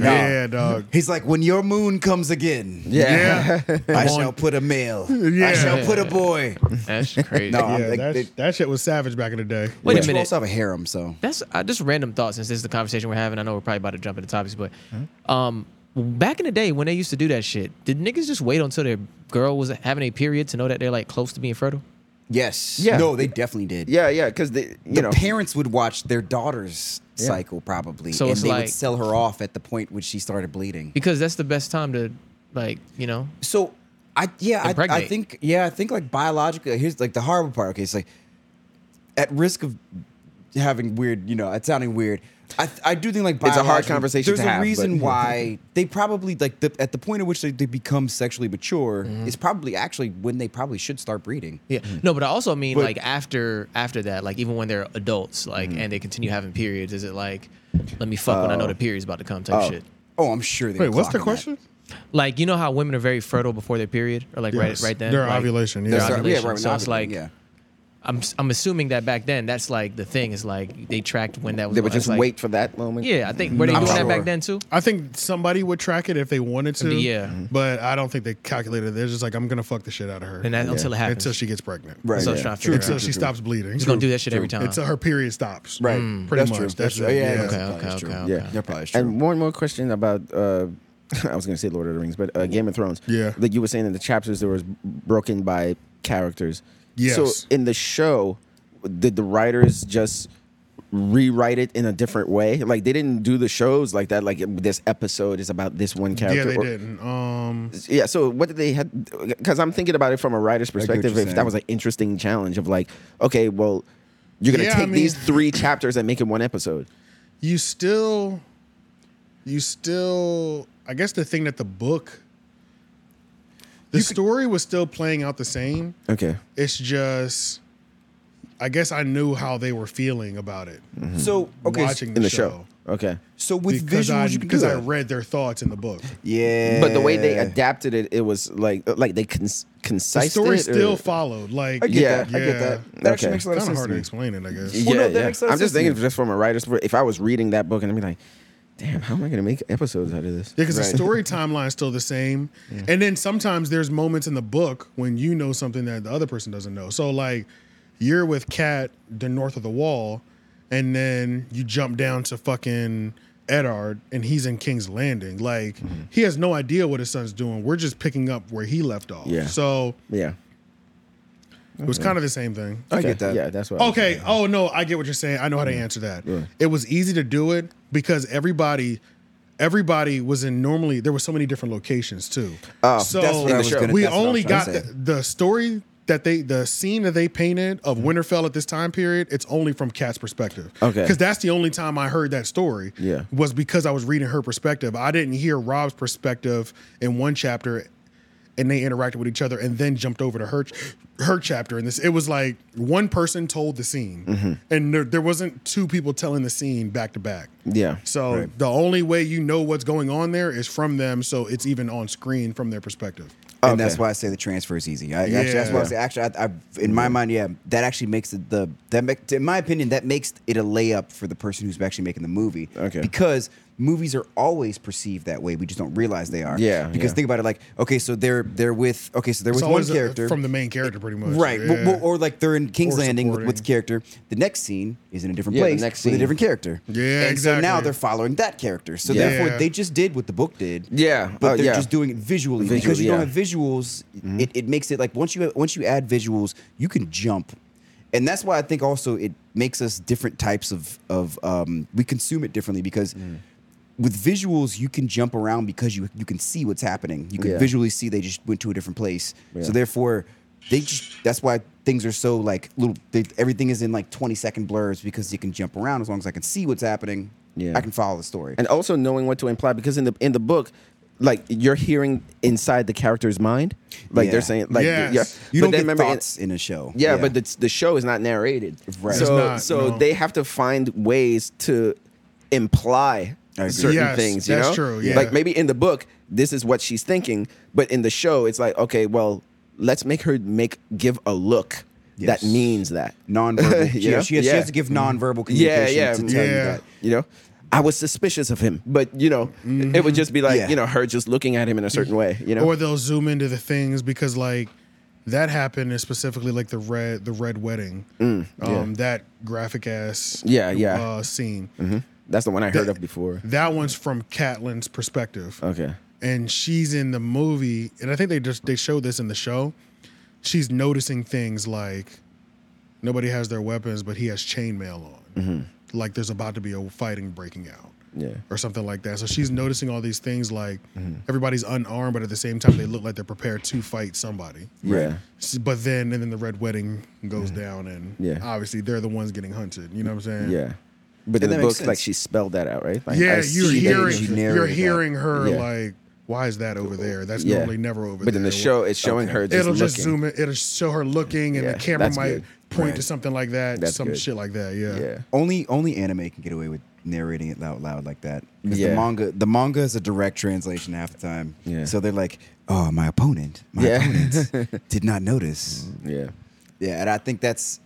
S3: Yeah, dog.
S1: He's like, when your moon comes again,
S3: Yeah, yeah.
S1: I shall put a male. I
S3: Yeah.
S1: shall put a boy.
S6: That's crazy.
S1: No, I'm like,
S3: that,
S1: they-
S3: that shit was savage back in the day.
S6: Wait
S1: But
S6: a
S1: you
S6: minute.
S1: also have a harem, so
S6: That's uh, just random thoughts since this is the conversation we're having. I know we're probably about to jump into topics, but
S3: Hmm?
S6: um, back in the day when they used to do that shit, did niggas just wait until their girl was having a period to know that they're like close to being fertile?
S1: yes,
S2: Yeah.
S1: no, they definitely did.
S2: Yeah, yeah, because they, you
S1: the
S2: know,
S1: parents would watch their daughter's cycle probably,
S6: So
S1: and
S6: it's
S1: they
S6: like-
S1: would sell her off at the point when she started bleeding.
S6: Because that's the best time to, like, you know,
S1: So, I yeah, I, I
S6: Impregnate.
S1: think yeah, I think like biologically, here's like the horrible part. Okay, it's like at risk of having weird, you know, it's sounding weird. I, I do think like
S2: It's a hard
S1: biologically,
S2: conversation
S1: There's
S2: to
S1: a
S2: have,
S1: reason
S2: but-
S1: why they probably like the, at the point at which they, they become sexually mature
S2: Mm-hmm.
S1: is probably actually when they probably should start breeding.
S6: Yeah.
S3: Mm.
S6: No, but I also mean
S1: But-
S6: like after after that, like even when they're adults, like
S3: Mm-hmm.
S6: and they continue having periods, is it like let me fuck
S3: Oh.
S6: when I know the period's about to come type shit?
S1: Oh, I'm sure they.
S3: Wait,
S1: were
S3: what's the
S1: clocking that.
S3: question?
S6: Like you know how women are very fertile before their period or like
S3: Yes.
S6: right right then
S3: Their
S6: like,
S3: ovulation, yeah.
S6: their
S3: Their- yeah,
S6: ovulation.
S1: right,
S6: so it's
S1: ovulation,
S6: like
S1: yeah.
S6: I'm I'm assuming that back then that's like the thing is like they tracked when that was
S2: they would
S6: going. It's
S2: just
S6: like-
S2: wait for that moment.
S6: Yeah, I think were they
S1: I'm
S6: doing that
S1: sure.
S6: back then too?
S3: I think somebody would track it if they wanted to.
S6: Yeah. Mhm.
S3: but I don't think they calculated. it. They're just like, I'm gonna fuck the shit out of her
S6: And that until it happens.
S3: until she gets pregnant.
S1: Right.
S6: So
S1: yeah.
S6: trying to figure
S3: Until
S6: out.
S3: she stops bleeding.
S6: Just gonna do that shit every time.
S3: It's her period stops. Mm,
S1: Right.
S3: Pretty
S1: that's
S3: much.
S1: True.
S3: That's
S1: That's
S3: true.
S1: true. Yeah,
S3: Yeah.
S1: that's
S6: Okay,
S1: probably
S6: okay,
S1: true.
S6: okay,
S1: Yeah,
S6: okay.
S1: that probably is true.
S2: And one more question about uh, I was gonna say Lord of the Rings, but uh, Game of Thrones.
S3: Yeah.
S2: like you were saying in the chapters, there was broken by characters.
S3: Yes.
S2: So in the show, did the writers just rewrite it in a different way? Like they didn't do the shows like that. Like this episode is about this one
S3: Yeah,
S2: character.
S3: they
S2: or-
S3: didn't. Um,
S2: Yeah. So what did they had? Because I'm thinking about it from a writer's
S1: what
S2: perspective.
S1: you're
S2: If that
S1: saying.
S2: was an interesting challenge of like, okay, well, you're gonna
S3: Yeah, I
S2: take these
S3: mean-
S2: three chapters and make it one episode.
S3: you still, you still. I guess the thing that the book, the story was still playing out the same.
S2: Okay.
S3: It's just, I guess I knew how they were feeling about it
S1: So okay,
S3: watching the,
S2: In the
S3: show.
S2: show. Okay.
S1: so with
S3: Because I,
S1: visuals, you can do
S3: because I
S1: that.
S3: read their thoughts in the book.
S1: Yeah,
S2: But the way they adapted it, it was uh, like like they cons-
S3: The
S2: concise.
S3: story
S2: it, or-
S3: still followed. Like
S1: I get
S2: Yeah.
S1: that. I get that. That actually
S2: Okay.
S1: makes a lot
S3: Kind
S1: of
S3: of
S1: sense. to
S3: hard to
S1: me.
S3: explain it, I guess.
S2: Yeah,
S1: no, that
S2: yeah.
S1: makes a lot of
S2: I'm just
S1: sense to
S2: thinking
S1: me.
S2: just from a writer's. per- If I was reading that book and I'm like, damn, how am I gonna make episodes out of this?
S3: Yeah, because
S1: Right.
S3: the story timeline's still the same. And then sometimes there's moments in the book when you know something that the other person doesn't know. So like you're with Kat the north of the wall, and then you jump down to fucking Edard and he's in King's Landing. Like he has no idea what his son's doing. We're just picking up where he left off.
S2: Yeah.
S3: So
S2: Yeah.
S3: it was kind of the same thing.
S1: I get that.
S2: Yeah, that's what. I was saying.
S3: Okay. Oh no, I get what you're saying. I know how to answer that. It was easy to do it because everybody, everybody was in. Normally, there were so many different locations too.
S2: Oh,
S3: so
S1: that's what I was The show. gonna-
S3: we
S1: that's what I was
S3: only
S1: trying
S3: got
S1: to
S3: the,
S1: say.
S3: the story that they, the scene that they painted of Winterfell at this time period. It's only from Kat's perspective.
S2: Mm-hmm. Okay.
S3: Because that's the only time I heard that story.
S2: Yeah.
S3: Was because I was reading her perspective. I didn't hear Rob's perspective in one chapter and they interacted with each other and then jumped over to her her chapter and this it was like one person told the scene
S1: Mm-hmm.
S3: and there, there wasn't two people telling the scene back to back
S2: Yeah.
S3: so the only way you know what's going on there is from them so it's even on screen from their perspective
S1: And
S2: Okay.
S1: that's why I say the transfer is easy. I, actually, that's why I
S3: Yeah.
S1: say actually, I, I, in my mind, yeah, that actually makes it the that make, in my opinion that makes it a layup for the person who's actually making the movie.
S2: Okay.
S1: Because movies are always perceived that way. We just don't realize they are.
S2: Yeah,
S1: Because
S2: yeah.
S1: think about it, like okay, so they're they're with okay, so they're
S3: it's
S1: with one
S3: always a-
S1: character
S3: from the main character pretty much
S1: Right, W- w-
S3: Yeah.
S1: or like they're in King's
S3: Or
S1: Landing with, with the
S3: supporting.
S1: character. The next scene is in a different
S2: Yeah, the
S1: place
S2: next
S1: with a
S2: scene.
S1: different character.
S3: Yeah,
S1: and So now
S3: exactly.
S1: they're following that character. So
S2: Yeah.
S1: therefore,
S3: Yeah.
S1: they just did what the book did.
S2: Yeah.
S1: but
S2: Oh,
S1: they're
S2: yeah.
S1: just doing it visually because
S2: Visually,
S1: you don't
S2: yeah.
S1: have visuals.
S2: Mm-hmm.
S1: It, it makes it like once you once you add visuals, you can jump, and that's why I think also it makes us different types of of um, we consume it differently because.
S2: Mm.
S1: With visuals, you can jump around because you you can see what's happening. You can
S2: Yeah.
S1: visually see they just went to a different place.
S2: Yeah.
S1: So therefore, they just that's why things are so like little. They, everything is in like twenty second blurs because you can jump around as long as I can see what's happening.
S2: Yeah.
S1: I can follow the story.
S2: and also knowing what to imply because in the in the book like you're hearing inside the character's mind like
S1: Yeah.
S2: they're saying like
S3: Yes.
S2: yeah
S1: you
S2: but
S1: don't
S2: then
S1: get
S2: remember in-
S1: thoughts in a show.
S2: yeah, but the, the show is not narrated
S1: Right. It's
S2: so
S3: not,
S2: so
S3: no.
S2: they have to find ways to imply
S1: I agree.
S2: certain
S3: Yes,
S2: things you
S3: that's
S2: know
S3: true, yeah.
S2: like maybe in the book this is what she's thinking but in the show it's like okay well let's make her make give a look
S1: Yes.
S2: that means that
S1: nonverbal. she,
S2: You know?
S1: she, has, she has
S2: Yeah.
S1: to give nonverbal
S2: yeah,
S1: communication
S2: yeah,
S1: to tell you
S3: Yeah.
S1: that.
S2: You know, I was suspicious of him, but you know, it would just be like
S1: Yeah.
S2: you know her just looking at him in a certain way. You know,
S3: Mm-hmm. or they'll zoom into the things because like that happened is specifically like the red the red wedding um that graphic ass
S2: Mm, Yeah, yeah. Mm-hmm.
S3: uh, scene
S2: that's the one I heard of before.
S3: that one's from Catelyn's perspective
S2: Okay,
S3: and she's in the movie and i think they just they showed this in the show she's noticing things like nobody has their weapons but he has chainmail on like there's about to be a fighting breaking out
S2: Mm-hmm. Yeah. Mm-hmm.
S3: or something like that so she's noticing all these things like everybody's unarmed but at the same time they look like they're prepared to fight somebody
S2: yeah,
S3: S- but then and then the red wedding goes down and
S2: Mm-hmm. Yeah.
S3: obviously they're the ones getting hunted you know what i'm saying
S2: yeah. But
S1: And
S2: in
S1: that
S2: the
S1: makes
S2: book, like
S1: sense.
S2: she spelled that out, right? Like, I
S3: yeah you're
S2: see that
S3: hearing
S1: she
S2: you-
S1: narrated
S3: you're
S1: that.
S3: hearing her
S2: Yeah.
S3: like why is that over there that's
S2: Yeah.
S3: normally never over
S2: But
S3: there
S2: in the show, it's showing her just
S3: it'll
S2: looking.
S3: just zoom it. It'll show her looking, and
S2: Yeah,
S3: the camera
S2: that's
S3: might
S2: good.
S3: point
S1: Right.
S3: to something like that,
S2: That's
S3: some
S2: good.
S3: shit like that. Yeah.
S2: Yeah,
S1: Only only anime can get away with narrating it out loud like that. Because the
S2: Yeah.
S1: manga the manga is a direct translation half the time.
S2: Yeah.
S1: So they're like, Oh, my opponent, my
S2: Yeah.
S1: opponent did not notice.
S2: yeah,
S1: Yeah, and I think that's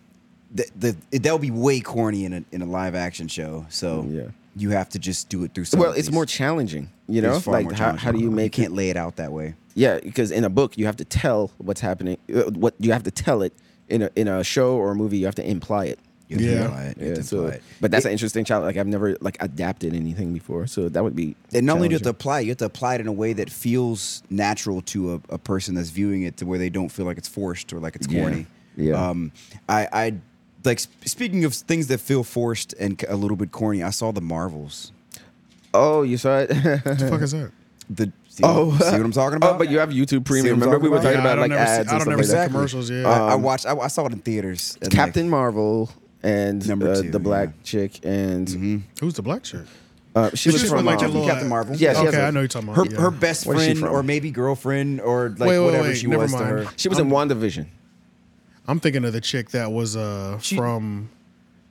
S1: the, the it, that would be way corny in a in a live action show. So
S2: Yeah.
S1: you have to just do it through. Some
S2: Well,
S1: of
S2: it's
S1: these-
S2: more challenging. You
S1: it's
S2: know,
S1: far
S2: like
S1: more
S2: how, how do
S1: challenging.
S2: you make
S1: You
S2: it
S1: can't lay it out that way.
S2: Yeah, because in a book you have to tell what's happening. uh, What you have to tell it in a in a show or a movie, you have to imply it.
S1: You have to
S3: Yeah.
S1: imply it, you have
S2: Yeah,
S1: to
S2: so,
S1: imply it.
S2: but that's an interesting challenge. Like I've never like adapted anything before, so that would be.
S1: And not only do you have to
S2: challenging.
S1: apply, it, you have to apply it in a way that feels natural to a, a person that's viewing it, to where they don't feel like it's forced or like it's
S2: Yeah.
S1: corny.
S2: Yeah.
S1: Um, I, I like sp- speaking of things that feel forced and c- a little bit corny. I saw the Marvels.
S2: Oh, you saw it.
S3: What the fuck is that?
S1: The see,
S2: oh,
S1: see what I'm talking about?
S2: Oh, but you have YouTube
S1: what I'm
S2: Premium. Remember, we
S1: talking
S2: were
S1: about?
S2: talking
S3: Yeah,
S2: about
S3: I don't
S2: like
S3: never
S2: ads.
S3: see- I
S2: and
S3: don't
S2: stuff
S3: never
S2: like
S3: see
S2: that. Um,
S3: commercials, yeah.
S1: I, I watched. I, I saw it in theaters. and, like,
S2: Captain Marvel and
S1: Number
S2: uh,
S1: two,
S2: the black
S1: yeah. Mm-hmm.
S2: chick, and
S3: Who's the black shirt?
S2: uh, she was
S3: It's just
S2: from
S3: with, like,
S2: um,
S3: your little-
S1: Captain Marvel.
S2: Yeah, she has
S3: okay,
S2: a-
S3: I know you're talking about.
S1: her
S3: yeah.
S1: her best
S2: Where's she
S1: friend
S2: from?
S1: or maybe girlfriend or like
S3: Wait, wait,
S1: whatever
S3: wait,
S1: she
S3: never
S1: was to
S3: mind.
S1: her.
S2: She was in WandaVision.
S3: I'm thinking of the chick that was uh
S1: She-
S3: from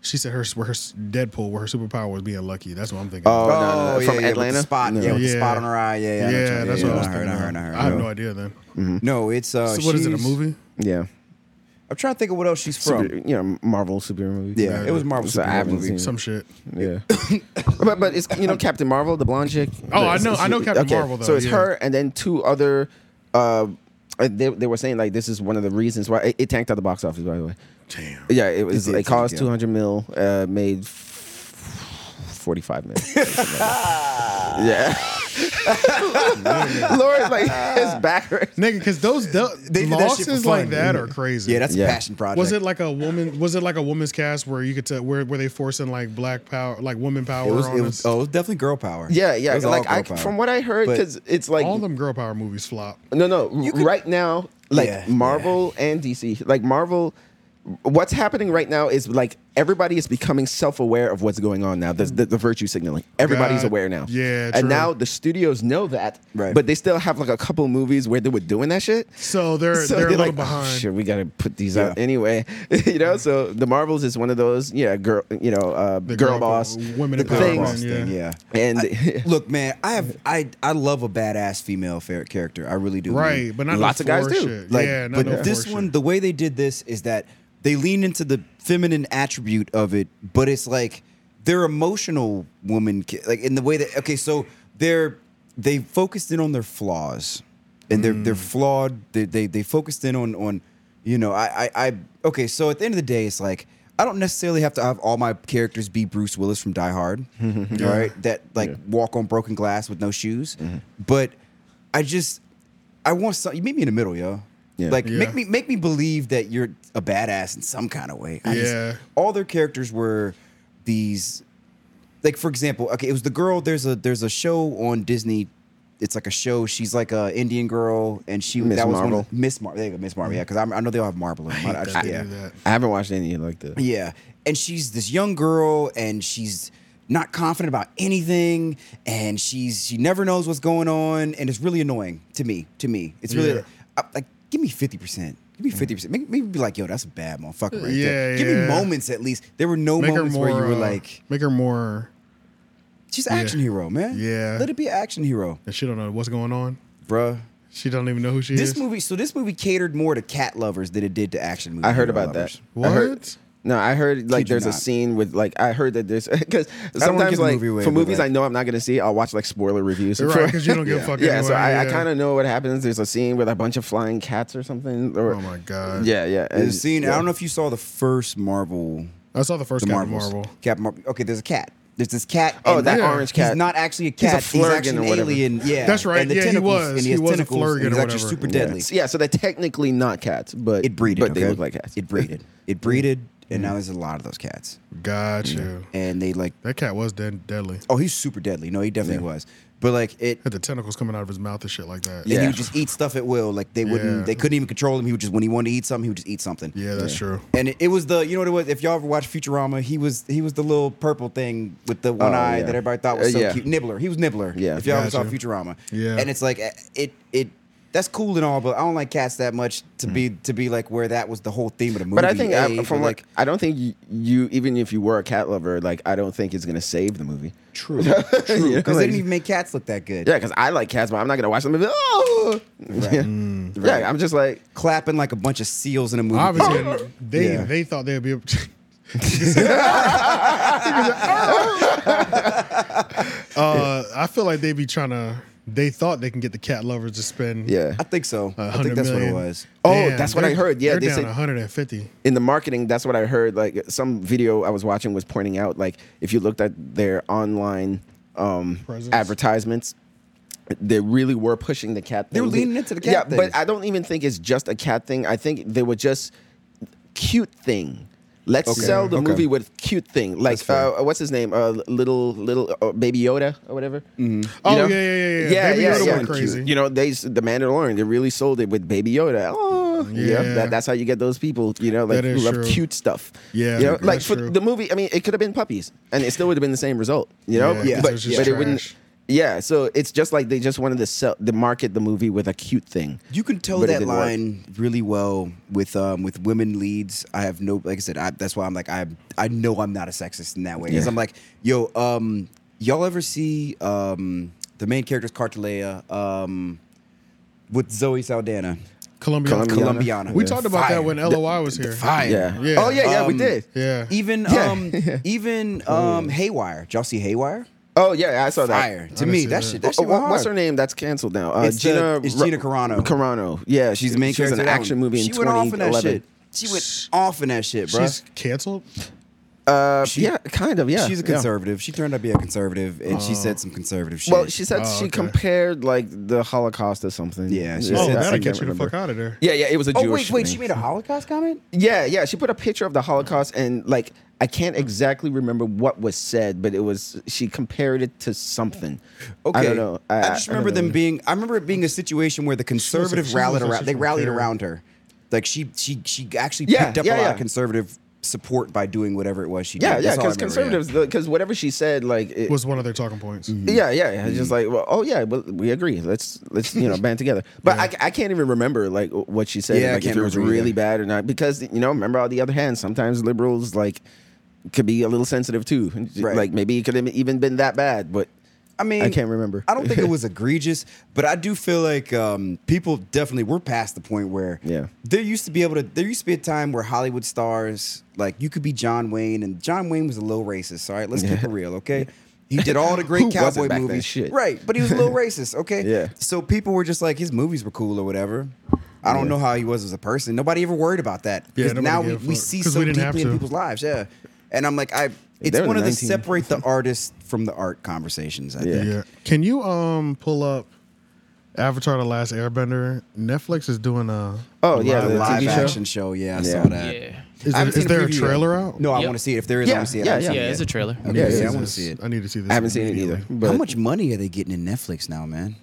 S3: She said her, her Deadpool, where her superpower was being lucky. That's what I'm thinking.
S2: Oh, no, no, no.
S1: yeah,
S2: From
S1: yeah, with the
S2: Atlanta?
S1: spot, yeah, with the
S3: Yeah.
S1: spot on her eye. Yeah, yeah, I know
S3: yeah,
S1: what you're-
S3: that's
S1: yeah,
S3: what I was
S1: I
S3: thinking.
S1: heard, I heard, I
S3: of.
S1: heard.
S3: I have
S1: No.
S3: no idea then.
S1: No, it's uh,
S3: So what is it? A
S1: she's-
S3: movie?
S2: Yeah.
S1: I'm trying to think of what else she's from.
S2: Super- you know, Marvel superhero movie.
S1: Yeah, it was Marvel
S2: So I
S1: superhero
S2: haven't
S1: movie.
S2: seen
S3: Some shit.
S2: Yeah, but but it's you know Captain Marvel, the blonde chick.
S3: Oh,
S2: The-
S3: I know- I know Captain Marvel, though,
S2: So it's
S3: yeah.
S2: her and then two other. Uh, uh, they, they were saying like this is one of the reasons why it, it tanked out the box office. By the way,
S3: Damn.
S2: yeah, it was it,
S1: It did tank,
S2: cost
S1: yeah.
S2: two hundred mil, uh, made forty five mil. yeah, Lord, like his back hurts.
S3: Nigga, because those del-
S1: They did that shit for
S3: losses like
S1: fun.
S3: that are crazy.
S1: Yeah, that's
S2: Yeah.
S1: a passion project.
S3: Was it like a woman? Was it like a woman's cast where you could tell where were they forcing like black power, like woman power
S1: It was,
S3: on
S1: it was,
S3: us?
S1: oh, it was definitely girl power.
S2: Yeah, yeah.
S1: It was all
S2: Like
S1: girl
S2: I,
S1: power.
S2: from what I heard,
S1: But-
S2: because it's like
S3: All them girl power movies flop.
S2: No, no. right now, like
S1: Yeah,
S2: Marvel and DC, like Marvel, what's happening right now is like everybody is becoming self-aware of what's going on now. The, the, the virtue signaling. Everybody's
S3: God.
S2: aware now.
S3: Yeah,
S2: And
S3: true.
S2: now the studios know that,
S1: Right.
S2: but they still have like a couple movies where they were doing that shit.
S3: So they're
S2: So
S3: they're, a little
S2: like,
S3: behind.
S2: Oh, shit, we gotta put these out
S1: Yeah.
S2: anyway. you know, so the Marvels is one of those, yeah, girl, you know, uh, girl,
S3: The girl-
S2: boss,
S3: women
S2: the
S3: empowerment,
S2: things,
S1: thing, yeah.
S2: and
S1: Look, man, I have I I love a badass female fair character. I really do.
S3: Right, but not
S2: Lots
S3: no
S2: of guys
S3: four
S2: do.
S3: Shit.
S1: Like,
S3: yeah, not
S1: but
S3: no
S1: this
S3: four
S1: one,
S3: shit.
S1: the way they did this is that they lean into the feminine attribute of it, but it's like they're emotional woman, ca- like in the way that okay, so they're they focused in on their flaws, and they're they're flawed. They they, they focused in on on you know I, I I okay, so at the end of the day, it's like. I don't necessarily have to have all my characters be Bruce Willis from Die Hard, all right? That like walk on broken glass with no shoes, but I just I want some. You meet me in the middle, yo.
S2: Yeah.
S1: Like
S3: Yeah.
S1: make me make me believe that you're a badass in some kind of way. I just-
S3: Yeah.
S1: all their characters were these. Like for example, okay, it was the girl. There's a there's a show on Disney. It's like a show. She's like a Indian girl, and she
S2: Miss
S1: that was one
S2: Marvel.
S1: of- Miss Marvel. There you go, Miss Marvel. Yeah, because I know they all have Marvel. In them. I- I just-
S3: They
S1: yeah.
S3: do that.
S2: I haven't watched any like the.
S1: Yeah. And she's this young girl and she's not confident about anything and she's she never knows what's going on and it's really annoying to me to me. It's really
S3: Yeah.
S1: I- like give me 50%. Give me 50%. Make, maybe be like, yo, that's a bad motherfucker right
S3: Yeah,
S1: there. Give me
S3: yeah.
S1: moments at least. There were no
S3: Make her
S1: moments
S3: more.
S1: where you were
S3: uh,
S1: like,
S3: make her more.
S1: she's an action hero, man.
S3: Yeah.
S1: Let it be an action hero,
S3: And she don't know what's going on.
S1: bruh.
S3: She don't even know who she
S1: This
S3: is.
S1: movie, so this movie catered more to cat lovers than it did to action movies.
S2: I heard about that.
S3: What?
S2: I heard, no, I heard like
S1: Kid you
S2: there's a
S1: not.
S2: scene with like I heard that there's because
S1: don't
S2: sometimes
S1: wanna give the
S2: like
S1: movie away,
S2: for
S1: but,
S2: movies
S1: like-
S2: I know I'm not gonna see, I'll watch like spoiler reviews.
S3: Right,
S2: before-
S3: 'cause you don't give a
S2: yeah.
S3: fuck
S2: Yeah,
S3: anyway,
S2: so I, I
S3: yeah.
S2: kind of know what happens. There's a scene with a bunch of flying cats or something. Or,
S3: Oh my god.
S2: Yeah, yeah.
S1: The
S2: and-
S1: scene,
S2: yeah.
S1: I don't know if you saw the first Marvel
S3: I saw the first
S1: the
S3: Captain
S1: Marvels.
S3: Marvel.
S1: Captain Marvel. Okay, there's a cat. There's this cat.
S2: Oh,
S1: and
S2: that
S1: he's
S2: orange cat.
S1: He's not actually a
S2: He's a
S1: cat. He's,
S2: Flurgan
S1: actually
S2: or
S1: an
S2: whatever.
S1: alien. Yeah,
S3: That's right.
S1: And the
S3: Yeah, he
S1: tentacles,
S3: was.
S1: And he,
S3: He
S1: has
S3: was a
S1: tentacles,
S3: Flurgan
S1: and he's
S3: or
S1: actually
S3: whatever.
S1: super
S3: Yeah.
S1: deadly.
S2: So, yeah, so they're technically not cats, but
S1: It breeded.
S2: But they
S1: okay?
S2: look like cats. Mm-hmm.
S1: It breeded. It breeded, and now there's a lot of those cats.
S3: Got you.
S1: And they like,
S3: That cat was dead, deadly.
S1: oh, he's super deadly. No, he definitely was. But like it,
S3: Had the tentacles coming out of his mouth and shit like that.
S1: and
S2: Yeah.
S1: he would just eat stuff at will. Like they wouldn't,
S3: Yeah.
S1: they couldn't even control him. He would just when he wanted to eat something, he would just eat something.
S3: Yeah, that's true.
S1: And it, it was the you know what it was. If y'all ever watched Futurama, he was he was the little purple thing with the one
S2: Oh,
S1: eye
S2: yeah.
S1: that everybody thought was
S2: Uh,
S1: so
S2: yeah.
S1: cute. Nibbler. He was Nibbler.
S2: Yeah.
S1: If y'all ever
S3: Gotcha.
S1: saw Futurama.
S3: Yeah.
S1: And it's like eh, it it that's cool and all, but I don't like cats that much to be to be like where that was the whole theme of the movie.
S2: Hmm. But I think
S1: eh,
S2: I,
S1: but
S2: from like, I don't think you, you even if you were a cat lover, like I don't think it's gonna save the movie.
S1: true, true, because
S2: Yeah,
S1: they
S2: like-
S1: didn't even make cats look that good.
S2: Yeah, because I like cats, but I'm not gonna watch them. And be, oh, yeah. yeah, I'm just like
S1: Clapping like a bunch of seals in a movie.
S3: Obviously, they
S1: Yeah.
S3: they thought they'd be. Able uh, I feel like they be trying to. They thought they can get the cat lovers to spend.
S2: yeah.
S1: I think so.
S3: a
S1: I think
S3: hundred
S1: that's
S3: million.
S1: what it was.
S2: Oh, that's what I
S3: they're-
S2: heard. Yeah,
S3: they're
S2: they
S3: down
S2: said-
S3: 150.
S2: in the marketing, that's what I heard. Like some video I was watching was pointing out, like if you looked at their online um,
S3: Presence.
S2: advertisements, they really were pushing the cat.
S1: They were
S2: thing.
S1: leaning into the cat
S2: Yeah,
S1: thing.
S2: but I don't even think it's just a cat thing. I think they were just cute thing. Let's
S1: Okay.
S2: sell the
S1: Okay.
S2: movie with cute thing. Like
S1: fair.
S2: uh, what's his name? Uh, little little uh, baby Yoda or whatever. You
S3: Oh,
S2: know?
S3: yeah, yeah, yeah, yeah. Baby Yoda went crazy.
S2: You know, they the Mandalorian. They really sold it with Baby Yoda. Oh, yeah.
S3: Yeah.
S2: that, that's how you get those people. You know, like
S3: That
S2: who
S3: is
S2: love
S3: true.
S2: cute stuff.
S3: Yeah,
S2: you know,
S3: that's
S2: like for
S3: true.
S2: the movie. I mean, it could have been puppies, and it still would have been the same result. You know,
S3: Yeah, 'cause
S2: but,
S3: it was just
S2: but it wouldn't.
S3: trash.
S2: yeah, so it's just like they just wanted to sell, to market the movie with a cute thing.
S1: You can tell
S2: But it
S1: that
S2: didn't work.
S1: line really well with um, with women leads. I have no, like I said, I, that's why I'm like I I know I'm not a sexist in that way. Because
S2: Yeah.
S1: I'm like, yo, um, y'all ever see um, the main character's Cartelea um, with Zoe Saldana,
S3: Columbia.
S2: Colum-
S1: Colombiana?
S2: Colombiana.
S3: we talked about that when
S1: Fire.
S3: LOI was here.
S1: Fire.
S2: Yeah.
S3: Yeah.
S2: Oh yeah, yeah, we
S1: Um,
S2: did.
S3: Yeah.
S1: Even
S2: Yeah.
S1: um, even um, Haywire. Did y'all see Haywire?
S2: Oh yeah, I saw that.
S1: Fire. To
S3: I didn't
S1: me,
S3: see
S1: that
S3: that.
S1: shit. That
S2: Oh,
S1: shit
S2: what-
S1: was
S2: what's her
S1: hard.
S2: name? That's canceled now. Uh,
S1: It's the-
S2: Gina.
S1: it's
S2: Ro-
S1: Gina Carano.
S2: Carano. Yeah, she's the main character. in an
S1: that
S2: action
S1: one.
S2: movie in
S1: She went off in that
S2: 2011.
S1: shit. She went off in that shit, bro.
S3: She's canceled.
S2: Uh, yeah, kind of. Yeah,
S1: she's a
S2: yeah.
S1: conservative. She turned out to be a conservative, and she said some conservative shit.
S2: Well, she said
S3: Oh,
S2: she
S3: okay.
S2: compared like the Holocaust or something.
S1: Yeah, she
S3: Oh,
S1: said
S2: I
S3: that'll
S2: can't
S3: get you the
S2: remember.
S3: fuck out of there.
S2: Yeah, yeah, it was a
S1: oh
S2: Jewish.
S1: wait, wait,
S2: thing.
S1: she made a Holocaust comment.
S2: Yeah, yeah. She put a picture of the Holocaust and like I can't exactly remember what was said, but it was she compared it to something.
S1: Okay,
S2: I don't know.
S1: I,
S2: I
S1: just
S2: I don't
S1: remember
S2: know.
S1: them being. I remember it being a situation where the conservative
S3: she was
S1: rallied
S3: a-
S1: around. They
S3: she's a
S1: rallied
S3: Karen.
S1: around her. Like she, she, she actually
S2: Yeah,
S1: picked up
S2: yeah,
S1: a lot
S2: yeah.
S1: of conservative support by doing whatever it was she
S2: Yeah,
S1: did.
S2: yeah,
S1: That's all I
S2: because
S1: remember, yeah.
S2: conservatives, because whatever she said, like, it,
S3: Was one of their talking points.
S2: yeah, yeah, yeah, it's just
S1: Mm.
S2: like, well, oh yeah, well, we agree. Let's let's you know band together. But I, I can't even remember like what she said,
S1: Yeah, I
S2: like if
S1: can't
S2: it was
S1: remember
S2: really
S1: either.
S2: bad or not. Because you know, remember on the other hand, sometimes liberals like could be a little sensitive too.
S1: Right.
S2: Like maybe it could have even been that bad, but
S1: I mean,
S2: I can't remember.
S1: I don't think it was egregious, but I do feel like um, people definitely we're past the point where
S2: Yeah.
S1: there used to be able to. There used to be a time where Hollywood stars like you could be John Wayne, and John Wayne was a little racist. All right, let's keep it real, okay? He did all the
S2: Who
S1: great
S2: wasn't
S1: cowboy
S2: back then?
S1: movies,
S2: Shit.
S1: right? But he was a little racist, okay?
S2: Yeah.
S1: So people were just like his movies were cool or whatever. I don't know how he was as a person. Nobody ever worried about that
S3: Yeah,
S1: because
S3: nobody
S1: now we,
S3: gave a
S1: we
S3: fuck.
S1: see
S3: 'Cause
S1: so
S3: we didn't have
S1: deeply in
S3: to.
S1: people's lives. Yeah, and I'm like, I it's
S2: They were
S1: one of the
S2: 19.
S1: separate the artist from the art conversations. I think.
S2: Yeah.
S3: Yeah. Can you um pull up Avatar: The Last Airbender? Netflix is doing a
S2: Oh, yeah,
S1: the
S2: the
S1: live
S2: TV show?
S1: action show. Yeah, I
S2: Yeah.
S1: saw that.
S6: Yeah.
S3: Is,
S1: I
S3: there,
S1: haven't
S3: is
S1: seen the
S3: there a
S1: preview yet.
S3: trailer out?
S1: No, I
S6: Yep.
S1: want to see it. If there is, I
S2: Yeah,
S1: want to see it.
S2: yeah,
S1: I wanna
S6: Yeah,
S1: see it.
S6: it's a trailer.
S1: Okay,
S2: Yeah,
S1: yeah,
S2: yeah,
S1: I want to
S3: This-
S1: see it.
S3: I need to see this.
S2: I haven't seen it either. But
S1: How much money are they getting in Netflix now, man?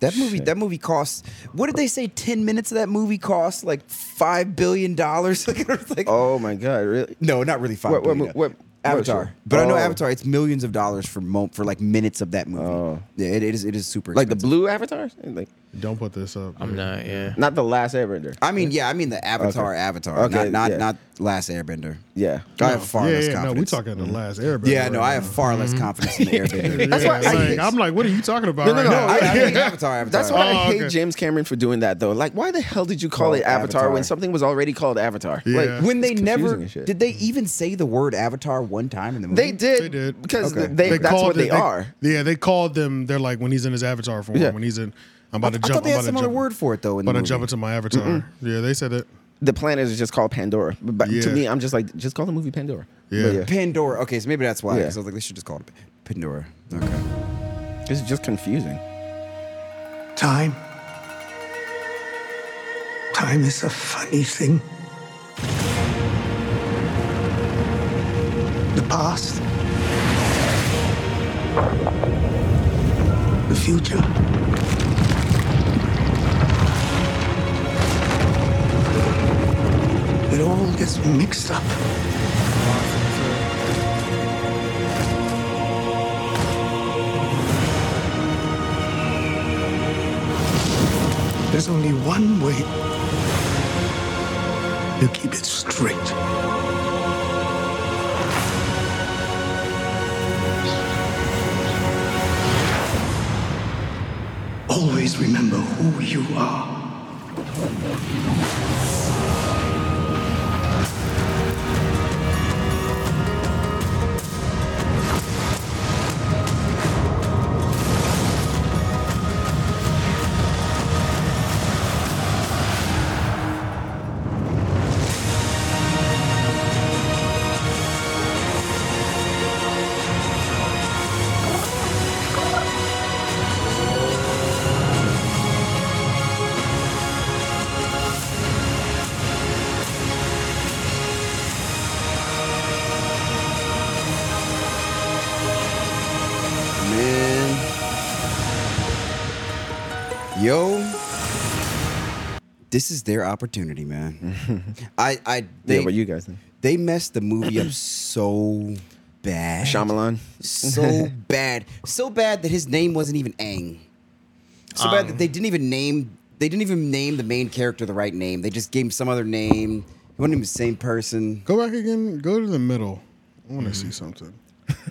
S1: That movie, that movie costs. What did they say? Ten minutes of that movie costs like five billion dollars. like,
S2: Oh my god, really?
S1: no, not really five.
S2: What- what
S1: billion.
S2: mo- what-
S1: Avatar?
S2: what show?
S1: But I know
S2: Oh.
S1: Avatar. It's millions of dollars for mo- for like minutes of that movie.
S2: Oh.
S1: Yeah, it, it is. It is super.
S2: Like the
S1: expensive.
S2: blue avatars? Like
S3: Don't put this up.
S6: I'm not. Yeah.
S2: not the last airbender.
S1: I mean, yeah, I mean the Avatar,
S2: Okay.
S1: Avatar,
S2: Okay,
S1: not not
S2: yeah.
S1: not Last Airbender.
S2: Yeah.
S1: I have far
S3: yeah,
S1: less
S3: yeah,
S1: confidence.
S3: no, we talking the last Airbender.
S1: Yeah, no,
S3: right
S1: I have
S3: now.
S1: far less
S2: Mm-hmm.
S1: confidence in the Airbender.
S3: Yeah,
S2: why I-
S3: like, I'm like, what are you talking about?
S2: no,
S3: right
S2: no,
S3: now?
S1: I, I hate Avatar. Avatar.
S2: That's why I
S3: Oh,
S2: hate
S3: okay.
S2: James Cameron for doing that though. Like, why the hell did you call
S1: Well,
S2: it Avatar,
S1: Avatar.
S2: when something was already called Avatar?
S3: Yeah.
S2: Like,
S1: when they
S2: it's
S1: never
S2: confusing as shit.
S1: did they even say the word Avatar one time in the movie.
S2: They did,
S3: Mm-hmm. They did.
S2: because
S1: Okay.
S2: they, that's what
S3: it-
S2: they, are.
S3: Yeah, they called them. They're like when he's in his avatar form.
S2: Yeah.
S3: When he's in, I'm about to
S1: I
S3: jump.
S1: thought they
S3: I'm
S1: had
S3: about
S1: some
S3: to
S1: other
S3: jump-
S1: word for it though. In
S3: About
S1: the
S3: to
S1: movie.
S3: jump into my avatar. Yeah, they said it.
S2: The planet is just called Pandora. But, but to
S3: Yeah.
S2: me, I'm just like, just call the movie Pandora. But
S3: Yeah.
S1: Pandora. Okay, so maybe that's why.
S2: Yeah.
S1: Because I was like, they should just call it Pandora. Okay.
S2: It's just confusing.
S10: Time. Time is a funny thing. The past. The future. It all gets mixed up. There's only one way to keep it straight. Always remember who you are.
S1: Man. Yo. This is their opportunity, man. I, I, they,
S2: yeah, but you guys.
S1: they messed the movie up so bad.
S2: Shyamalan.
S1: So bad. So bad that his name wasn't even Aang. So bad
S6: Um.
S1: that they didn't even name they didn't even name the main character the right name. They just gave him some other name. He wasn't even the same person.
S3: Go back again. Go to the middle. I want to see something.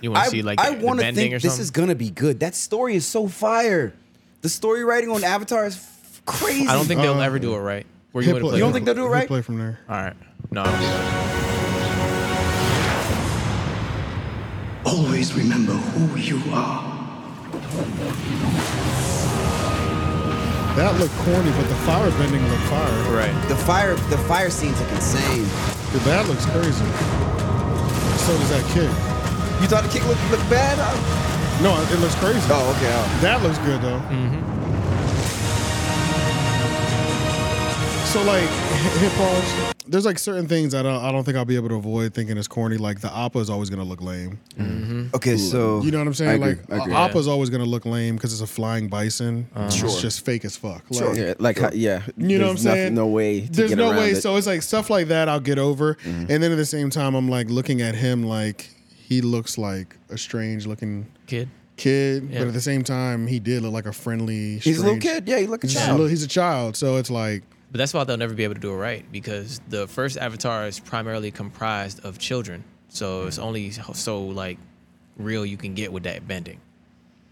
S6: You want
S1: I,
S6: to see like
S1: I
S6: the, the
S1: wanna
S6: bending
S1: think
S6: or
S1: this
S6: something?
S1: is gonna be good. That story is so fire. The story writing on Avatar is f- crazy.
S6: I don't think they'll
S3: Uh,
S6: ever do it right. Where you
S3: Hit
S6: want to
S3: play-
S6: play?
S1: You don't
S6: from?
S1: think they'll do it
S3: hit
S1: right?
S3: Play from there.
S6: All right. No.
S10: Always remember who you are.
S3: That looked corny, but the fire bending looked fire.
S6: Right.
S1: the fire the fire scenes look insane.
S3: Dude, that looks crazy. So does that kick.
S1: You thought the kick looked, looked bad? I-
S3: No, it looks crazy.
S1: oh, okay. oh.
S3: That looks good though. So like hip hop, there's like certain things that I don't, I don't think I'll be able to avoid thinking is corny. Like the oppa is always gonna look lame.
S1: Okay, so
S3: You know what I'm
S1: I
S3: saying?
S1: agree,
S3: like
S1: I agree.
S3: oppa is always gonna look lame because it's a flying bison. It's just fake as fuck. Like,
S2: Uh-huh. Yeah, like how- yeah.
S3: You know what I'm
S2: There's
S3: saying?
S2: nothing- No way. To
S3: There's
S2: get
S3: no
S2: around
S3: way.
S2: It. Mm-hmm.
S3: So it's like stuff like that I'll get over. And then at the same time, I'm like looking at him like he looks like a strange looking
S6: Kid.
S3: kid.
S6: Yeah.
S3: But at the same time, he did look like a friendly.
S1: he's a little
S3: strange-
S1: kid. Yeah, he look a
S3: He's,
S1: child.
S3: a little- he's a child. So it's like,
S6: But that's why they'll never be able to do it right because the first Avatar is primarily comprised of children. So it's only so like real you can get with that bending.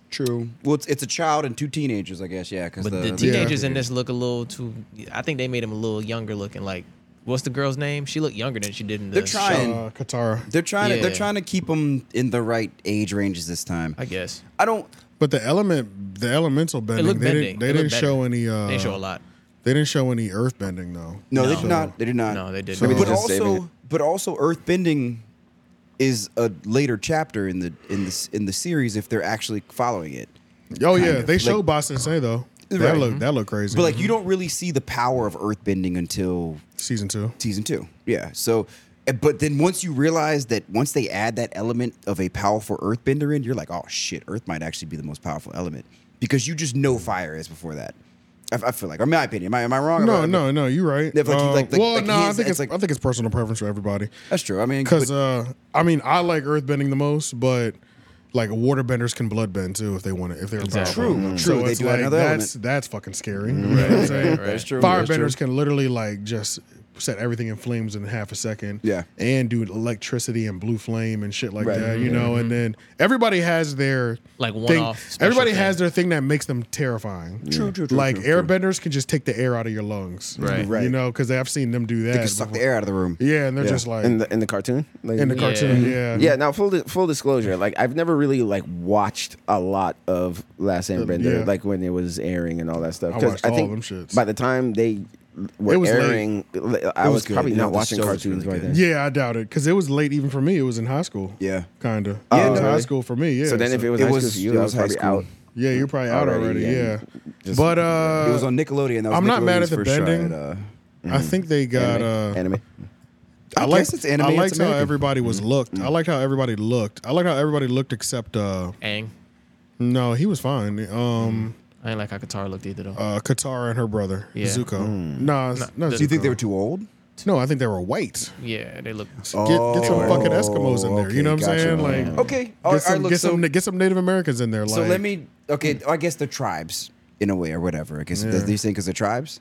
S1: True. Well, it's, it's a child and two teenagers, I guess. Yeah, because
S6: But the, teenagers in this look a little too. I think they made him a little younger looking. Like, what's the girl's name? She looked younger than she did in the.
S1: They're trying.
S6: show,
S3: uh, Katara.
S1: They're trying to they're
S6: Yeah.
S1: trying to keep them in the right age ranges this time.
S6: I guess.
S1: I don't.
S3: But the element, the elemental bending,
S6: looked
S3: they
S6: bending.
S3: didn't, they
S6: It looked
S3: didn't show
S6: bending.
S3: any. Uh,
S6: they show a lot.
S3: They didn't show any earth bending though.
S1: No, they
S6: No.
S1: did not. They did not.
S6: No, they did
S1: But,
S6: not.
S2: Maybe just saving it.
S1: also, but also, earthbending is a later chapter in the in this in the series if they're actually following it.
S3: Oh yeah, they
S1: Like-
S3: showed Boston Say though. That
S1: Right.
S6: Mm-hmm.
S3: look that look crazy.
S1: But like, you don't really see the power of earthbending until
S3: season two.
S1: season two. Yeah. So, eh, but then once you realize that once they add that element of a powerful earthbender in, you're like, oh shit, earth might actually be the most powerful element because you just know fire is before that. I, I feel like, in my opinion, am I, am I wrong?
S3: No,
S1: about-
S3: no, no. You're right.
S1: Yeah, but like you-
S3: Uh,
S1: like- like-
S3: well,
S1: like
S3: no, I
S1: his-
S3: think
S1: it's
S3: it's,
S1: like-
S3: I think it's personal preference for everybody.
S1: That's true. I mean,
S3: Because
S1: but-
S3: uh, I mean, I like earthbending the most, but like waterbenders can bloodbend too if they want to. If they're
S6: Exactly. Mm.
S3: powerful.
S1: True,
S3: Mhm.
S1: true,
S3: So
S1: they
S3: it's
S1: do add
S3: like
S1: another
S3: that's
S1: element.
S3: that's fucking scary. You know what I'm
S1: Mm. that's
S3: saying?
S1: true. that's true.
S3: Firebenders can literally like just set everything in flames in half a second.
S1: Yeah.
S3: and do electricity and blue flame and shit like
S1: Right.
S3: that. You know, and then everybody has their
S6: Mm-hmm. Like
S3: thing-
S6: one-off special
S3: Everybody
S6: thing.
S3: has their thing that makes them terrifying.
S1: True, true, true,
S3: Like
S1: true, true.
S3: airbenders can just take the air out of your lungs.
S6: Right.
S1: Right.
S3: You know, because I've seen them do that.
S1: They can suck the
S3: before.
S1: air out of the room.
S3: Yeah, and they're
S1: Yeah.
S3: just like
S2: in the in the cartoon. Like,
S3: in the
S6: Yeah.
S3: cartoon. Yeah.
S2: Yeah. Now, full di- full disclosure, like I've never really like watched a lot of Last Airbender,
S3: yeah.
S2: like when it was airing and all that stuff.
S3: I
S2: 'cause
S3: watched all them shits.
S2: by the time they were
S3: It was late.
S2: airing, I
S1: was
S2: was,
S1: good.
S2: probably
S1: Yeah,
S2: not
S1: the
S2: watching
S1: show was
S2: cartoons
S1: really
S2: right
S1: good.
S2: then.
S3: Yeah, I doubt it because it was late even for me. It was in high school.
S1: Yeah. Oh,
S3: kind of.
S1: Yeah,
S3: it was
S1: no,
S3: high
S1: it-
S3: school for me. Yeah.
S2: So then, if
S3: so-
S2: it was
S1: It
S2: high school
S1: was-
S2: for you, I
S1: it was
S2: was
S1: high
S2: probably
S1: school.
S2: out.
S3: yeah, you're probably out already.
S2: Already,
S3: yeah,
S2: yeah. Just-
S3: but uh,
S1: it was on Nickelodeon. That was
S3: I'm not mad
S1: Nickelodeon's
S3: at the
S1: first try
S3: bending.
S1: at, uh,
S3: I think they got.
S2: anime.
S3: uh
S2: anime.
S1: I
S3: I liked
S1: guess it's anime, Mm-hmm.
S3: I
S1: it's
S3: liked how
S1: American.
S3: everybody was looked. I liked how everybody looked. I liked how everybody looked except. uh
S6: Aang.
S3: No, he was fine.
S1: Mm.
S3: Um,
S6: I ain't like how Katara looked either though.
S3: uh Katara and her brother
S6: Yeah.
S3: Zuko.
S1: Mm.
S3: Nah, no, no,
S1: Do you think they were too old?
S3: No, I think they were white.
S6: yeah, they look.
S3: Get, get some
S1: Oh,
S3: fucking Eskimos in there.
S1: okay,
S3: you know what I'm
S1: gotcha.
S3: saying? Like,
S1: Uh, Okay. All right,
S3: get
S1: all
S3: some,
S1: right, look,
S3: get,
S1: so,
S3: some get some Native Americans in there. Like,
S1: so let me. Okay, I guess they're tribes in a way or whatever. I guess
S3: Yeah.
S1: these things because they're tribes.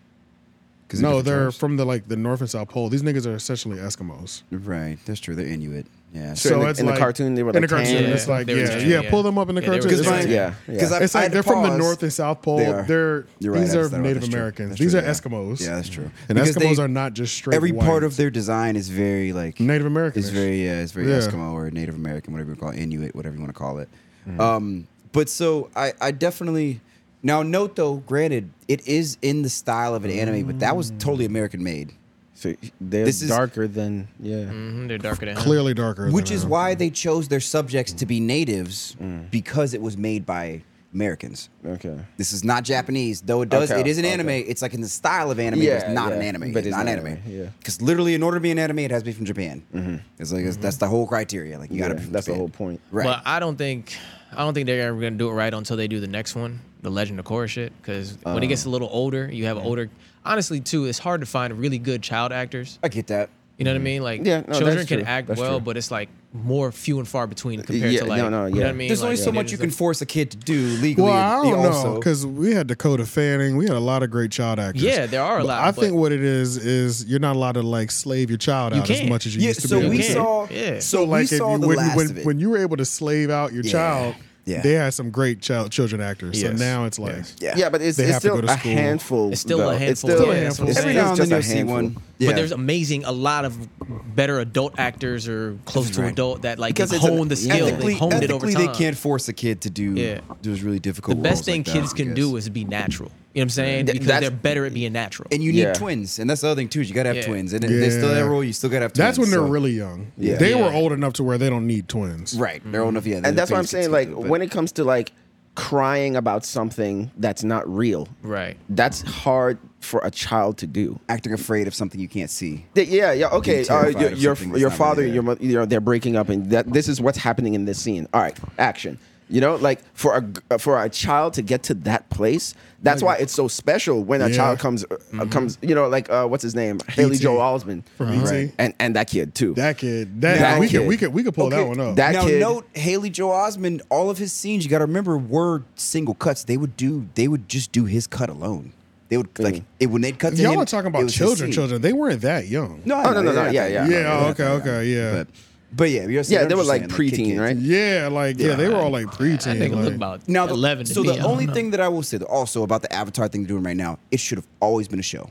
S1: 'Cause
S3: No,
S1: different
S3: they're
S1: tribes?
S3: from the like the North and South Pole. These niggas are essentially Eskimos.
S1: right. That's true. They're Inuit. Yeah.
S2: So in the- in the cartoon, they were,
S3: in the
S2: like, tan.
S3: cartoon.
S6: Yeah,
S3: it's like
S6: they
S3: yeah,
S6: were
S3: yeah,
S6: tan, yeah.
S3: Pull them up in the
S6: Yeah, they were
S3: cartoon. It's
S6: tan.
S1: my-
S3: like,
S2: Yeah,
S1: Because
S2: yeah.
S1: I-
S3: It's
S1: I
S3: like
S1: had to
S3: they're from the
S1: pause.
S3: North and South Pole.
S1: They
S3: They
S1: are.
S3: are
S1: You're right, I
S3: these are
S1: just thought about
S3: Native
S1: that's true.
S3: Americans.
S1: That's
S3: These
S1: true,
S3: are
S1: yeah.
S3: Eskimos.
S1: Yeah, that's true.
S3: And
S1: Because
S3: Eskimos
S1: they-
S3: are not just straight.
S1: Every part
S3: white.
S1: of their design is very like
S3: Native American-ish.
S1: It's very yeah, it's very
S3: Yeah.
S1: Eskimo or Native American, whatever you call it, Inuit, whatever you want to call it.
S3: Mm-hmm.
S1: Um, but so I, I definitely now note though, granted, it is in the style of an anime, but that was totally
S3: Mm.
S1: American made,
S2: So they're
S1: This is-
S2: darker than yeah.
S6: mhm, they're darker than him.
S3: clearly darker, than
S1: which is
S3: them.
S1: why they chose their subjects to be natives
S3: Mm.
S1: because it was made by Americans.
S2: Okay.
S1: This is not Japanese, though it does.
S2: Okay,
S1: it is an
S2: okay.
S1: anime. It's like in the style of anime, but
S2: Yeah,
S1: it's not
S2: yeah,
S1: an anime.
S2: but
S1: it's, not an anime.
S2: yeah. Mm-hmm.
S1: Because literally, in order to be an anime, it has to be from Japan. It's like it's- that's the whole criteria. Like you got to be
S2: Yeah,
S1: from
S2: that's the
S1: Japan.
S2: whole point.
S1: Right.
S6: But I don't think I don't think they're ever gonna do it right until they do the next one, the Legend of Korra shit. Because when it
S2: Oh.
S6: gets a little older, you have older. Honestly, too, it's hard to find really good child actors.
S1: I get that.
S6: You know what I mean? Like
S2: Mm-hmm. Yeah, no,
S6: children
S2: that's
S6: can
S2: true.
S6: act
S2: That's
S6: well,
S2: true.
S6: but it's like more few and far between compared
S2: yeah,
S6: to like
S2: no, no,
S6: you know
S2: yeah.
S6: what I mean?
S1: There's only
S6: Like,
S1: so
S6: yeah,
S1: much you
S6: there's
S1: can
S6: a-
S1: force a kid to do legally.
S3: Well,
S1: and-
S3: I don't
S1: and
S3: know
S1: also-
S3: because we had Dakota Fanning, we had a lot of great child actors.
S6: Yeah, there are a
S3: But
S6: lot,
S3: I
S6: but-
S3: think what it is is you're not allowed to like slave your child
S6: You
S3: out as
S6: can't.
S3: much as you
S1: yeah,
S3: used to
S1: so
S3: be. able
S1: we
S3: to.
S6: Yeah.
S1: saw.
S6: Yeah.
S1: So,
S3: So,
S1: we
S3: like if
S1: saw
S3: you,
S1: the
S3: when,
S1: last
S3: when,
S1: of it.
S3: when you were able to slave out your
S1: Yeah.
S3: child,
S1: Yeah.
S3: they had some great child children actors. So
S6: Yes.
S3: now it's like
S6: Yes.
S1: yeah.
S2: Yeah, but it's,
S3: They
S2: it's
S3: have to
S2: still
S3: go to
S2: a
S3: school.
S2: handful.
S6: It's still
S2: though.
S6: a handful,
S2: It's still,
S6: yeah, that's what
S2: it's
S6: I'm saying.
S1: every
S2: still
S1: now and then
S2: just a
S1: you'll see
S2: handful.
S1: one.
S6: But there's amazing a lot of better adult actors or close to
S1: Right.
S6: adult that like
S2: Because
S6: they've
S2: it's an-
S6: honed the skill,
S1: ethically,
S6: they honed it over
S1: ethically,
S6: time.
S1: they can't force a kid to do
S6: Yeah.
S1: those really
S6: the
S1: difficult.
S6: best
S1: roles
S6: thing
S1: like that,
S6: kids
S1: I
S6: can
S1: guess.
S6: do is be natural. You know what I'm saying?
S2: Th-
S6: Because
S2: that's-
S6: they're better at being natural.
S1: and you need
S2: Yeah.
S1: twins, and that's the other thing too. Is you gotta have
S6: Yeah.
S1: twins, and they still
S3: Yeah.
S1: that role. You still gotta have. twins.
S3: that's when they're
S1: so-
S3: really young.
S1: Yeah.
S3: They were
S6: Yeah.
S3: old enough to where they don't need twins.
S1: right.
S6: Mm-hmm.
S1: They're old enough. Yeah,
S2: and that's what I'm saying. Like when it comes to like crying about something that's not real,
S6: Right.
S2: that's hard for a child to do.
S1: acting afraid of something you can't see.
S2: Th- Yeah, yeah, okay.
S1: Being
S2: Uh,
S1: terrified
S2: your
S1: of
S2: your,
S1: something that's
S2: your
S1: not
S2: father,
S1: really
S2: your mother, you know, they're breaking up, and that this is what's happening in this scene. All right, action. You know, like for a g- uh, for a child to get to that place, that's why it's so special when a
S3: Yeah.
S2: child comes uh,
S1: Mm-hmm.
S2: comes. You know, like uh, what's his name, Haley
S3: E.T.
S2: Joel Osment
S3: From E.T.
S2: and and that kid too.
S3: That kid, that,
S2: That
S3: we
S2: kid.
S3: could we could we could pull
S1: Okay,
S3: that one up.
S2: that
S1: now
S2: kid-
S1: note Haley Joel Osmond, all of his scenes, you gotta remember, were single cuts. They would do they would just do his cut alone. They would like it when they'd cut to
S3: Y'all
S1: him,
S3: are talking
S1: it
S3: about
S1: was his
S3: children,
S1: scene.
S3: children. They weren't that young.
S1: No, I
S2: Oh,
S1: know,
S2: no, no,
S1: they're
S2: no,
S1: not
S2: yeah,
S1: that
S2: yeah.
S1: young.
S3: Yeah,
S1: They're
S3: oh,
S1: not
S3: okay,
S1: that
S3: okay,
S1: young.
S3: yeah.
S1: But, but yeah, you're
S2: Yeah,
S1: I'm
S2: they were
S1: just
S2: like
S1: saying, kid
S2: preteen,
S1: kids.
S2: right?
S3: Yeah, like yeah, they were all like
S6: I think
S3: preteen.
S6: it looked
S3: Like,
S6: about
S1: Now, the,
S6: 11 to
S1: so
S6: me. I
S1: the
S6: don't
S1: only
S6: know.
S1: thing that I will say, though, also about the Avatar thing they're doing right now, it should have always been a show.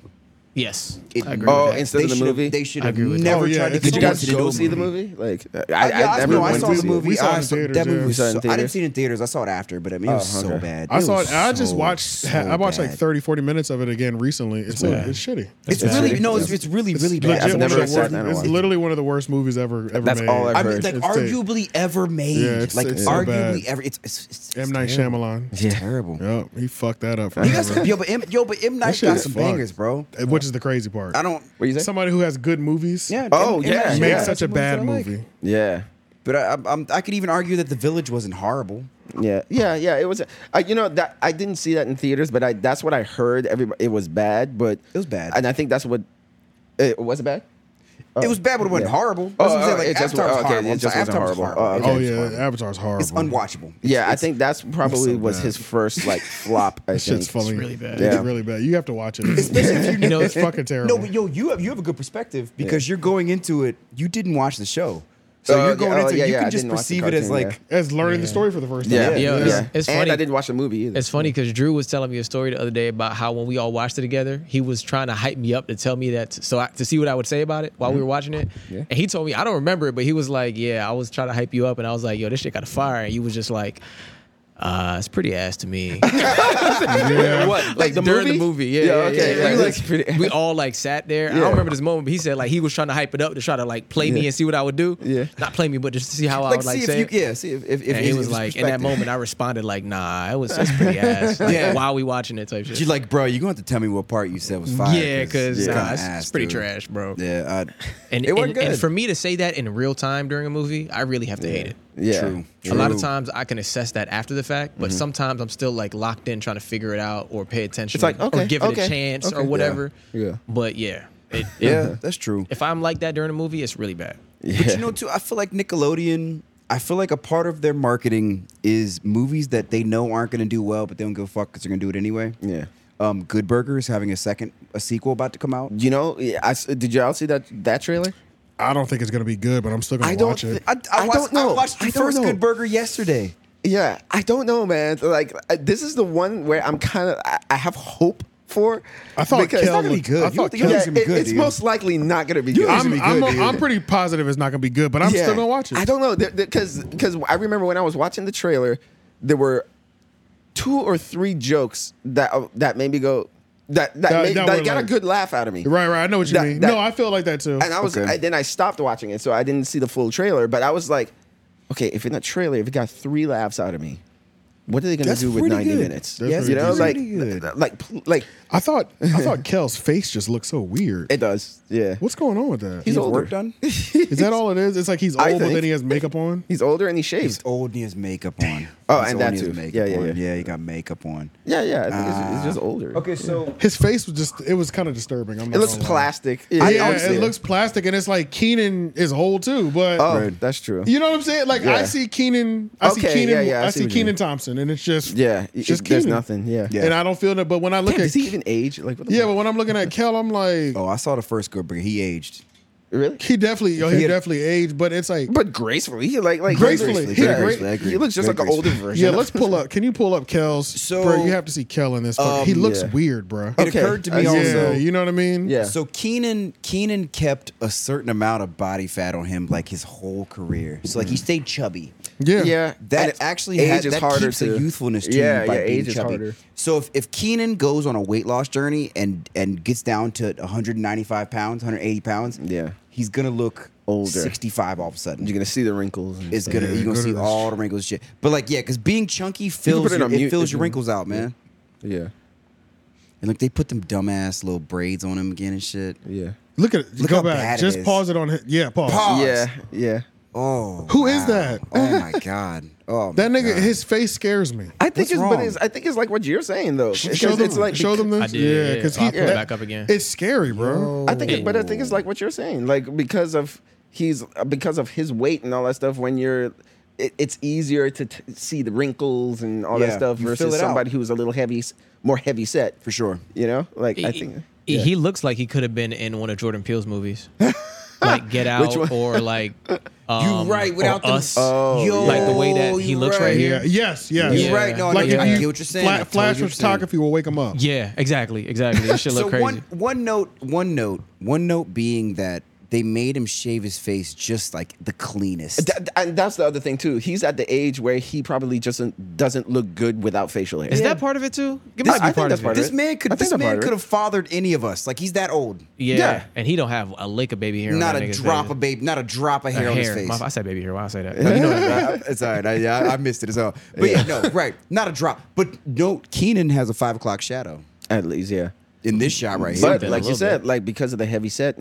S6: Yes.
S1: It,
S6: I agree
S2: Oh,
S6: with that.
S2: instead
S1: they
S2: of the
S1: should have-
S2: movie?
S1: They should
S6: I
S1: have
S6: agree with that.
S1: never
S3: Oh, yeah,
S1: tried to
S3: it's
S2: Did you
S1: condense
S2: guys
S1: it
S3: almost
S2: go see the
S1: into a
S2: movie?
S1: movie.
S2: Like,
S1: I,
S2: I,
S1: Uh, yeah, I,
S2: never
S1: no, I
S2: went
S1: saw
S2: to
S1: the
S2: see it.
S1: movie.
S3: We saw it
S1: I
S3: in
S1: saw-
S3: theaters,
S1: that movie
S3: yeah.
S1: was
S2: We saw it in
S1: so, I didn't
S2: theaters.
S1: see it in theaters. I saw it after, but I mean, it was
S2: Oh,
S1: so
S2: okay.
S1: bad.
S3: I
S1: It
S3: saw
S1: was
S3: it. I just
S1: so,
S3: watched.
S1: so
S3: I watched like
S1: bad.
S3: 30, 40 minutes of it again recently. It's
S6: bad.
S3: it's shitty.
S1: It's
S6: That's
S1: really
S6: bad.
S1: no, it's, it's really really
S3: It's
S1: bad.
S3: legit
S2: I've
S3: one of
S2: never
S3: the
S2: sat
S3: worst-
S2: down and
S3: It's
S2: watched it.
S3: literally one of the worst movies ever ever
S2: That's
S3: made.
S2: all I've
S1: I
S2: heard.
S1: mean, like
S3: It's tape.
S1: arguably ever made.
S3: Yeah, it's-
S1: like
S3: it's so
S1: arguably
S3: bad.
S1: ever. It's, it's, it's,
S3: M Night
S1: terrible.
S3: Shyamalan.
S1: It's terrible.
S3: Yep, he fucked that up.
S1: He got
S3: forever.
S1: some, yo, but M, yo, but M Night
S3: shit
S1: got
S3: is
S1: some
S3: fucked.
S1: bangers, bro.
S3: Which is the crazy part.
S1: I don't.
S2: What you say?
S3: Somebody who has good movies.
S1: Yeah.
S2: Oh,
S1: M. Night
S2: yeah,
S1: Shyamalan
S3: Make
S2: yeah.
S1: got
S3: such a
S1: some movies
S3: bad
S1: I like.
S3: movie.
S2: Yeah.
S1: But I, I'm, I'm- I could even argue that The Village wasn't horrible.
S2: Yeah, yeah, yeah. It was, uh, you know, that I didn't see that in theaters, but I that's what I heard. Everybody, it was bad, but
S1: It was bad.
S2: and I think that's what it was it bad.
S1: It was bad, but it wasn't horrible. That's
S2: Oh,
S1: what I'm saying.
S2: oh,
S1: Like,
S2: it just
S1: Avatar was
S2: wa- okay,
S1: horrible.
S2: it
S1: I'm
S2: just
S1: sorry,
S2: wasn't
S1: Avatar was
S2: horrible.
S1: horrible.
S2: Oh,
S3: Oh
S2: okay.
S3: yeah, Avatar's horrible.
S1: It's unwatchable.
S2: Yeah, I
S1: It's-
S2: think that's probably was
S3: bad.
S2: his first like flop. I
S3: That shit's
S2: think.
S3: funny.
S6: really bad.
S2: Yeah.
S3: It's really bad. You have to watch it.
S1: Especially if you
S6: You know,
S3: it's
S6: it-
S3: fucking terrible.
S1: No, but yo, you have you have a good perspective because you're going into it. You didn't watch the show, so
S2: Oh,
S1: you're
S2: okay.
S1: going
S2: Oh,
S1: into
S2: yeah,
S1: it. You
S2: yeah, I
S1: can just
S2: didn't watch the
S1: perceive it as
S2: cartoon,
S1: like
S3: as learning the story for the first
S2: Yeah,
S3: time.
S2: yeah,
S6: Yo,
S2: yeah.
S6: it's- it's
S2: and
S6: funny.
S2: I didn't watch the movie either.
S6: It's funny because Drew was telling me a story the other day about how when we all watched it together, he was trying to hype me up to tell me that so I, to see what I would say about it while we were
S1: Mm-hmm.
S6: watching it. And he told me I don't remember it, but he was like, "Yeah, I was trying to hype you up," and I was like, "Yo, this shit got a fire," and you was just like. Uh, it's pretty ass to me.
S2: what like the
S6: during
S2: movie?
S6: the movie, yeah, yeah,
S2: okay,
S6: yeah.
S2: yeah,
S6: We,
S2: that's pretty-
S6: we all like sat there. I
S2: Yeah.
S6: don't remember this moment, but he said like he was trying to hype it up to try to like play me and see what I would do.
S2: Yeah.
S6: not play me, but just to see how I
S1: like
S6: would Oh, like
S1: see
S6: say.
S1: if
S6: it.
S1: you yeah see if if, if
S6: and he
S1: if
S6: was
S1: it's
S6: like, in that
S1: perspective.
S6: moment, I responded like, "Nah, it was it's pretty ass." Like, while we watching it type shit.
S1: You're like, bro, you gonna have to tell me what part you said was fire.
S6: yeah, uh, because
S1: kinda
S6: it's,
S1: ass,
S6: pretty
S1: dude.
S6: trash, bro.
S1: Yeah, I,
S6: And,
S1: it wasn't
S6: and,
S1: good.
S6: and for me to say that in real time during a movie, I really have to hate it.
S2: yeah,
S1: True. Mm-hmm.
S6: A lot of
S1: True.
S6: times I can assess that after the fact, but sometimes I'm still like locked in trying to figure it out or pay attention
S2: It's like,
S6: or
S2: okay,
S6: give it
S2: okay,
S6: a chance
S2: okay.
S6: or
S2: Yeah,
S6: whatever.
S2: yeah.
S6: But yeah. It,
S1: yeah,
S2: Uh-huh.
S6: it-
S1: that's true.
S6: if I'm like that during a movie, it's really bad.
S1: But you know, too, I feel like Nickelodeon. I feel like a part of their marketing is movies that they know aren't gonna do well, but they don't give a fuck because they're gonna do it anyway.
S2: Yeah.
S1: Um, Good Burger is having a second a sequel about to come out.
S2: You know, I, s- did y'all see that that trailer?
S3: I don't think it's gonna be good, but I'm still gonna
S2: I don't
S3: watch it.
S2: thi-
S1: I, I,
S2: I
S1: watched,
S2: don't know.
S1: I watched the
S2: I don't
S1: first
S2: know.
S1: Good Burger yesterday.
S2: Yeah, I don't know, man. Like I- this is the one where I'm kind of I, I have hope for.
S3: I thought
S2: because-
S3: Kel
S1: It's not gonna be
S3: looked-
S1: good. You
S3: I
S1: don't
S3: thought
S1: think Kel's
S2: Yeah,
S3: Kel,
S1: gonna be
S2: it-
S1: good,
S2: it's
S1: dude.
S2: most likely not going to be good.
S3: I'm,
S1: gonna be
S3: I'm,
S1: good, dude.
S3: I'm pretty positive it's not gonna be good, but I'm
S2: Yeah.
S3: still gonna watch it.
S2: I don't know because because I remember when I was watching the trailer, there were two or three jokes that uh, that made me go that that,
S3: That-
S2: made,
S3: that
S2: that
S3: were
S2: got
S3: like-
S2: a good laugh out of me.
S3: Right, right. I know what you
S2: That-
S3: mean.
S2: that-
S3: no, I feel like that too.
S2: And I was
S1: Okay.
S2: I, then I stopped watching it, so I didn't see the full trailer. But I was like, okay, if in a trailer, if it got three laughs out of me, what are they going to
S1: That's
S2: do with
S1: pretty
S2: 90
S1: good.
S2: minutes?
S3: That's
S2: you
S3: pretty
S2: know,
S3: good.
S2: like,
S1: Pretty good.
S2: like, like,
S3: I thought I thought Kel's face just looked so weird.
S2: it does. Yeah.
S3: What's going on with that?
S2: He's
S3: Is
S1: Get
S2: older.
S1: work done.
S3: that all it is? It's like he's
S2: I
S3: old, but
S2: think-
S3: then he has makeup on.
S2: He's older and he shaves.
S1: He's old and he has makeup on.
S2: Oh,
S1: He's
S2: and
S1: old
S2: that
S1: he has
S2: too.
S1: makeup
S2: Yeah, yeah,
S1: on.
S2: yeah.
S1: he got makeup on.
S2: Yeah, yeah. I think it's, it's just
S3: Ah.
S2: older.
S1: so
S3: His face was just—it was kind of disturbing. I'm
S2: It
S3: not
S2: looks
S3: gonna lie.
S2: plastic.
S3: Yeah,
S2: I honestly-
S3: it looks plastic, and it's like Keenan is old too, but
S2: Oh,
S1: Right.
S2: that's true.
S3: you know what I'm saying? Like I
S2: Yeah.
S3: see Keenan, I see
S2: Okay,
S3: Keenan,
S2: yeah, yeah,
S3: I,
S2: I see
S3: see
S2: what you mean.
S3: Keenan Thompson, and it's just
S2: yeah.
S3: it's
S2: it-
S3: just
S2: there's
S3: Keenan.
S2: nothing. Yeah.
S1: Yeah.
S3: And I don't feel that, but when I look
S2: Damn,
S3: at
S2: does he even age? Like, what the
S3: yeah,
S2: fuck?
S3: but when I'm looking at Kel, I'm like,
S1: Oh, I saw the first good break. He aged.
S2: really?
S3: he definitely, yo, he
S1: had-
S3: definitely aged, but it's like,
S2: But gracefully, he like like
S3: Gracefully, he
S2: yeah,
S3: great-
S1: I agree.
S2: He looks just
S1: Very
S2: like an older
S1: gracefully.
S2: version.
S3: yeah,
S2: of-
S3: let's pull up. Can you pull up Kel's?
S1: So- um,
S3: bro, you have to see Kel in this. fucking- he looks
S2: yeah.
S3: weird, bro.
S1: It
S2: Okay.
S1: occurred to me
S2: Yeah.
S1: also.
S3: Yeah, you know what I mean?
S2: Yeah.
S1: So Keenan Keenan kept a certain amount of body fat on him like his whole career. So like he stayed chubby.
S3: yeah,
S2: Mm-hmm. yeah.
S1: That
S2: And
S1: actually
S2: age
S1: has,
S2: is
S1: that
S2: harder
S1: keeps
S2: to
S1: a youthfulness to
S2: yeah,
S1: you by
S2: yeah,
S1: being
S2: age is
S1: chubby.
S2: harder.
S1: So if, if Keenan goes on a weight loss journey and and gets down to 195 pounds, 180 pounds,
S2: Yeah.
S1: he's gonna look
S2: Older.
S1: 65 all of a sudden.
S2: You're gonna see the wrinkles. And
S1: It's
S2: stuff.
S1: gonna
S3: Yeah,
S1: you're
S3: go
S1: gonna
S3: to
S1: see
S3: the-
S1: all the wrinkles and shit. But like yeah, because being chunky fills
S2: put it
S1: your,
S2: on
S1: it,
S2: mute
S1: fills
S2: if
S1: your
S2: you-
S1: wrinkles out, man.
S2: yeah,
S1: And look, they put them dumbass little braids on him again and shit.
S2: yeah,
S3: Look at it.
S1: Look how
S3: Go
S1: bad
S3: back.
S1: it
S3: Just
S1: is.
S3: pause it on. His, yeah, pause.
S1: Pause. Oz.
S2: yeah, yeah.
S1: Oh,
S3: Who is that?
S1: Oh my god. Oh,
S3: That
S1: my
S3: nigga,
S1: God.
S3: his face scares me.
S2: I think
S1: What's
S2: it's but
S1: wrong?
S2: it's I think it's like what you're saying though.
S3: Sh-
S2: Because
S3: show them,
S2: it's like
S3: show them this.
S6: I did,
S3: yeah,
S6: yeah,
S3: because
S6: so I
S3: he
S6: put it
S3: that-
S6: back up again.
S3: It's scary, bro.
S1: Oh,
S2: I think, it, but I think it's like what you're saying, like because of he's because of his weight and all that stuff. When you're, it, it's easier to t- see the wrinkles and all
S1: Yeah,
S2: that stuff
S1: you fill
S2: versus
S1: it out.
S2: somebody who's a little heavy, s- more heavy set
S1: for sure.
S2: You know, like I
S6: He-
S2: think
S6: he, he looks like he could have been in one of Jordan Peele's movies, like Get Out
S2: one?
S6: or like um,
S1: you right
S6: or
S1: without the
S6: Us.
S2: Oh, yeah.
S6: Like the way that he looks right here.
S3: Yeah. Yes. Yes.
S1: You
S6: Yeah.
S1: right? No,
S3: Like
S1: no,
S6: yeah.
S1: I
S3: if
S1: get
S3: you
S1: what you're saying. I
S3: fla-
S1: totally
S3: flash
S1: get what you're saying.
S3: photography will wake him up.
S6: Yeah, exactly, exactly. This shit look
S1: so
S6: crazy.
S1: one one note, one note, one note being that they made him shave his face just like the cleanest.
S2: Th- th- and that's the other thing too. He's at the age where he probably just doesn't look good without facial hair.
S6: Is that part of it too? It
S2: I
S6: might be
S2: think
S6: part
S2: that's
S6: of
S2: part
S6: it.
S2: of
S1: this man
S2: I
S1: could.
S2: think
S1: This
S2: I'm part
S1: man
S2: of
S1: could
S2: it.
S1: have fathered any of us. Like he's that old.
S6: Yeah.
S2: Yeah.
S6: and he don't have a lick of baby hair. on
S1: Not
S6: that
S1: a
S6: nigga's
S1: drop
S6: face.
S1: of baby. Not a drop of
S6: A
S1: hair, on his
S6: hair.
S1: face.
S6: My- I said baby hair. Why I say that?
S1: No, you know what I mean. I- It's all right. I, yeah, I- I missed it as well. But yeah, no, right. Not a drop. But no, Keenan has a five o'clock shadow
S2: At least, yeah.
S1: in this shot right here.
S2: But
S6: Something a
S2: like you
S6: little
S2: said,
S6: bit.
S2: like because of the heavy set,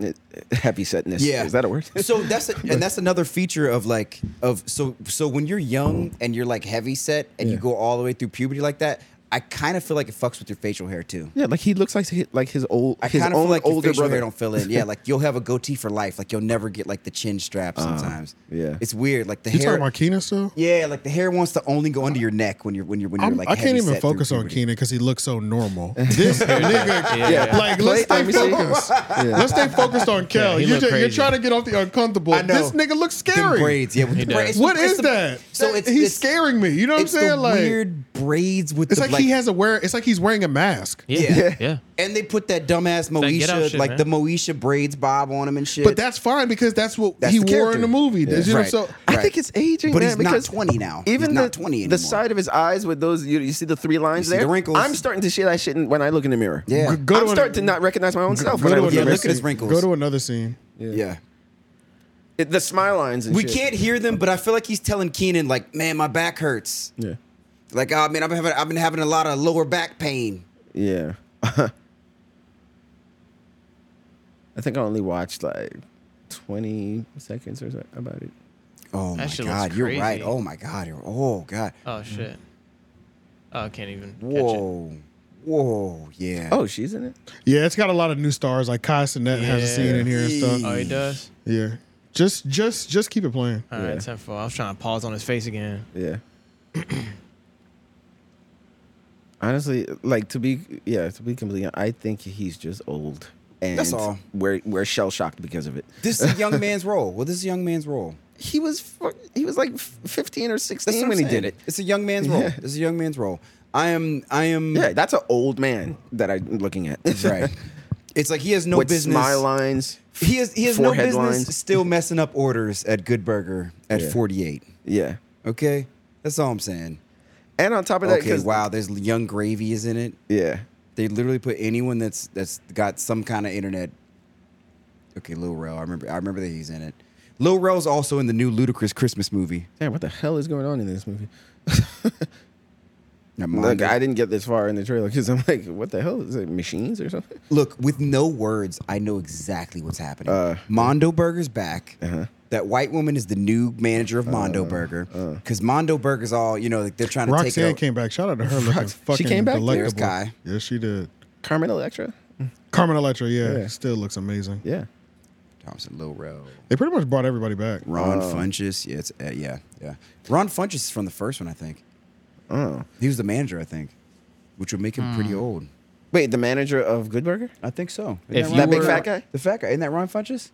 S2: heavy setness.
S1: Yeah,
S2: is that a word?
S1: so that's a, and that's another feature of like of so so when you're young and you're like heavy set and you go all the way through puberty like that, I kind of feel like it fucks with your facial hair too.
S2: yeah, like he looks like his, like his old
S1: I
S2: his
S1: kind
S2: own
S1: of feel like your
S2: older
S1: facial
S2: brother.
S1: hair don't fill in. Yeah, like you'll have a goatee for life. Like you'll never get like the chin strap sometimes.
S2: yeah.
S1: it's weird. Like the
S3: You
S1: hair.
S3: talking about Keenan still?
S1: yeah, like the hair wants to only go under your neck when you're when you're when you're
S3: I'm,
S1: like.
S3: I can't
S1: heavy
S3: even
S1: set through
S3: focus on
S1: puberty.
S3: Keenan because he looks so normal. This nigga,
S6: Yeah.
S3: like, let's
S2: Play- let
S3: stay
S2: me see.
S3: focused. Let's stay focused on Kel.
S6: he
S3: you're,
S6: look
S3: ju- you're
S6: crazy.
S3: trying to get off the uncomfortable.
S1: I know.
S3: This nigga looks
S1: Them
S3: scary.
S1: braids, yeah. With the
S6: does.
S1: braids.
S3: What
S1: It's
S3: is
S1: the-
S3: that?
S1: So it's
S3: he's
S1: it's-
S3: scaring me. You know what I'm
S1: It's the
S3: saying? Like,
S1: weird braids with.
S3: it's
S1: the,
S3: like, he has a wear. It's like he's wearing a mask.
S6: Yeah,
S1: Yeah.
S6: yeah.
S1: And they put that dumbass
S6: That Get Out
S1: Moesha,
S6: shit,
S1: like
S6: man.
S1: the Moesha braids bob on him and shit.
S3: But that's fine because that's what
S1: That's
S3: he
S1: the
S3: wore in
S1: character.
S3: the movie.
S1: Yeah.
S3: You know,
S1: Right.
S3: so
S2: I
S1: Right.
S2: think it's aging,
S1: But
S2: man,
S1: he's not
S2: because
S1: 20 now. He's
S2: Even
S1: not
S2: the,
S1: 20
S2: The
S1: anymore.
S2: side of his eyes with those you, you see the three lines
S1: see the
S2: there.
S1: wrinkles.
S2: I'm starting to see that shit when I look in the mirror.
S1: Yeah.
S3: Go to
S2: I'm
S3: an-
S2: starting to not recognize my own self
S3: go
S2: when I
S3: to
S2: look in the
S3: another
S1: look
S2: mirror.
S1: at his
S3: scene.
S1: wrinkles.
S3: Go to another scene.
S1: yeah.
S2: It- The smile lines. And
S1: We
S2: shit.
S1: can't hear them, but I feel like he's telling Keenan, like, man, my back hurts.
S2: Yeah.
S1: Like, oh man, I've been having I've been having a lot of lower back pain.
S2: Yeah. I think I only watched like 20 seconds or so about it.
S1: Oh
S6: That
S1: my
S6: shit looks
S1: god, you're
S6: crazy.
S1: right. Oh my god, you're oh god.
S6: Oh shit. Oh, I can't even. Catch
S1: Whoa. Whoa, yeah.
S2: Oh, she's in it?
S3: Yeah, it's got a lot of new stars. Like Kai Sinet has a scene in here and
S6: it.
S3: stuff.
S6: Oh, he does.
S3: Yeah. Just just just keep it playing.
S6: All right, ten four. I was trying to pause on his face again.
S2: Yeah. Honestly, like to be yeah, to be completely honest, I think he's just old. And
S1: That's all.
S2: we're we're shell shocked because of it.
S1: This is a young man's role. Well, this is a young man's role.
S2: He was fu- he was like f- 15 or 16
S1: That's what
S2: when he
S1: I'm
S2: did
S1: saying.
S2: it.
S1: It's a young man's role.
S2: Yeah.
S1: It's a young man's role. I am I am
S2: Yeah, that's an old man that I'm looking at.
S1: right. It's like he has no
S2: With
S1: business
S2: smile lines.
S1: He has he has no
S2: Forehead
S1: business
S2: lines.
S1: still messing up orders at Good Burger at
S2: Yeah.
S1: 48.
S2: Yeah.
S1: Okay, that's all I'm saying.
S2: And on top of that,
S1: Okay,
S2: uh, 'cause-
S1: wow, there's Young Gravy is in it.
S2: Yeah.
S1: They literally put anyone that's that's got some kind of internet. Okay, Lil Rel, I remember I remember that he's in it. Lil Rel's also in the new Ludicrous Christmas movie.
S2: Damn, what the hell is going on in this movie? Like I didn't get this far in the trailer because I'm like, what the hell is it? Machines or something?
S1: Look, with no words, I know exactly what's happening. Mondo Burger's back. That white woman is the new manager of Mondo Burger because Mondo Burger's all you know. like, They're trying to take it.
S3: Roxanne
S1: over.
S3: came back. Shout out to her looking fucking
S2: She came back?
S3: delectable.
S1: There's Kai.
S3: Yeah, she did.
S2: Carmen Electra.
S3: Carmen Electra, yeah,
S2: Yeah.
S3: still looks amazing.
S2: Yeah.
S1: Thompson Lowrell,
S3: They pretty much brought everybody back.
S1: Ron Funches. Yeah, it's, uh, yeah, yeah. Ron Funches is from the first one, I think.
S2: Oh.
S1: He was the manager, I think, which would make him pretty
S3: Hmm.
S1: old.
S2: Wait, the manager of Good Burger?
S1: I think so.
S6: If
S1: Isn't
S6: you
S1: Ron-
S6: That big
S2: fat guy?
S1: The fat guy. Isn't that Ron Funches?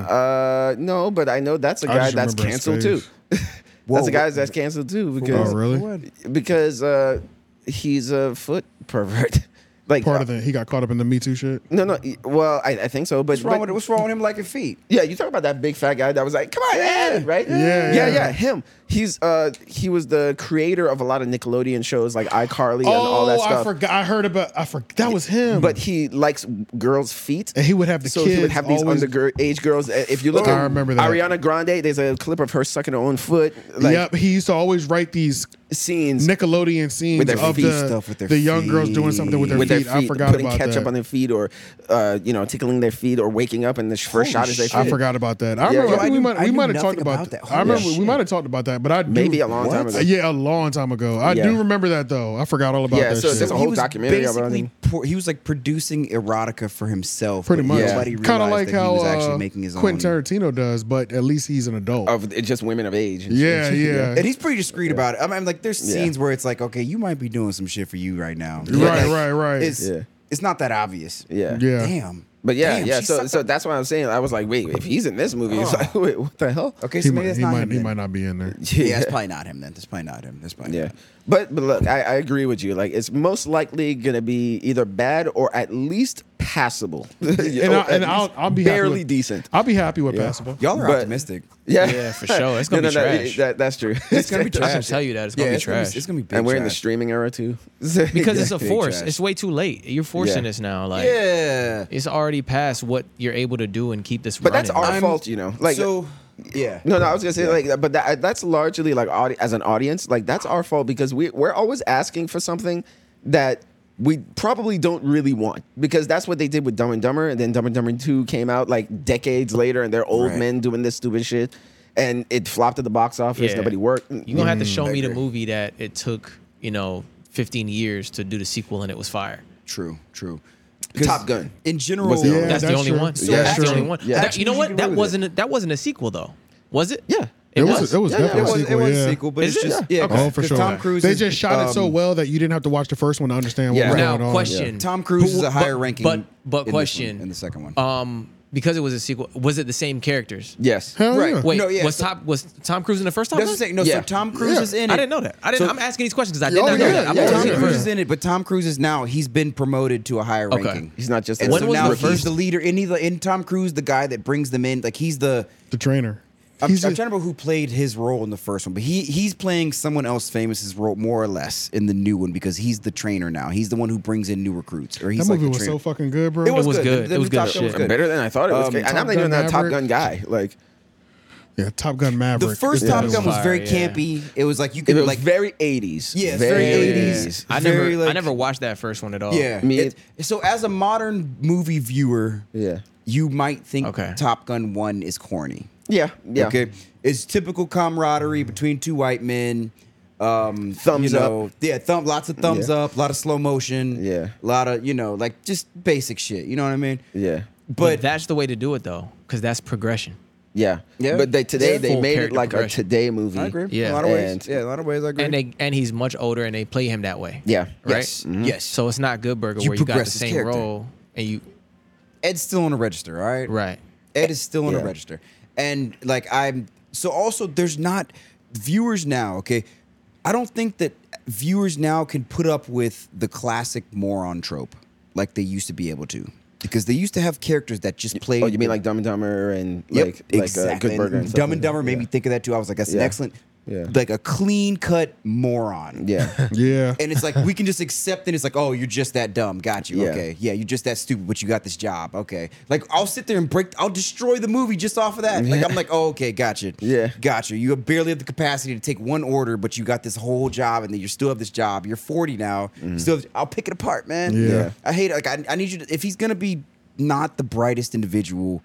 S2: Uh, no, but I know that's a
S3: I
S2: guy
S3: just
S2: that's
S3: remember his
S2: canceled too.
S3: face.
S2: that's
S1: Whoa,
S2: a guy
S1: what-
S2: that's canceled too because
S3: Oh, really?
S2: because uh, he's a foot pervert. like uh,
S3: Part of the he got caught up in the Me Too shit.
S2: No, no. e- Well, I, I think so, but,
S1: What's wrong,
S2: but-
S1: with, what's wrong with him liking feet?
S2: yeah, you talk about that big fat guy that was like, "Come on, yeah. right?
S3: Yeah,
S2: yeah,
S3: yeah.
S2: Him. He's uh, he was the creator of a lot of Nickelodeon shows like iCarly and all that stuff.
S3: Oh, I forgot. I heard about. I forgot that was him.
S2: But he likes girls' feet,
S3: And he would have the
S2: so
S3: kids
S2: he would have these
S3: always-
S2: underage girls. Uh, If you look,
S3: I
S2: at
S3: remember that.
S2: Ariana Grande. There's a clip of her sucking her own foot. Like,
S3: yep, he used to always write these
S2: Scenes
S3: Nickelodeon scenes
S2: With their
S3: of
S2: feet
S3: the,
S1: stuff with their
S3: the young girls doing something with their,
S2: with
S3: feet.
S2: their feet,
S3: I forgot
S2: putting
S3: about
S2: ketchup
S3: that.
S2: on their feet, or uh, you know, tickling their feet, or waking up and the sh- first shot is their feet.
S3: I forgot about that. I
S2: Yeah,
S3: remember
S2: yeah.
S3: I think
S1: I
S3: we
S1: knew-
S3: might
S1: I
S3: we
S1: knew
S3: might have
S1: nothing
S3: talked about,
S1: about
S3: that.
S1: that.
S3: I remember
S1: Holy
S3: we
S1: shit.
S3: might have talked about that, but I do,
S2: Maybe a long time ago.
S3: Yeah, a long time ago. I
S2: Yeah.
S3: do remember that though. I forgot all about
S2: Yeah,
S3: that.
S2: so
S3: shit.
S2: there's a whole documentary about
S1: basically
S2: him.
S1: por- he was like producing erotica for himself.
S3: pretty
S1: but
S3: much
S1: Nobody realized
S3: kind of like
S1: that
S3: how
S1: he was actually
S3: uh,
S1: making his
S3: Quentin
S1: own.
S3: Tarantino does, but at least he's an adult.
S2: of it- just women of age. and
S3: yeah,
S2: shit.
S3: yeah.
S1: and he's pretty discreet about it. I mean, like there's
S2: Yeah.
S1: scenes where it's like, okay, you might be doing some shit for you right now. Like,
S3: Right, right, right.
S1: It's
S2: Yeah.
S1: it's not that obvious.
S2: yeah,
S3: Yeah.
S1: Damn.
S2: But yeah,
S1: Damn,
S2: yeah.
S1: she
S2: So
S1: sucked
S2: so
S1: up-
S2: that's why I'm saying I was like, wait, if he's in this movie, it's like, wait, what the hell?
S1: okay, so
S3: he
S1: maybe
S3: might,
S1: that's
S3: he,
S1: not
S3: might,
S1: him.
S3: he
S1: then.
S3: might not be in there.
S1: Yeah, it's probably not him then. That's probably not him. That's probably
S2: Yeah.
S1: Not him.
S2: But, but look, I, I agree with you. Like, it's most likely going to be either bad or at least passable.
S3: And, I, and I'll, I'll be happy
S2: barely
S3: with,
S2: decent.
S3: I'll be happy with passable.
S1: Y'all are
S2: But-
S1: optimistic.
S2: Yeah.
S6: Yeah, for sure. It's gonna be trash.
S2: that- that's true.
S1: It's gonna be trash.
S6: I can tell you that it's
S1: Yeah,
S6: gonna be
S1: it's gonna
S6: trash.
S1: be, it's gonna be big
S2: and we're in the
S1: trash.
S2: streaming era too.
S6: because it's
S1: Yeah,
S6: a
S1: big
S6: force.
S1: trash.
S6: It's way too late. You're forcing
S2: Yeah.
S6: this now. Like
S1: Yeah.
S6: it's already past what you're able to do and keep this.
S2: But that's
S6: running.
S2: our
S6: Like,
S2: fault, you know. Like
S1: so yeah.
S2: No, no, I was gonna say like, but that, that's largely like audi- as an audience, like that's our fault because we we're always asking for something that we probably don't really want because that's what they did with Dumb and Dumber, and then Dumb and Dumber Two came out like decades later, and they're old
S1: Right.
S2: men doing this stupid shit, and it flopped at the box office.
S6: Yeah.
S2: Nobody worked.
S6: You're
S1: Mm-hmm.
S6: gonna have to show me the
S1: agree.
S6: movie that it took you know 15 years to do the sequel and it was fire.
S1: True. True. 'Cause
S2: Top Gun.
S1: In general,
S2: Was the only-
S3: Yeah,
S6: that's, the
S3: that's
S6: only
S3: true.
S6: one.
S3: Yeah,
S6: that's
S3: that's
S6: the only
S3: true.
S6: one.
S2: Yeah.
S6: That- you know
S1: Actually, you can
S6: what? That
S1: agree with
S6: wasn't a, that wasn't a sequel though, was it?
S2: Yeah,
S6: It was-
S3: it was
S2: Yeah, yeah,
S3: definitely
S1: it was,
S3: sequel,
S1: it was
S3: yeah.
S1: a sequel, but
S6: Is
S1: it's
S6: it?
S1: just yeah.
S3: Oh, for
S1: 'cause
S3: sure.
S1: Tom Cruise.
S3: They
S1: is,
S3: just shot it so
S1: um,
S3: well that you didn't have to watch the first one to understand what
S2: Yeah.
S3: was
S2: Right.
S6: Now
S3: going on.
S6: question.
S1: Tom Cruise
S6: Who-
S1: is a higher
S6: but-
S1: ranking,
S6: But but
S1: in this one-
S6: question
S1: in the second one.
S6: Um, because it was a sequel, was it the same characters?
S2: Yes.
S3: Hell
S1: Right.
S3: yeah.
S6: Wait,
S1: No, yeah,
S6: was
S1: so-
S6: Tom was Tom Cruise in the first Top
S1: That's
S6: Gun?
S1: the thing. No,
S2: Yeah.
S1: so Tom Cruise
S3: Yeah.
S1: is in it.
S6: I didn't know that. I didn't.
S1: So-
S6: I'm asking these questions because I did
S3: Oh,
S6: not know
S3: yeah,
S6: that. I'm
S3: yeah,
S6: a
S3: yeah.
S1: Tom
S6: Tom
S1: Cruise
S6: Cruise.
S1: is in it, but Tom Cruise is now he's been promoted to a higher
S6: Okay.
S1: ranking.
S2: He's not just.
S1: And
S6: When
S1: so
S6: was
S1: now
S6: the
S1: he's
S6: first-
S1: the leader. And, he's the, and Tom Cruise, the guy that brings them in, like he's the.
S3: The trainer.
S1: I'm,
S3: He's
S1: I'm
S3: just-
S1: trying to remember who played his role in the first one, but he he's playing someone else famous's role more or less in the new one because he's the trainer now. He's the one who brings in new recruits, or he's
S3: that
S1: like
S3: movie
S1: the
S3: was
S1: trainer.
S3: so fucking good, bro.
S6: was good. It
S1: The-
S6: was good
S1: the Top Gun
S6: shit.
S1: was good.
S2: better than I thought it was.
S1: Um,
S2: and I'm
S3: Top
S2: not even
S3: Gun
S2: that Top
S3: Maverick.
S2: Gun guy. Like
S3: yeah, Top Gun Maverick.
S1: The first
S3: is
S1: Top
S3: that
S1: Gun was
S3: one.
S1: very
S6: Fire, yeah.
S1: campy. It was like you
S2: it
S1: could
S2: was
S1: like
S2: very 80s.
S1: Yeah, it's very 80s.
S6: I never,
S1: Very, like-
S6: I never watched that first one at all.
S1: yeah.
S2: Me-
S1: It- so as a modern movie viewer,
S2: Yeah.
S1: you might think
S6: Okay.
S1: Top Gun One is corny.
S2: Yeah, yeah.
S1: Okay. It's typical camaraderie between two white men. Um,
S2: Thumbs
S1: you
S2: up.
S1: know, Yeah, thumb, lots of thumbs
S2: Yeah.
S1: up, a lot of slow motion.
S2: Yeah.
S1: A lot of, you know, like just basic shit. You know what I mean?
S2: Yeah.
S1: But,
S6: but that's the way to do it though, because that's progression.
S2: Yeah.
S1: Yeah.
S2: But they, today
S1: Yeah.
S2: they
S6: Full
S2: made it
S6: character
S2: like a
S6: progression.
S2: today movie.
S1: I agree.
S6: Yeah.
S1: In a lot of ways.
S2: And-
S1: yeah, in a lot of ways I agree.
S6: And they and he's much older, and they play him that way.
S2: Yeah.
S6: Right.
S1: Yes. Yes.
S6: So it's not Good Burger
S1: You
S6: where you got the
S1: progress his
S6: same
S1: character.
S6: role and you
S1: Ed's still on a register, all right?
S6: right.
S1: Ed is still on
S2: Yeah.
S1: a register. And like I'm so also there's not viewers now, okay? I don't think that viewers now can put up with the classic moron trope like they used to be able to. Because they used to have characters that just played
S2: Oh, you Oh, mean like Dumb and Dumber and
S1: Yep,
S2: like like uh, Good Burger? And stuff
S1: Dumb and
S2: like that.
S1: Dumber made me think of that too. I was like, that's
S2: Yeah.
S1: an excellent
S2: Yeah.
S1: like a clean cut moron.
S2: Yeah.
S3: Yeah.
S1: And it's like we can just accept it. It's like, oh, you're just that dumb. Got you.
S2: Yeah.
S1: Okay. Yeah, you're just that stupid, but you got this job. Okay. Like I'll sit there and break. I'll destroy the movie just off of that. Like I'm like, oh, okay, gotcha.
S2: Yeah.
S1: Gotcha. You barely have the capacity to take one order, but you got this whole job, and then you still have this job. You're 40 now.
S2: Mm-hmm.
S1: You Still, have- I'll pick it apart, man.
S3: Yeah. Yeah.
S1: I hate it. Like I, I need you to. If he's gonna be not the brightest individual.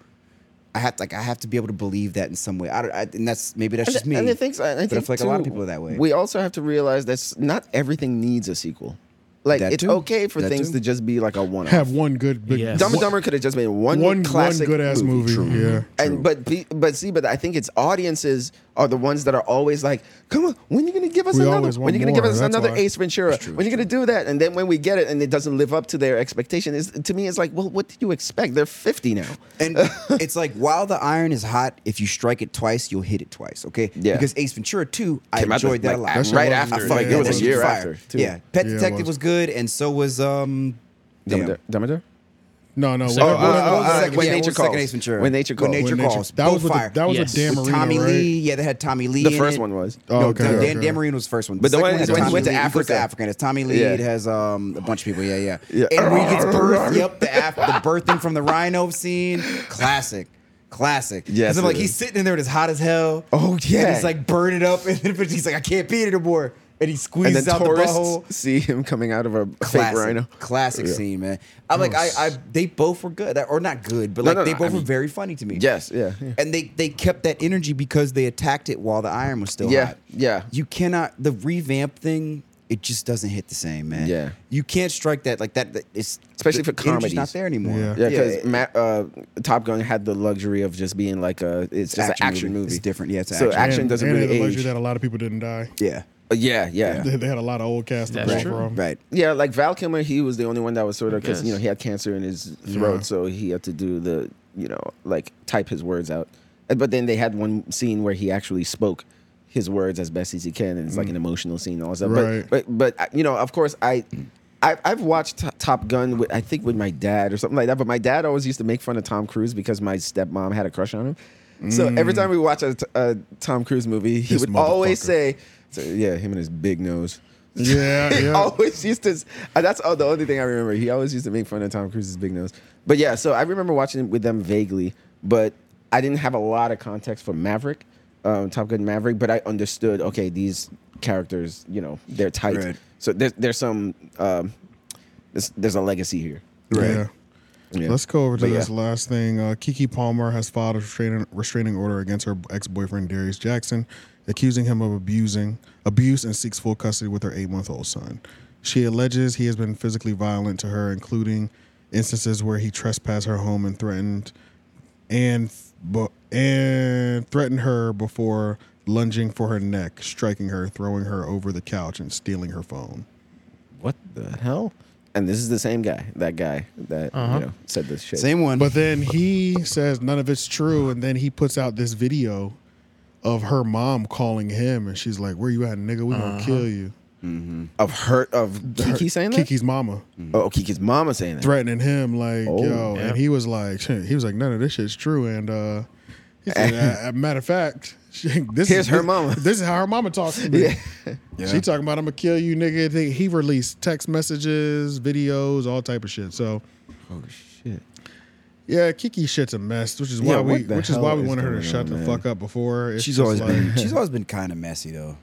S1: I have to, like I have to be able to believe that in some way. I, don't, I and that's maybe that's
S2: And,
S1: just me.
S2: and I think, so- and I
S1: but I
S2: think
S1: feel like a lot of
S2: too,
S1: people are that way.
S2: We also have to realize that not everything needs a sequel. Like
S1: That
S2: it's
S1: too.
S2: okay for
S1: That
S2: things
S1: too.
S2: to just be like a one.
S3: Have one good big
S6: Yes.
S2: Dumb and
S3: one-
S2: Dumber could have just made one,
S3: one one
S2: classic
S3: good ass movie. Yeah.
S2: And but pe- but see, but I think its audiences are the ones that are always like, "Come on, when are you gonna give us
S3: We
S2: another?
S3: always
S2: When
S3: want
S2: are you gonna
S3: more,
S2: give us
S3: that's
S2: another
S3: why."
S2: Ace Ventura? When are you gonna do that?" And then when we get it and it doesn't live up to their expectation, is to me, it's like, well, what did you expect? They're fifty now.
S1: And it's like while the iron is hot, if you strike it twice, you'll hit it twice. Okay.
S2: Yeah.
S1: Because Ace Ventura 2, I
S2: Came out
S1: enjoyed
S2: the-
S1: that a
S2: like,
S1: lot.
S2: That
S3: shit right was- after,
S1: I felt
S3: yeah,
S1: like
S3: it
S1: that
S3: was
S1: shit
S2: years
S1: fire.
S2: after, too.
S1: Yeah. Pet
S3: Yeah, it
S1: Detective
S3: was.
S1: was. good, and so was um.
S2: Dumb
S1: damn.
S2: and Dumb- Dumb and Dumber?
S3: No, no.
S6: Second
S2: uh,
S3: what-
S1: Oh, oh,
S3: what- what
S1: oh,
S3: was the
S1: oh,
S3: second-
S1: when
S2: yeah,
S1: nature
S2: what was the second
S1: calls.
S2: Ace Ventura?
S1: When nature calls.
S2: When
S3: Nature- That
S1: Both
S3: was with
S1: fire.
S3: the, that was
S6: Yes.
S3: with Dan
S1: With
S3: Marino,
S1: Tommy
S3: right?
S1: Lee. Yeah, they had Tommy Lee.
S2: The
S1: in
S2: first
S1: it.
S2: one was.
S3: Oh,
S1: no,
S3: okay,
S1: Dan,
S3: okay.
S1: Dan, Marino was the first one.
S2: But the
S1: second
S2: one-
S1: had
S2: the one he
S1: Tommy
S2: went to
S1: Lee. goes
S2: Africa.
S1: Africa. and It's Tommy Lee.
S2: Yeah.
S1: It has um, a bunch of people. Yeah, yeah.
S2: Yeah.
S1: And when he gets birthed, yep, the, af- the birthing from the rhino scene. Classic. Classic.
S2: Yes,
S1: Because I'm like,
S2: it
S1: he's
S2: is.
S1: sitting in there and it's hot as hell.
S2: Oh, yeah.
S1: And he's like burning up. And then but he's like, I can't be it anymore. And he
S2: And
S1: squeezes
S2: then
S1: out the butthole.
S2: tourists see him coming out of a
S1: Classic,
S2: fake rhino.
S1: classic scene, man. I'm like, I, I, they both were good, or not good, but
S2: No,
S1: like
S2: no,
S1: they
S2: no,
S1: both
S2: I
S1: were
S2: mean-
S1: very funny to me.
S2: Yes, yeah, yeah.
S1: And they they kept that energy because they attacked it while the iron was still
S2: Yeah,
S1: hot.
S2: yeah.
S1: You cannot the revamp thing. It just doesn't hit the same, man.
S2: Yeah.
S1: you can't strike that like that. that- It's
S2: Especially
S1: the
S2: for
S1: energy's not
S2: comedies.
S1: there anymore.
S3: Yeah.
S2: Yeah, because
S1: it-
S2: uh, Top Gun had the luxury of just being like a it's, just an action movie.
S1: It's different. Yeah, it's an
S2: so
S1: action.
S2: action
S3: and,
S2: doesn't
S3: and
S2: really
S3: they had the
S2: age.
S3: luxury that a lot of people didn't die.
S1: yeah,
S2: Uh, yeah, yeah, yeah,
S3: They, they had a lot of old cast to
S6: That's
S3: pull
S6: true.
S3: from.
S1: right.
S2: Like Val Kilmer, he was the only one that was sort of because you know
S6: Yes.
S2: he had cancer in his throat,
S3: Yeah.
S2: so he had to do the you know like type his words out. And- But then they had one scene where he actually spoke his words as best as he can, and it's like an emotional scene and all that stuff.
S3: Mm. Right.
S2: But but but uh, you know, of course, I. I- I've watched T- Top Gun with I think with my dad or something like that, but my dad always used to make fun of Tom Cruise because my stepmom had a crush on him. So every time we watch a, a Tom Cruise movie, he
S3: Mm. This
S2: would always
S3: motherfucker.
S2: say, so, "Yeah, him and his big nose."
S3: Yeah,
S2: he
S3: yeah.
S2: always used to. uh, That's all, the only thing I remember. He always used to make fun of Tom Cruise's big nose. But yeah, so I remember watching it with them vaguely, but I didn't have a lot of context for Maverick, um, Top Gun Maverick. But I understood. Okay, these characters, you know, they're tight.
S1: Right.
S2: So there's there's some um, there's, there's a legacy here.
S3: Yeah.
S2: Yeah.
S3: Let's go over to
S2: But
S3: this
S2: yeah.
S3: last thing. Uh, Kiki Palmer has filed a restraining, restraining order against her ex boyfriend Darius Jackson, accusing him of abusing abuse and seeks full custody with her eight month old son. She alleges he has been physically violent to her, including instances where he trespassed her home and threatened and bu- and threatened her before lunging for her neck, striking her, throwing her over the couch, and stealing her phone.
S2: What the hell? And this is the same guy, that guy that you know said this shit.
S1: Same one.
S3: But then he says none of it's true, and then he puts out this video of her mom calling him, and she's like, "Where you at, nigga? We gonna kill you."
S2: of her of
S3: Her-
S2: Kiki saying that.
S3: Kiki's mama
S2: Oh, Kiki's mama saying that.
S3: threatening him, like,
S2: Oh,
S3: "Yo,"
S6: yeah.
S3: and he was like, "He was like, none of this shit's true." And uh, he said, "A- a matter of fact, she, this
S2: Here's
S3: is,
S2: her mama.
S3: This is how her mama talks to me. She talking about I'm gonna kill you, nigga. They- He released text messages, videos, all type of shit. So
S2: Oh shit.
S3: Yeah, Kiki shit's a mess, which is why
S2: Yeah,
S3: we,
S2: what the
S3: which is why
S2: hell
S3: we
S2: is
S3: wanted her to
S2: going
S3: shut
S2: on,
S3: the
S2: man?
S3: fuck up before. It's
S1: she's
S3: just
S1: always
S3: like,
S1: been she's always been kind of messy though.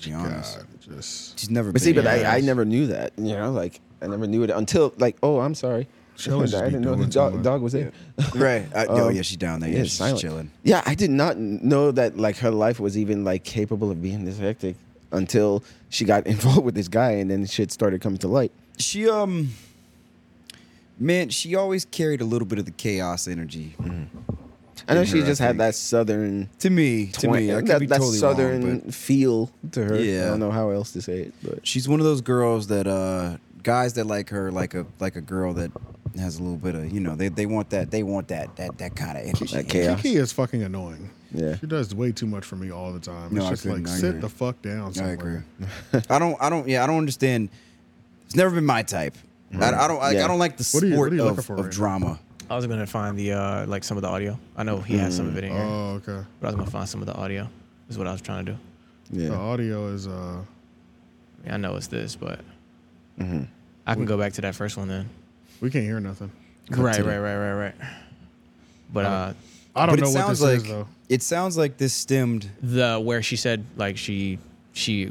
S1: To be honest,
S3: God, just
S1: she's never.
S2: But see,
S1: been
S2: but
S1: nice.
S2: I, I never knew that. You know, like I never knew it until like, oh, I'm sorry.
S3: She always
S2: I
S3: just be
S2: didn't know the
S3: doing
S2: dog,
S3: something.
S2: dog was there.
S1: right. I, oh
S2: Um,
S1: yeah, she's down there. Yeah,
S2: Yeah,
S1: she's
S2: silent.
S1: chilling.
S2: Yeah, I did not know that like her life was even like capable of being this hectic until she got involved with this guy and then shit started coming to light.
S1: she um man she always carried a little bit of the chaos energy
S2: Mm-hmm. I know
S1: In
S2: she
S1: her, I
S2: just had
S1: think.
S2: that southern
S1: to me to
S2: twang-
S1: me I could
S2: that,
S1: be
S2: that
S1: totally
S2: southern
S1: wrong, but
S2: feel to her. I
S1: Yeah.
S2: don't know how else to say it, but
S1: she's one of those girls that uh guys that like her like a like a girl that has a little bit of you know they, they want that they want that that that kind of energy
S2: that chaos.
S3: Kiki is fucking annoying.
S2: Yeah.
S3: she does way too much for me all the time.
S1: No,
S3: it's
S1: I
S3: just
S1: couldn't,
S3: like
S1: I
S3: sit
S1: agree.
S3: the fuck down.
S1: I
S3: Somewhere.
S1: agree I don't I don't yeah I don't understand it's never been my type I, I don't like,
S2: Yeah.
S1: I don't like the sport
S3: What are you- what are you looking
S1: of,
S3: for
S1: of
S3: right now?
S1: drama
S6: I was gonna find the uh, like
S1: Mm.
S6: some of the audio. I know he has some of it in here,
S3: Oh, okay.
S6: but I was gonna find some of the audio. Is what I was trying to do.
S3: Yeah.
S2: Oh,
S3: The audio is. uh
S6: yeah, I know it's this, but mm-hmm. I can go back to that first one then.
S3: We can't hear nothing.
S6: Right, right, right, right, right. But uh,
S3: I don't
S1: but
S3: know
S1: it
S3: what
S1: sounds
S3: this
S1: like
S3: is though.
S1: it sounds like this stemmed.
S6: the where she said like she she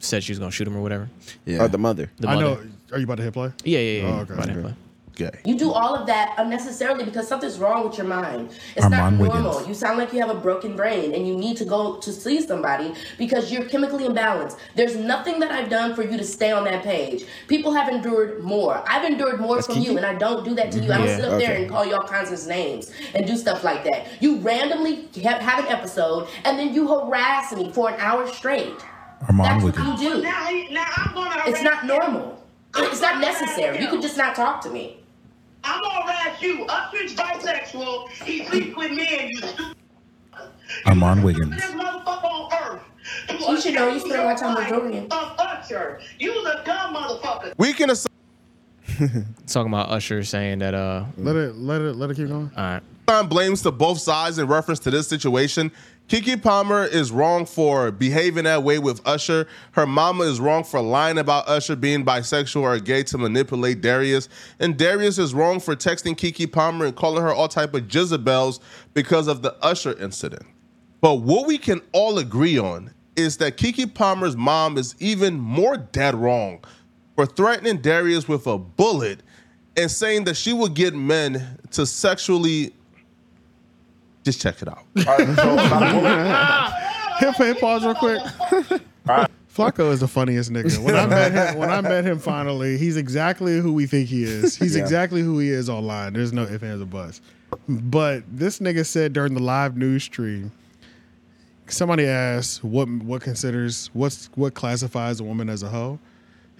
S6: said she was gonna shoot him or whatever.
S1: Yeah,
S2: Or the mother.
S6: The
S3: I
S6: mother.
S3: know. Are you about to hit play?
S6: Yeah, yeah, yeah.
S3: Oh, okay.
S6: About him, but-
S2: Gay.
S11: You do all of that unnecessarily because something's wrong with your mind. It's
S12: Armand
S11: not
S12: Wiggins.
S11: normal. You sound like you have a broken brain and you need to go to see somebody because you're chemically imbalanced. There's nothing that I've done for you to stay on that page. People have endured more. I've endured more
S6: That's
S11: from
S6: Kiki?
S11: you and I don't do that to you. I don't
S6: Yeah,
S11: sit up there
S6: okay.
S11: and call you all kinds of names and do stuff like that. You randomly have, have an episode and then you harass me for an hour straight.
S12: Armand
S11: That's what
S12: Wiggins.
S11: you do. it's not normal. It's not necessary. You could just not talk to me.
S13: I'm gonna harass you. Upton's bisexual. He sleeps with men. You stupid
S12: Armand Wiggins.
S13: motherfucker on earth.
S11: You should know you spend more time with Julian.
S13: Of Usher. You's a dumb motherfucker.
S2: We can
S6: talking about Usher saying that uh
S3: Let it. Let it. Let it keep going.
S6: all right.
S14: Time blames to both sides in reference to this situation. Kiki Palmer is wrong for behaving that way with Usher. Her mama is wrong for lying about Usher being bisexual or gay to manipulate Darius. And Darius is wrong for texting Kiki Palmer and calling her all type of Jezebels because of the Usher incident. But what we can all agree on is that Kiki Palmer's mom is even more dead wrong for threatening Darius with a bullet and saying that she would get men to sexually just check it out.
S3: Hit play. Pause real quick. Flacco is the funniest nigga. When I met him, when I met him finally, he's exactly who we think he is. He's
S2: Yeah.
S3: exactly who he is online. There's no ifs, ands, or buts. But this nigga said during the live news stream, somebody asked what what considers what's what classifies a woman as a hoe.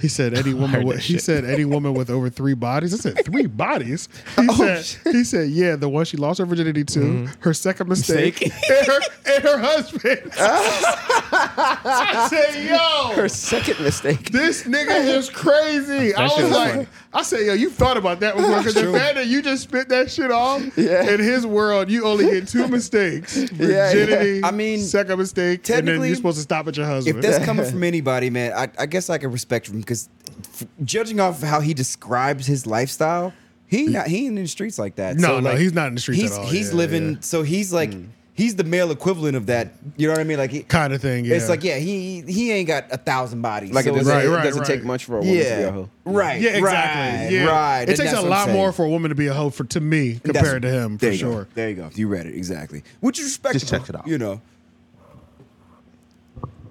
S3: He said any woman.
S2: heard
S3: With,
S2: that
S3: he
S2: shit.
S3: said any woman with over three bodies. I said three bodies. He
S2: Oh,
S3: said he said yeah, the one she lost her virginity to,
S2: Mm-hmm.
S3: her second mistake, and, her, and her husband. I said yo,
S2: Her second mistake.
S3: this nigga is crazy.
S2: That
S3: I
S2: shit
S3: was
S2: was
S3: like,
S2: funny.
S3: I said, yo, you thought about that before because the
S2: True.
S3: fact that you just spit that shit off
S2: Yeah.
S3: in his world, you only get two mistakes:
S1: yeah.
S3: virginity, I mean, second mistake, and then
S1: technically,
S3: you're supposed to stop at your
S1: If
S3: husband.
S1: that's coming from anybody, man, I, I guess I can respect him because f- judging off of how he describes his lifestyle, he not, he ain't in the streets like that.
S3: No,
S1: So,
S3: no,
S1: like,
S3: he's not in the streets at
S1: He's
S3: all.
S1: he's
S3: Yeah,
S1: living.
S3: yeah.
S1: So he's like
S2: Hmm.
S1: he's the male equivalent of that. You know what I mean? Like he,
S3: kind of thing, yeah.
S1: It's like yeah, he he ain't got a thousand bodies.
S2: Like it
S1: So it's
S2: doesn't,
S1: like-
S2: it doesn't take much for a woman to be
S1: Yeah.
S2: a hoe.
S1: Right.
S3: Yeah, exactly.
S1: Right.
S3: yeah.
S1: right.
S3: It
S1: And that's
S3: takes a
S1: what I'm
S3: lot
S1: saying.
S3: more for a woman to be a hoe for to me compared to
S1: That's-
S3: him,
S1: there
S3: for
S1: you go.
S3: sure.
S1: There you go. You read it exactly. Which is respectable. Just check it out. You know.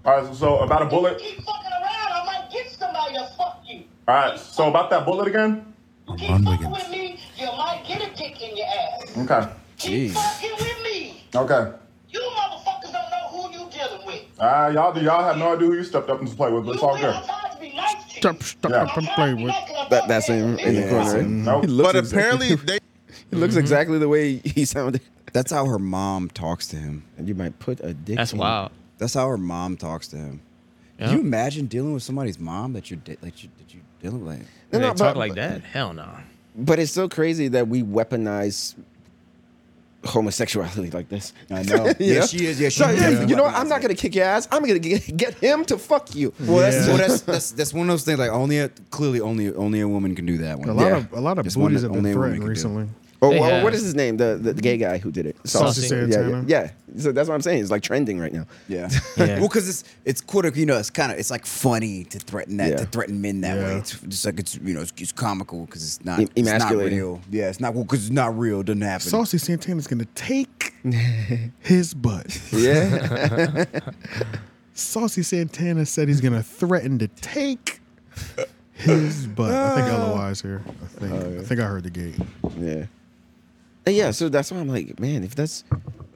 S15: All right, so about a bullet.
S13: Keep fucking around. I might get somebody to fuck you.
S15: All right, so about that bullet again.
S13: Keep fucking with me. You might get a kick in your ass.
S15: Okay.
S13: Keep fucking with me.
S15: Okay.
S13: You motherfuckers don't know who you dealing with.
S15: Ah, y'all do. Y'all have no idea who you stepped up and play with, but it's all good.
S2: That, that's him in the
S1: Yeah.
S2: corner. Right?
S1: Nope.
S2: He looks
S1: But
S2: exactly-
S1: apparently they-
S2: he
S3: Mm-hmm.
S2: looks exactly the way he sounded.
S1: That's how her mom talks to him.
S2: And you might put a dick.
S1: in- That's how her mom talks to him. Can you imagine dealing with somebody's mom that you're di- like you, that you dealing with?
S2: No,
S6: they
S2: no,
S6: talk
S2: but-
S6: like
S2: but-
S6: that? Hell no.
S2: But it's so crazy that we weaponize homosexuality like this.
S1: I know. Oh, Yeah, she is. Yeah, she definitely
S2: You know, what? I'm not gonna kick your ass. I'm gonna get, get him to fuck you.
S1: Well, that's, well that's, that's that's one of those things. Like only a, clearly only only a woman can do that one.
S3: A lot of a lot of
S1: Just one
S3: booties
S1: that
S3: have been
S1: only a woman
S3: threatened
S1: can do.
S3: recently.
S2: Or,
S1: They
S2: or
S1: have.
S2: Oh, what is his name? The, the the gay guy who did it.
S1: Saucy
S2: Yeah, yeah,
S1: Santana.
S2: yeah. So that's what I'm saying. It's like trending right now.
S1: Yeah. Well, because it's it's quote unquote, you know, it's kind of it's like funny to threaten that
S2: Yeah.
S1: to threaten men that way.
S2: Yeah.
S1: It's just like it's you know it's, it's comical because it's not
S2: E-
S1: it's not
S2: emasculating.
S1: real. Yeah, it's not well because it's not real. It doesn't happen.
S3: Saucy Santana's gonna take his butt.
S1: Yeah.
S3: Saucy Santana said he's gonna threaten to take his butt. I think LOI's here. I think I think I heard the gate.
S2: Yeah. And yeah, so that's why I'm like, man, if that's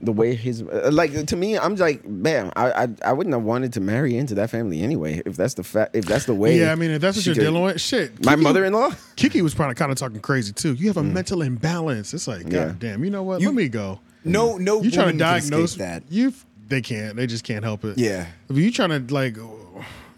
S2: the way his uh, like to me, I'm like, man, I, I I wouldn't have wanted to marry into that family anyway. If that's the fa- if that's the way.
S3: yeah, I mean, if that's what
S2: she
S3: you're
S2: did-
S3: dealing with, shit.
S2: My mother-in-law?
S3: Kiki was probably kind of talking crazy too. You have a mental imbalance. It's like,
S2: Yeah.
S3: god damn, you know what? Let me go.
S1: No, no.
S3: You trying to
S1: woman can escape
S3: diagnose
S1: that.
S3: You, they can't. They just can't help it.
S1: Yeah.
S3: If you trying to like,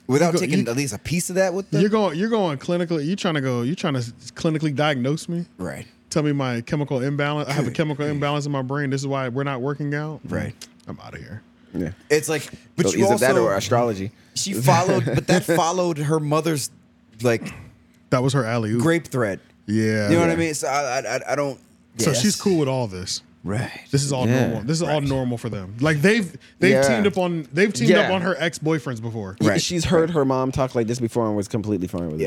S1: Without
S3: you go-
S1: taking
S3: you-
S1: at least a piece of that with them.
S3: you're going, you're going clinically. You trying to go. You trying to clinically diagnose me.
S1: right.
S3: Tell me my chemical imbalance. I have a chemical imbalance in my brain. This is why we're not working out.
S1: Right.
S3: I'm out of here.
S2: Yeah.
S1: It's like, but
S2: So
S1: you
S2: either
S1: also
S2: that or astrology.
S1: She followed, but that followed her mother's like
S3: that was her alley
S1: grape thread.
S3: Yeah,
S1: you know what I mean. So I, I, I- I don't.
S3: So
S1: Yes.
S3: she's cool with all this.
S1: Right.
S3: This is all
S1: Yeah,
S3: normal. This is all normal for them. Like they've they've
S2: Yeah.
S3: teamed up on they've teamed up
S2: Yeah.
S3: on her ex boyfriends before.
S2: Yeah, She's heard her mom talk like this before and was completely fine with it.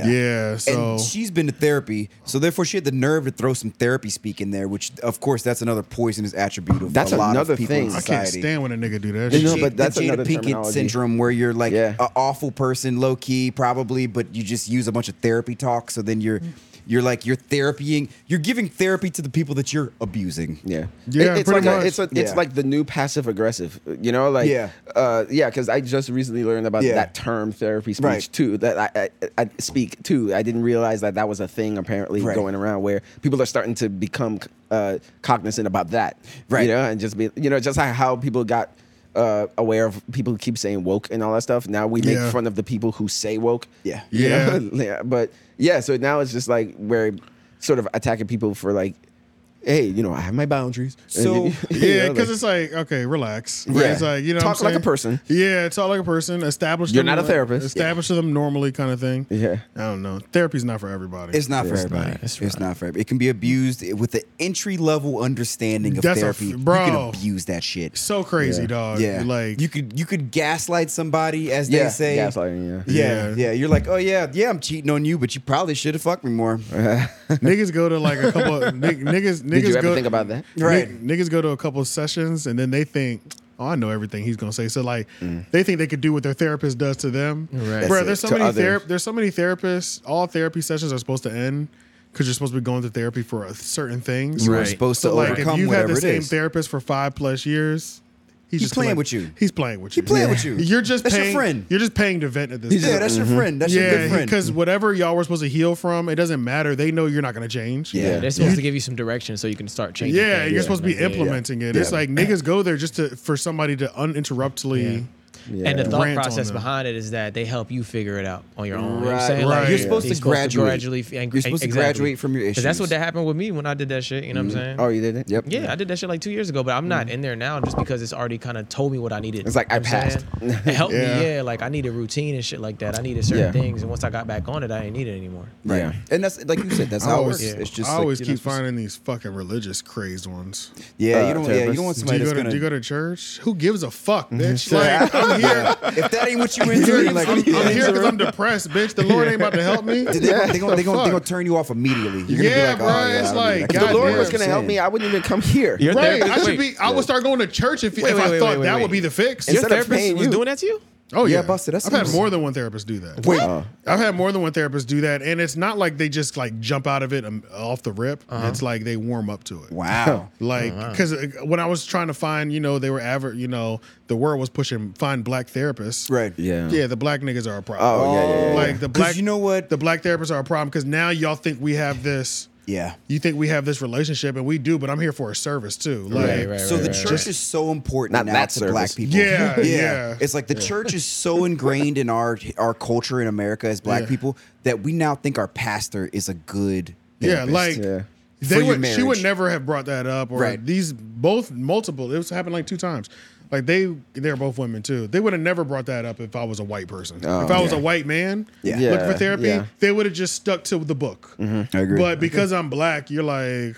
S1: and she's been to therapy, so therefore she had the nerve to throw some therapy speak in there, which of course that's another poisonous attribute of
S2: That's
S1: a lot
S2: another
S1: of people in
S2: thing.
S3: I
S1: society.
S3: can't stand when a nigga do that.
S1: The
S3: shit.
S1: Jada- the Jada Pinkett syndrome, where you're like an awful person, low key, probably, but you just use a bunch of therapy talk. So then you're, you're like you're therapying, you're giving therapy to the people that you're abusing.
S2: Yeah,
S1: Yeah,
S2: It- it's
S1: pretty
S2: like a-
S1: much.
S2: it's a, it's
S1: Yeah.
S2: like the new passive aggressive. You know, like
S1: Yeah.
S2: uh, yeah. Because I just recently learned about
S1: Yeah.
S2: that term therapy speech
S1: Right.
S2: too. That I, I, I speak too. I didn't realize that that was a thing apparently
S1: Right.
S2: going around where people are starting to become uh, cognizant about that.
S1: Right.
S2: You know, and just be you know just how, how people got. Uh, aware of people who keep saying woke and all that stuff. Now we make
S1: Yeah.
S2: fun of the people who say woke.
S1: Yeah.
S2: You know?
S1: Yeah.
S2: yeah. But yeah, so now it's just like we're sort of attacking people for like, hey, you know, I have my boundaries. And
S3: So
S2: then- you
S3: yeah,
S2: know,
S3: because
S2: like,
S3: it's like okay, relax.
S2: Yeah.
S3: It's like you know,
S2: Talk
S3: what I'm
S2: like a
S3: saying?
S2: person.
S3: Yeah, talk like a person. Establish.
S2: You're
S3: them
S2: not a
S3: like-
S2: therapist.
S3: Establish them normally, kind of thing.
S2: Yeah.
S3: I don't know. Therapy's not for everybody.
S1: It's not for everybody. It's not for everybody. It can be abused with the entry level understanding of
S3: That's a
S1: therapy.
S3: f-
S1: You
S3: bro.
S1: can abuse that shit.
S3: So crazy,
S1: Yeah.
S3: dog.
S1: Yeah,
S3: Like
S1: you could you could gaslight somebody as
S2: yeah,
S1: they say.
S2: gaslighting. Yeah.
S1: Yeah, yeah, You're like, oh yeah, yeah, I'm cheating on you, but you probably should have fucked me more.
S3: niggas go to like a couple. Of, nig- niggas. Niggas
S2: Did you ever
S3: go,
S2: think about that?
S3: Nig-
S1: Right.
S3: niggas go to a couple of sessions and then they think. Oh, I know everything he's gonna say. So like, they think they could do what their therapist does to them.
S2: Mm. Right.
S3: Bro,
S2: That's
S3: there's
S2: it.
S3: so
S2: To
S3: many
S2: others.
S3: therap- there's so many therapists. All therapy sessions are supposed to end because you're supposed to be going to therapy for a certain things.
S1: You are Right. supposed to
S3: if
S1: overcome
S3: you've had
S1: whatever
S3: the
S1: it
S3: same
S1: is.
S3: therapist for five plus years. He's,
S1: He's
S3: just
S1: playing
S3: like-
S1: with you.
S3: He's playing with you.
S1: playing with you.
S3: You're just
S1: That's your
S3: paying,
S1: friend.
S3: You're just paying to vent at this.
S1: He's
S3: point.
S1: just- Yeah, that's your Mhm. friend. That's your good friend.
S3: Because whatever y'all were supposed to heal from, it doesn't matter. They know you're not going to change.
S6: Yeah, they're supposed to give you some direction so you can start changing.
S3: Yeah,
S6: things.
S3: you're supposed to be
S6: Yeah, yeah, yeah.
S3: implementing it. It's
S6: Yeah.
S3: like niggas go there just to for somebody to uninterruptedly.
S6: And the thought
S3: rant on
S6: process
S3: them.
S6: behind it is that they help you figure it out on your own. You know what I'm
S1: Right,
S6: saying?
S1: right. You're supposed to graduate.
S6: gradually f- and-
S1: You're supposed to
S6: exactly.
S1: graduate from your
S6: 'Cause That's
S1: issues. Mm-hmm.
S6: what that happened with me when I did that shit. You know what I'm saying?
S2: Oh, you did it? Yep.
S6: Yeah, I did that shit like two years ago, but I'm not
S1: Mm.
S6: in there now just because it's already kind of told me what I needed.
S2: It's like,
S6: You know
S2: I
S6: what I'm
S2: passed.
S6: saying? It helped
S2: Yeah.
S6: me, yeah. Like I needed routine and shit like that. I needed certain
S2: Yeah.
S6: things, and once I got back on it, I didn't need it anymore.
S1: Right. And that's like you said, that's
S3: I
S1: how it
S3: always,
S1: works. It's just
S3: I
S1: like,
S3: always
S1: you know,
S3: keep
S1: it's just-
S3: finding these fucking religious crazed ones.
S1: Yeah, you don't. Yeah, you don't want
S3: Do
S1: somebody
S3: you,
S1: that's
S3: go to,
S1: gonna. Mm-hmm.
S3: do you go to church? Who gives a fuck, bitch? like I'm here.
S1: if that ain't what you
S3: I'm
S1: into,
S3: here
S1: you're like,
S3: because I'm depressed, bitch. The Lord ain't about to help me.
S1: They gonna, they gonna, they gonna,
S3: Fuck.
S1: they gonna turn you off immediately. You're gonna
S3: Yeah,
S1: be like, oh,
S3: bruh,
S1: yeah,
S3: it's
S1: I don't
S3: like,
S1: need that.
S3: God
S2: The Lord
S3: damn,
S2: was going to help
S1: saying.
S2: me. I wouldn't even come here.
S6: Your
S3: right.
S6: therapist-
S3: I should
S6: wait.
S3: be. I would start going to church if, if I thought that would be the fix.
S6: Your therapist was doing that to you?
S3: Oh yeah,
S1: Yeah, Buster, that's
S3: I've had
S1: interesting.
S3: more than one therapist do that.
S1: Wait. Uh.
S3: I've had more than one therapist do that, and it's not like they just like jump out of it um, off the rip. It's like they warm up to it.
S1: Wow.
S3: Like, because when I was trying to find, you know, they were aver, you know, the world was pushing find black therapists.
S1: Right.
S2: Yeah.
S3: Yeah, the black niggas are a problem.
S2: Oh, yeah, yeah, yeah, yeah.
S3: Like the
S1: 'Cause
S3: black,
S1: you know what?
S3: the black therapists are a problem because now y'all think we have this.
S1: Yeah.
S3: You think we have this relationship, and we do, but I'm here for a service too. Like,
S1: so the church is so important
S2: Not
S1: now
S2: that
S1: to
S2: service.
S1: black people.
S3: Yeah, yeah.
S1: It's like the church is so ingrained in our our culture in America as black
S3: Yeah.
S1: people that we now think our pastor is a good
S3: Yeah,
S1: therapist.
S3: like
S2: Yeah.
S1: For
S3: they
S1: your
S3: would. She would
S1: marriage.
S3: never have brought that up. Or
S1: Right.
S3: these both multiple. It was happened like two times. Like they, they're both women too. They would have never brought that up if I was a white person.
S2: Oh,
S3: if I was
S2: yeah.
S3: a white man
S1: Yeah. Mm-hmm.
S3: looking
S2: Yeah,
S3: for therapy,
S2: yeah.
S3: they would have just stuck to the book.
S1: I agree.
S3: But because I'm black, you're like,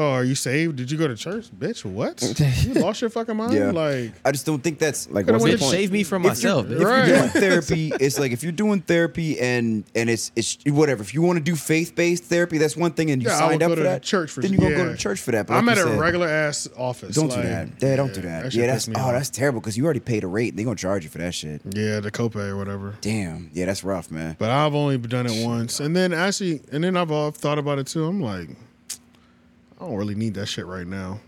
S3: oh, are you saved? Did you go to church, bitch? What? you lost your fucking mind?
S1: Yeah.
S3: Like,
S1: I just don't think that's
S2: Like,
S3: Could've
S2: what's
S3: went
S2: the
S3: to
S2: point?
S6: Save me from
S1: if you're,
S6: myself.
S1: if
S6: bitch.
S1: you're
S3: Right.
S1: doing therapy, it's like if you're doing therapy and and it's it's whatever. If you want to do faith based therapy, that's one thing, and you
S3: yeah, I would
S1: signed
S3: go
S1: up
S3: to
S1: for that.
S3: church for.
S1: then you are gonna go
S3: yeah.
S1: to church for that. but
S3: I'm
S1: like
S3: at
S1: you
S3: a
S1: said,
S3: regular ass office.
S1: Don't
S3: like,
S1: do that. Yeah, don't do that.
S3: shit
S1: yeah, that's
S3: pissed
S1: oh,
S3: me off.
S1: that's terrible because you already paid a rate. They're gonna charge you for that shit.
S3: yeah, the copay or whatever.
S1: Damn. Yeah, that's rough, man.
S3: But I've only done it once, and then actually, and then I've all thought about it too. I'm like, I don't really need that shit right now.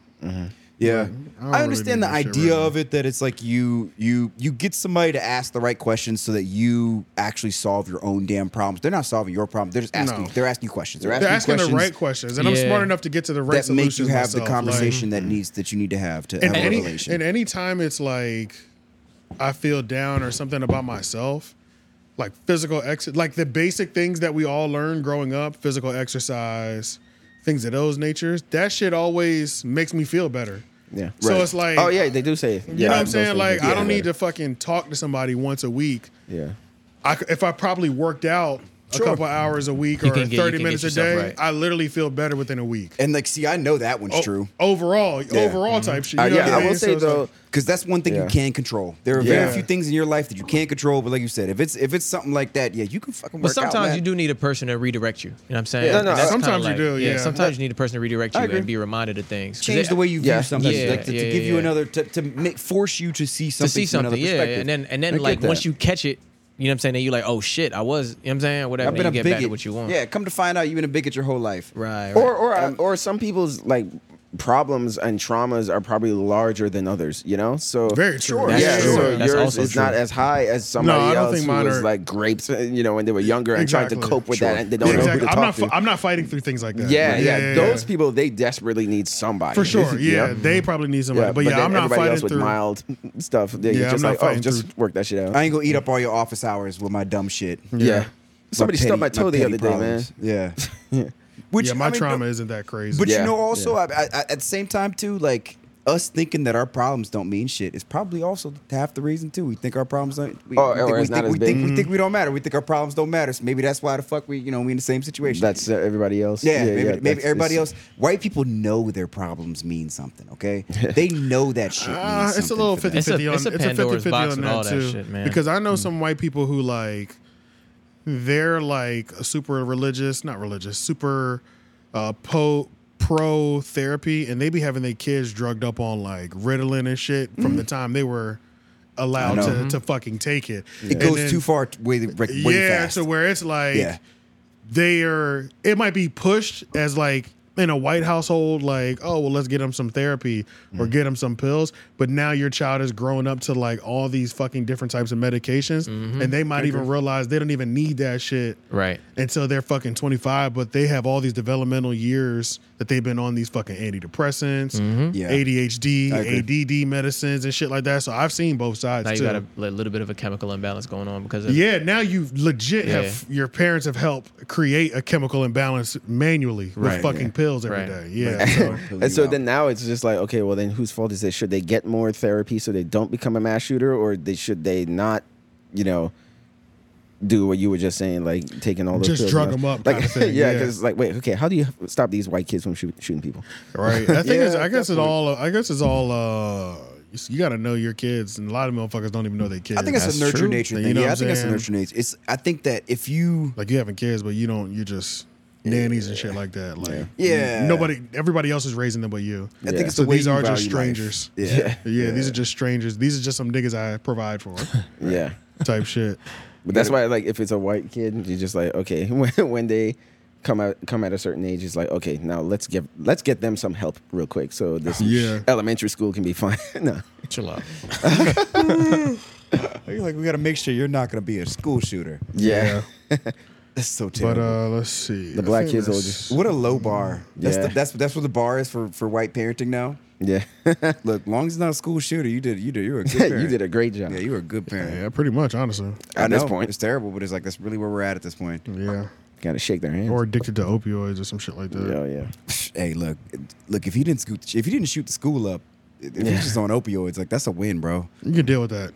S1: Yeah,
S3: I don't
S1: I,
S3: really
S1: understand
S3: need
S1: the
S3: that shit
S1: idea
S3: right now.
S1: of it that it's like you you you get somebody to ask the right questions so that you actually solve your own damn problems. They're not solving your problem. They're just asking.
S3: No.
S1: They're asking you questions. They're
S3: They're
S1: asking, you
S3: asking
S1: questions
S3: the right questions, and I'm
S6: Yeah.
S3: smart enough to get to the right
S1: that make you
S3: solutions
S1: have
S3: myself,
S1: the conversation that needs that you need to have to
S3: Like,
S1: have
S3: and
S1: a
S3: any
S1: revelation.
S3: and any time it's like I feel down or something about myself, like physical exit, like the basic things that we all learned growing up, physical exercise, things of those natures. That shit always makes me feel better.
S2: Yeah.
S3: So it's like-
S2: oh yeah, they do say. it.
S3: You
S2: Yeah,
S3: know what I'm
S2: those
S3: saying?
S2: things
S3: Like,
S2: do
S3: I
S2: say
S3: don't
S2: that.
S3: need to fucking talk to somebody once a week.
S2: Yeah.
S3: I c if I probably worked out
S1: Sure.
S3: a couple hours a week
S1: You
S3: or
S1: can get- you
S3: 30
S1: can
S3: minutes a
S1: get yourself
S3: day,
S1: right.
S3: I literally feel better within a week.
S1: And like, see, I know that one's
S3: O-
S1: true.
S3: Overall,
S1: Yeah.
S3: overall
S1: Mhm.
S3: type shit.
S1: Uh,
S3: You know
S1: yeah,
S3: what
S1: I
S3: mean?
S1: will say
S3: So it's like-
S1: though, because that's one thing
S2: Yeah.
S1: you can control. There are
S2: Yeah.
S1: very few things in your life that you can't control. But like you said, if it's if it's something like that, yeah, you can fucking.
S6: But
S1: work out,
S6: sometimes
S1: man.
S6: you do need a person to redirect you. You know what I'm saying?
S1: Yeah, no,
S6: And
S1: no,
S6: that's kinda
S1: sometimes you
S6: like-
S1: do, yeah.
S6: Sometimes you need a person to redirect
S1: I
S6: you
S1: agree.
S6: and be reminded of things. 'Cause
S1: change
S6: it-
S1: the way you view something,
S6: Yeah,
S1: like to,
S6: yeah,
S1: to give
S6: yeah,
S1: you
S6: yeah.
S1: another to, to make force you to see something
S6: to see
S1: from another
S6: something, yeah,
S1: perspective.
S6: and then and
S1: I
S6: then
S1: get
S6: like
S1: that.
S6: once you catch it, you know what I'm saying? Then you like, oh shit, I was, you know what I'm saying? Whatever.
S1: I've been
S6: you
S1: a
S6: get
S1: bigot.
S6: back to what you want.
S1: Yeah, come to find out, you've been a bigot your whole life.
S6: Right.
S2: or or or some people's like problems and traumas are probably larger than others. You know, so
S3: Very true.
S2: Yeah,
S3: That's true.
S2: so
S3: That's
S2: yours
S3: also
S2: is
S3: true.
S2: not as high as somebody
S3: No, I don't
S2: else
S3: think
S2: who
S3: mine
S2: was
S3: are-
S2: like grapes. uh, You know, when they were younger and tried to
S3: Exactly.
S2: cope with
S3: Sure.
S2: that, and they don't
S3: Yeah,
S2: know
S3: exactly.
S2: who to
S3: I'm
S2: talk
S3: not,
S2: to.
S3: fi- I'm not fighting through things like that.
S2: yeah,
S3: But
S2: yeah, Those people, they desperately need somebody
S3: For sure. Yeah, they probably need somebody. but yeah,
S2: then
S3: I'm not
S2: everybody
S3: fighting
S2: else with
S3: through.
S2: mild stuff. They
S1: Yeah, I'm
S2: just
S1: not
S2: like, oh,
S1: fighting
S2: just work that shit out.
S1: I ain't gonna eat up all your office hours with my dumb shit.
S2: Yeah. Somebody stubbed my toe the
S1: petty
S2: other day,
S1: problems. Yeah. Which
S3: yeah, my
S1: I mean,
S3: trauma
S1: no-
S3: isn't that crazy.
S1: But you know, also I, I, I- at the same time too, like us thinking that our problems don't mean shit is probably also half the reason too. We think our problems don't. We,
S2: Oh,
S1: we think,
S2: or
S1: we,
S2: it's not
S1: think,
S2: as
S1: we, think we
S2: big. Mm-hmm.
S1: think we don't matter. We think our problems don't matter. So maybe that's why the fuck we you know we in the same situation.
S2: That's uh, everybody else.
S1: yeah, maybe,
S2: that's-
S1: maybe everybody
S2: it's-
S1: else. White people know their problems mean something. Okay, they know that shit. Means
S3: Uh, it's a
S1: something
S3: little
S1: for them.
S3: 50 50 on
S6: It's a- it's a
S3: it's a
S6: Pandora's
S3: 50-50
S6: box
S3: on
S6: with
S3: that
S6: all that
S3: too.
S6: shit, man. Hmm.
S3: Because I know some white people who like they're like super religious, not religious, super uh po pro therapy and they be having their kids drugged up on like Ritalin and shit from the time they were allowed
S1: Hmm. I know.
S3: to, to fucking take it.
S1: It
S3: And
S1: goes
S3: then-
S1: too far. t- Way, like, way
S3: yeah,
S1: fast.
S3: to where it's like
S1: Yeah.
S3: they are. It might be pushed as like in a white household, like oh well, let's get them some therapy or
S6: Mm-hmm.
S3: get them some pills. But now your child is growing up to like all these fucking different types of medications, and they might even
S6: Mm-hmm. Agree.
S3: realize they don't even need that shit
S6: Right.
S3: until they're fucking 25 but they have all these developmental years that they've been on these fucking antidepressants
S6: Mhm. Yeah. I
S3: adhd add medicines and shit like that so i've seen both sides
S6: Now you
S3: too.
S6: got a li- little bit of a chemical imbalance going on because of
S3: Yeah, now you legit
S6: Yeah.
S3: have your parents have helped create a chemical imbalance manually with
S6: Right,
S3: fucking
S6: yeah.
S3: pills every
S6: Right.
S3: day. Yeah, so-
S2: and so then now it's just like, okay, well then whose fault is it? Should they get more therapy so they don't become a mass shooter, or they should they not, you know, do what you were just saying, like taking all those
S3: Just
S2: pills
S3: drug
S2: and
S3: 'em
S2: all-
S3: up
S2: like
S3: kinda thing,
S2: yeah,
S3: yeah.
S2: because like wait, okay, how do you stop these white kids from shoot, shooting people?
S3: right. I think it's,
S2: Yeah,
S3: I guess it's
S2: definitely.
S3: all. I guess it's all. uh you s- You got to know your kids, and a lot of motherfuckers don't even know their kids.
S1: I think it's a nurture nature thing. yeah, I think it's a
S3: saying?
S1: nurture nature. It's I think that if you
S3: like you having kids, but you don't. You're just nannies and shit like that. Like
S1: Yeah.
S3: nobody, everybody else is raising them but you.
S1: I think Yeah. it's
S3: so
S1: the way
S3: these
S1: you
S3: are
S1: value
S3: just
S1: life.
S3: strangers.
S1: Yeah.
S3: yeah,
S1: Yeah.
S3: These are just strangers. These are just some niggas I provide for.
S2: Yeah.
S3: type shit.
S2: But that's why, like, if it's a white kid, you're just like, okay, when, when they come out come at a certain age, it's like, okay, now let's give let's get them some help real quick, so this
S3: Yeah.
S2: elementary school can be fine. no,
S6: chill out.
S1: You're like, we got to make sure you're not going to be a school shooter.
S2: Yeah.
S1: that's so
S3: But
S1: terrible.
S3: uh, let's see.
S2: The
S3: I
S2: black
S3: think
S2: kids will
S3: that's-
S2: just-
S1: what a low bar. That's,
S2: Yeah.
S1: the, that's that's what the bar is for for white parenting now.
S2: yeah,
S1: Look, long as it's not a school shooter, you did you did you're a good parent.
S2: you did a great job.
S1: yeah, you were a good parent.
S3: Yeah, pretty much, honestly.
S1: I
S2: At this
S1: know,
S2: point.
S1: it's terrible, but it's like that's really where we're at at this point.
S3: Yeah.
S2: Got to shake their hands.
S3: Or addicted to opioids or some shit like that.
S2: yeah, yeah.
S1: Hey, look, look, if he didn't scoot, if he didn't shoot the school up, if
S2: Yeah.
S1: he's just on opioids, like that's a win, bro.
S3: You can deal with that.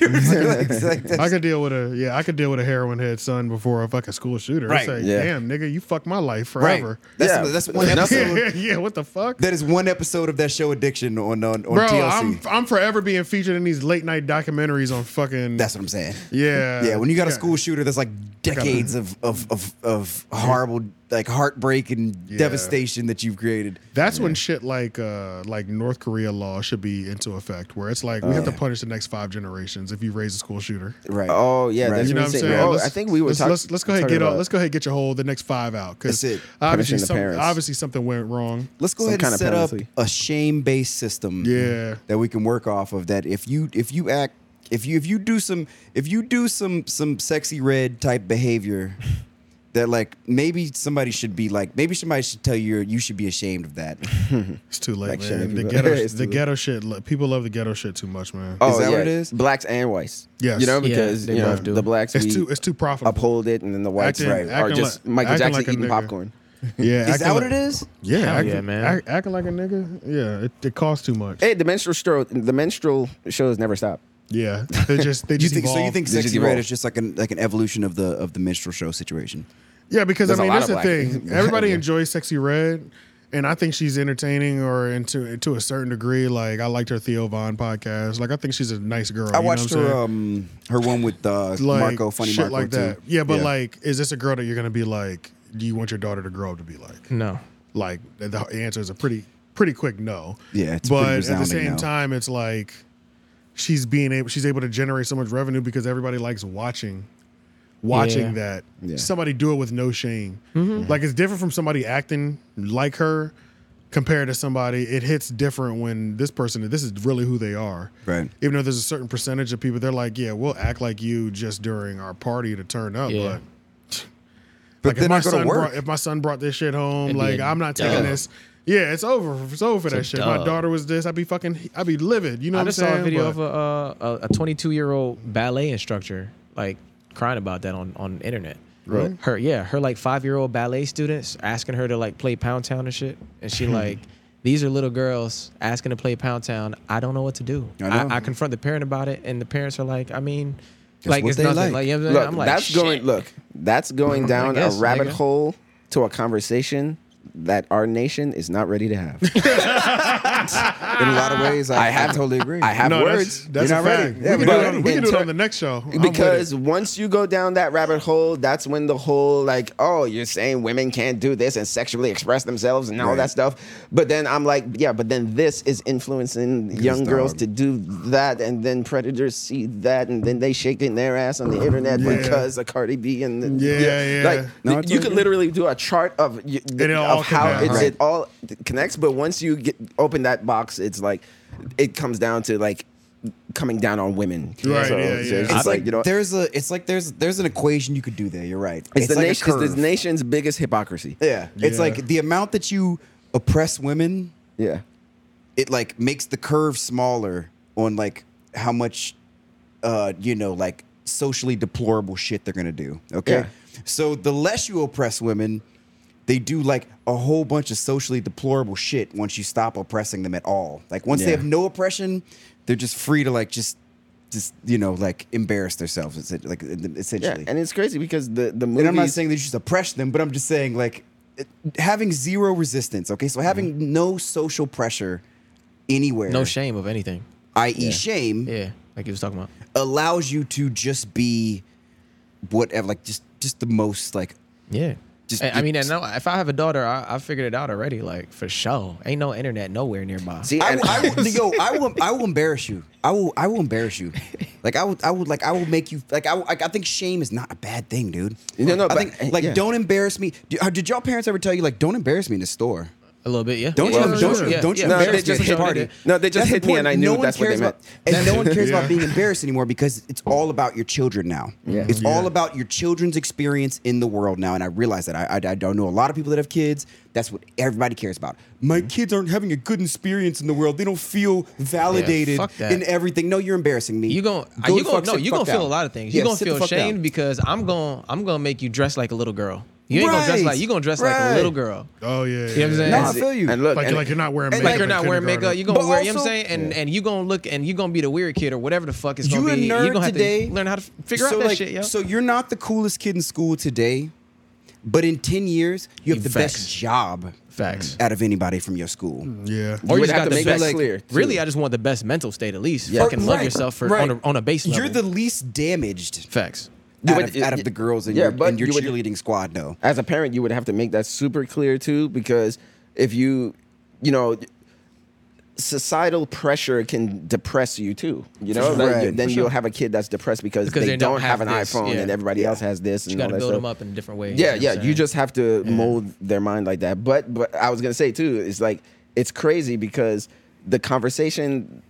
S1: It's like, that's-
S3: I could deal with a yeah, I could deal with a heroin head son before a fucking school shooter. It's
S1: Right.
S3: like,
S1: Yeah.
S3: damn, nigga, you fucked my life
S1: right.
S3: forever.
S1: That's
S2: Yeah.
S1: that's one episode.
S3: Yeah, yeah, what the fuck?
S1: That is one episode of that show Addiction on on, on
S3: Bro,
S1: TLC.
S3: I'm I'm forever being featured in these late night documentaries on fucking
S1: that's what I'm saying.
S3: Yeah.
S1: Yeah, when you got a
S3: Yeah.
S1: school shooter that's like decades of of of, of horrible like heartbreak and
S3: Yeah.
S1: devastation that you've created.
S3: That's when shit like uh like North Korea law should be into effect where it's like we have
S1: Uh.
S3: to punish the next five generations if you raise a school shooter.
S1: Right.
S2: Oh yeah,
S1: Right.
S2: that's
S3: You know what I'm saying?
S2: Oh,
S3: Let's-
S2: I think we were
S3: let's,
S2: talking.
S3: let's, let's go ahead get all, let's go ahead get your whole the next five out because
S1: That's it.
S3: obviously
S2: Punishing the
S3: some,
S2: parents.
S3: obviously something went wrong.
S1: Let's go
S2: Some
S1: ahead
S2: kind
S1: and
S2: of
S1: set up
S2: penalty.
S1: a shame based system.
S3: Yeah.
S1: That we can work off of. That if you if you act if you if you do some if you do some some sexy red type behavior. That like maybe somebody should be like maybe somebody should tell you you should be ashamed of that.
S3: It's too late,
S2: Like
S3: man.
S2: shaming
S3: The
S2: people.
S3: ghetto,
S2: It's too
S3: the
S2: late.
S3: ghetto shit. lo- People love the ghetto shit too much, man.
S2: Oh,
S1: Is that
S2: yeah.
S1: what it is?
S2: Blacks and whites.
S3: Yes.
S2: You know,
S3: Yeah,
S2: because
S6: they
S2: you know,
S6: both do.
S2: the blacks
S3: it's
S2: we
S3: too it's too profitable.
S2: uphold it, and then the whites
S3: Acting-
S2: right, are
S3: acting
S2: just
S3: like-
S2: Michael
S3: acting
S2: Jackson
S3: like a
S2: eating
S3: nigga.
S2: popcorn.
S3: Yeah,
S1: is
S3: acting
S1: that what
S3: like-
S1: it is?
S3: Yeah,
S2: Hell
S3: acting,
S2: yeah, man.
S3: act- acting like a nigga. Yeah, it, it costs too much.
S2: Hey, the menstrual show, the menstrual shows never stop.
S3: Yeah, they just they
S1: you
S3: just
S1: think so? You
S3: evolve.
S1: think Sexy Red is just like an like an evolution of the of the minstrel show situation?
S3: Yeah, because
S2: There's a
S3: I mean
S2: lot
S3: that's
S2: of
S3: the
S2: black
S3: thing.
S2: people.
S3: Everybody
S2: Yeah.
S3: enjoys Sexy Red, and I think she's entertaining or into to a certain degree. Like I liked her Theo Vaughn podcast. Like I think she's a nice girl.
S1: I
S3: you know
S1: watched
S3: what I'm
S1: her
S3: saying?
S1: um her one with uh,
S3: like,
S1: Marco, funny
S3: shit
S1: Marco
S3: like
S1: too.
S3: that. Yeah, but like, is this a girl that you're gonna be like? Do you want your daughter to grow up to be like?
S6: No.
S3: Like the- the answer is a pretty pretty quick no.
S1: Yeah, it's pretty
S3: but at the
S1: resounding
S3: same
S1: no.
S3: time, it's like she's being able she's able to generate so much revenue because everybody likes watching watching
S6: Yeah.
S3: that
S2: Yeah.
S3: somebody do it with no shame.
S6: Mhm.
S3: Like it's different from somebody acting like her compared to somebody. It hits different when this person this is really who they are
S1: right.
S3: even though there's a certain percentage of people, they're like, yeah, we'll act like you just during our party to turn up.
S6: Yeah.
S3: But,
S1: But
S3: like
S1: then
S3: if my
S1: I go to
S3: son
S1: work.
S3: brought if my son brought this shit home,
S6: It'd be
S3: like
S6: a
S3: I'm not
S6: dub.
S3: taking this. Yeah, it's over. It's over for
S6: It's a
S3: that shit. My
S6: dub.
S3: daughter was this. I'd be fucking. I'd be livid. You know
S6: I
S3: what I'm
S6: just
S3: saying?
S6: saw a video
S3: But-
S6: of a, uh, a a 22 year old ballet instructor like crying about that on on the internet.
S2: Really?
S6: Her yeah, her like five year old ballet students asking her to like play Pound Town and shit, and she like. These are little girls asking to play Pound Town. I don't know what to do.
S1: I
S6: I,
S1: know.
S6: I, confront the parent about it, and the parents are like, I mean,
S1: That's
S6: like
S1: what
S6: it's
S1: they
S6: nothing.
S1: like.
S6: Like, you know what I'm saying?
S2: Look,
S6: I'm like,
S2: that's
S6: shit.
S2: going. Look, that's going down
S6: guess,
S2: a rabbit
S6: nigga.
S2: hole to a conversation that our nation is not ready to have.
S1: In a lot of ways, I,
S2: I have-
S1: I totally agree.
S2: I have
S3: No, that's,
S2: words.
S3: that's
S1: You're
S3: a
S1: not
S3: fact.
S1: ready.
S3: We,
S1: Yeah, we're
S3: can do
S1: not
S3: it on,
S1: ready.
S3: we can do it
S2: Until-
S3: on the next show I'm with it.
S2: because once you go down that rabbit hole, that's when the whole like, oh, you're saying women can't do this and sexually express themselves and all
S1: Right.
S2: that stuff. But then I'm like, yeah, but then this is influencing young girls
S1: dog.
S2: to do that, and then predators see that, and then they shaking their ass on the internet
S3: Yeah.
S2: because of Cardi B and the,
S3: Yeah, yeah.
S2: like
S1: No, I
S2: th- you
S1: totally
S2: could
S1: agree.
S2: literally do a chart of y-
S3: it all
S2: of how
S3: connects.
S2: it's,
S3: Right.
S2: it all connects. But once you get open that box, it's like it comes down to like coming down on women.
S3: Right,
S2: So,
S3: yeah,
S2: it's
S3: yeah.
S2: just
S1: It's
S2: like, you know,
S1: there's a it's like there's there's an equation you could do there. You're right.
S2: it's, the
S1: like a
S2: nation, it's
S1: curve.
S2: the nation's biggest hypocrisy.
S1: Yeah. It's
S3: Yeah.
S1: like the amount that you oppress women,
S2: Yeah.
S1: it like makes the curve smaller on like how much uh you know like socially deplorable shit they're going to do. Okay? So the less you oppress women, they do like a whole bunch of socially deplorable shit once you stop oppressing them at all. Like once they
S2: Yeah.
S1: have no oppression, they're just free to like just just you know like embarrass themselves it's like
S2: Yeah.
S1: essentially
S2: And it's crazy because the, the movies.
S1: and I'm not saying that you should suppress them, but I'm just saying like it- having zero resistance. Okay, so having
S2: Mm-hmm.
S1: no social pressure anywhere,
S6: no shame of anything.
S1: i.e., shame,
S6: Yeah, like you was talking about.
S1: allows you to just be whatever, like just just the most like
S6: Yeah.
S1: Just-
S6: I I mean, and
S1: just-
S6: now if I have a daughter, I, I figured it out already. Like for sure, ain't no internet nowhere nearby.
S2: See,
S1: I,
S2: and-
S1: will- I will, yo, I will, I will embarrass you. I will, I will embarrass you. Like I would, I would, like I will make you. Like I, will- like I think shame is not a bad thing, dude.
S2: No, no,
S1: I
S2: but-
S1: think, like
S2: yeah.
S1: don't embarrass me. Did, uh, did y'all parents ever tell you like don't embarrass me in the store?
S6: a little bit, yeah.
S1: Don't
S6: yeah,
S1: you,
S6: yeah,
S1: don't,
S6: yeah,
S1: you,
S6: yeah,
S1: don't you
S6: yeah.
S2: No,
S1: embarrass
S2: they just
S1: me at
S2: hit-
S1: the party?
S6: They did.
S2: no, they just hit me and I
S1: important.
S2: knew
S1: one
S2: that's what they
S1: cares
S2: meant.
S1: About, and no one cares
S3: Yeah.
S1: about being embarrassed anymore because it's all about your children now.
S2: Yeah.
S1: It's
S3: Yeah.
S1: all about your children's experience in the world now. And I realize that. I, I, I don't know a lot of people that have kids. That's what everybody cares about. My kids aren't having a good experience in the world. They don't feel validated
S6: fuck that.
S1: in everything. No, you're embarrassing me.
S6: You gon'
S1: Go
S6: you
S1: the
S6: gon'
S1: fuck
S6: no,
S1: sit
S6: you
S1: the
S6: gonna
S1: fuck
S6: feel
S1: down.
S6: a lot of things. You
S1: Yeah,
S6: gonna
S1: sit the
S6: feel
S1: fuck down.
S6: ashamed because I'm gonna I'm gonna make you dress like a little girl. You ain't gonna dress
S1: Right.
S6: like you gonna dress like
S1: Right.
S6: a little girl.
S3: oh yeah,
S6: You know what I'm
S3: yeah,
S6: saying?
S1: No,
S6: And
S1: I
S6: it's-
S1: feel you.
S2: And look,
S3: like
S2: and-
S3: like you're not wearing
S1: and
S3: makeup.
S1: like
S6: like you're not
S3: in
S6: wearing
S3: kindergarten.
S6: makeup. You gonna
S1: But
S6: wear. you know what
S1: also-
S6: I'm saying, and and you gonna look and you gonna be the weird kid or whatever the fuck is
S1: You
S6: gonna
S1: a
S6: be.
S1: nerd
S6: you gonna have
S1: today,
S6: to learn how to figure
S1: so
S6: out that
S1: like,
S6: shit, yo.
S1: So you're not the coolest kid in school today, but in 10 years, you have the best
S6: Facts.
S1: job
S6: Facts.
S1: out of anybody from your school.
S3: Yeah,
S6: Or
S2: You
S6: you
S2: would
S6: just
S2: have
S6: got
S2: to
S6: the
S2: make that
S6: best.
S2: clear, too.
S6: really, I just want the best mental state at least.
S2: Yeah.
S6: Fucking love
S1: Right,
S6: yourself for
S1: right.
S6: on, a, on a base level.
S1: You're the least damaged
S6: facts.
S1: out,
S2: would-
S1: of, out of the girls in
S2: yeah,
S1: your,
S2: but
S1: in your
S2: you would-
S1: cheerleading squad, no.
S2: as a parent, you would have to make that super clear too, because if you, you know, societal pressure can depress you too. You know, Like,
S1: Right.
S2: then you'll have a kid that's depressed because,
S6: Because
S2: they,
S6: they
S2: don't,
S6: don't
S2: have,
S6: have
S2: an
S6: this,
S2: iPhone
S6: yeah.
S2: and everybody else has this and
S6: You
S2: all
S6: gotta
S2: that
S6: build
S2: stuff.
S6: them up in different ways.
S2: Yeah,
S6: know what
S2: yeah.
S6: I'm
S2: You
S6: saying?
S2: just have to mold their mind like that. But but I was gonna say too, it's like it's crazy because the conversation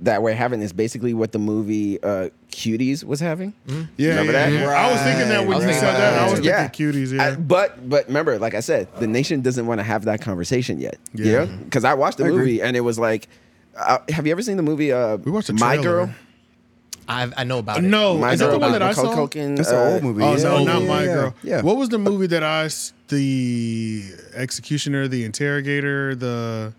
S2: that we're having is basically what the movie uh, Cuties was having.
S6: Mm-hmm.
S3: yeah,
S2: Remember
S3: yeah,
S2: that?
S3: yeah. I was thinking that when
S6: Right. I was
S3: you said
S6: thinking
S3: that,
S6: about
S3: I was
S6: that,
S3: thinking cuties.
S2: I-
S3: Yeah,
S2: but but remember, like I said, the nation doesn't want to have that conversation yet.
S3: Yeah. Mm-hmm.
S2: Yeah. Because I watched the movie and it was like, uh, have you ever seen the movie? Uh,
S3: We watched the
S2: My
S3: trailer.
S2: Girl.
S16: I, I know about it.
S3: No,
S2: My
S3: is that
S2: Girl
S3: the one
S2: by
S3: that I
S2: Macaulay
S3: saw?
S2: Culkin, That's an uh, old movie,
S3: Oh
S2: yeah.
S3: no,
S2: Yeah,
S3: not
S2: yeah,
S3: my
S2: yeah,
S3: girl.
S2: yeah.
S3: What was the movie that I? s- The executioner, the interrogator, the.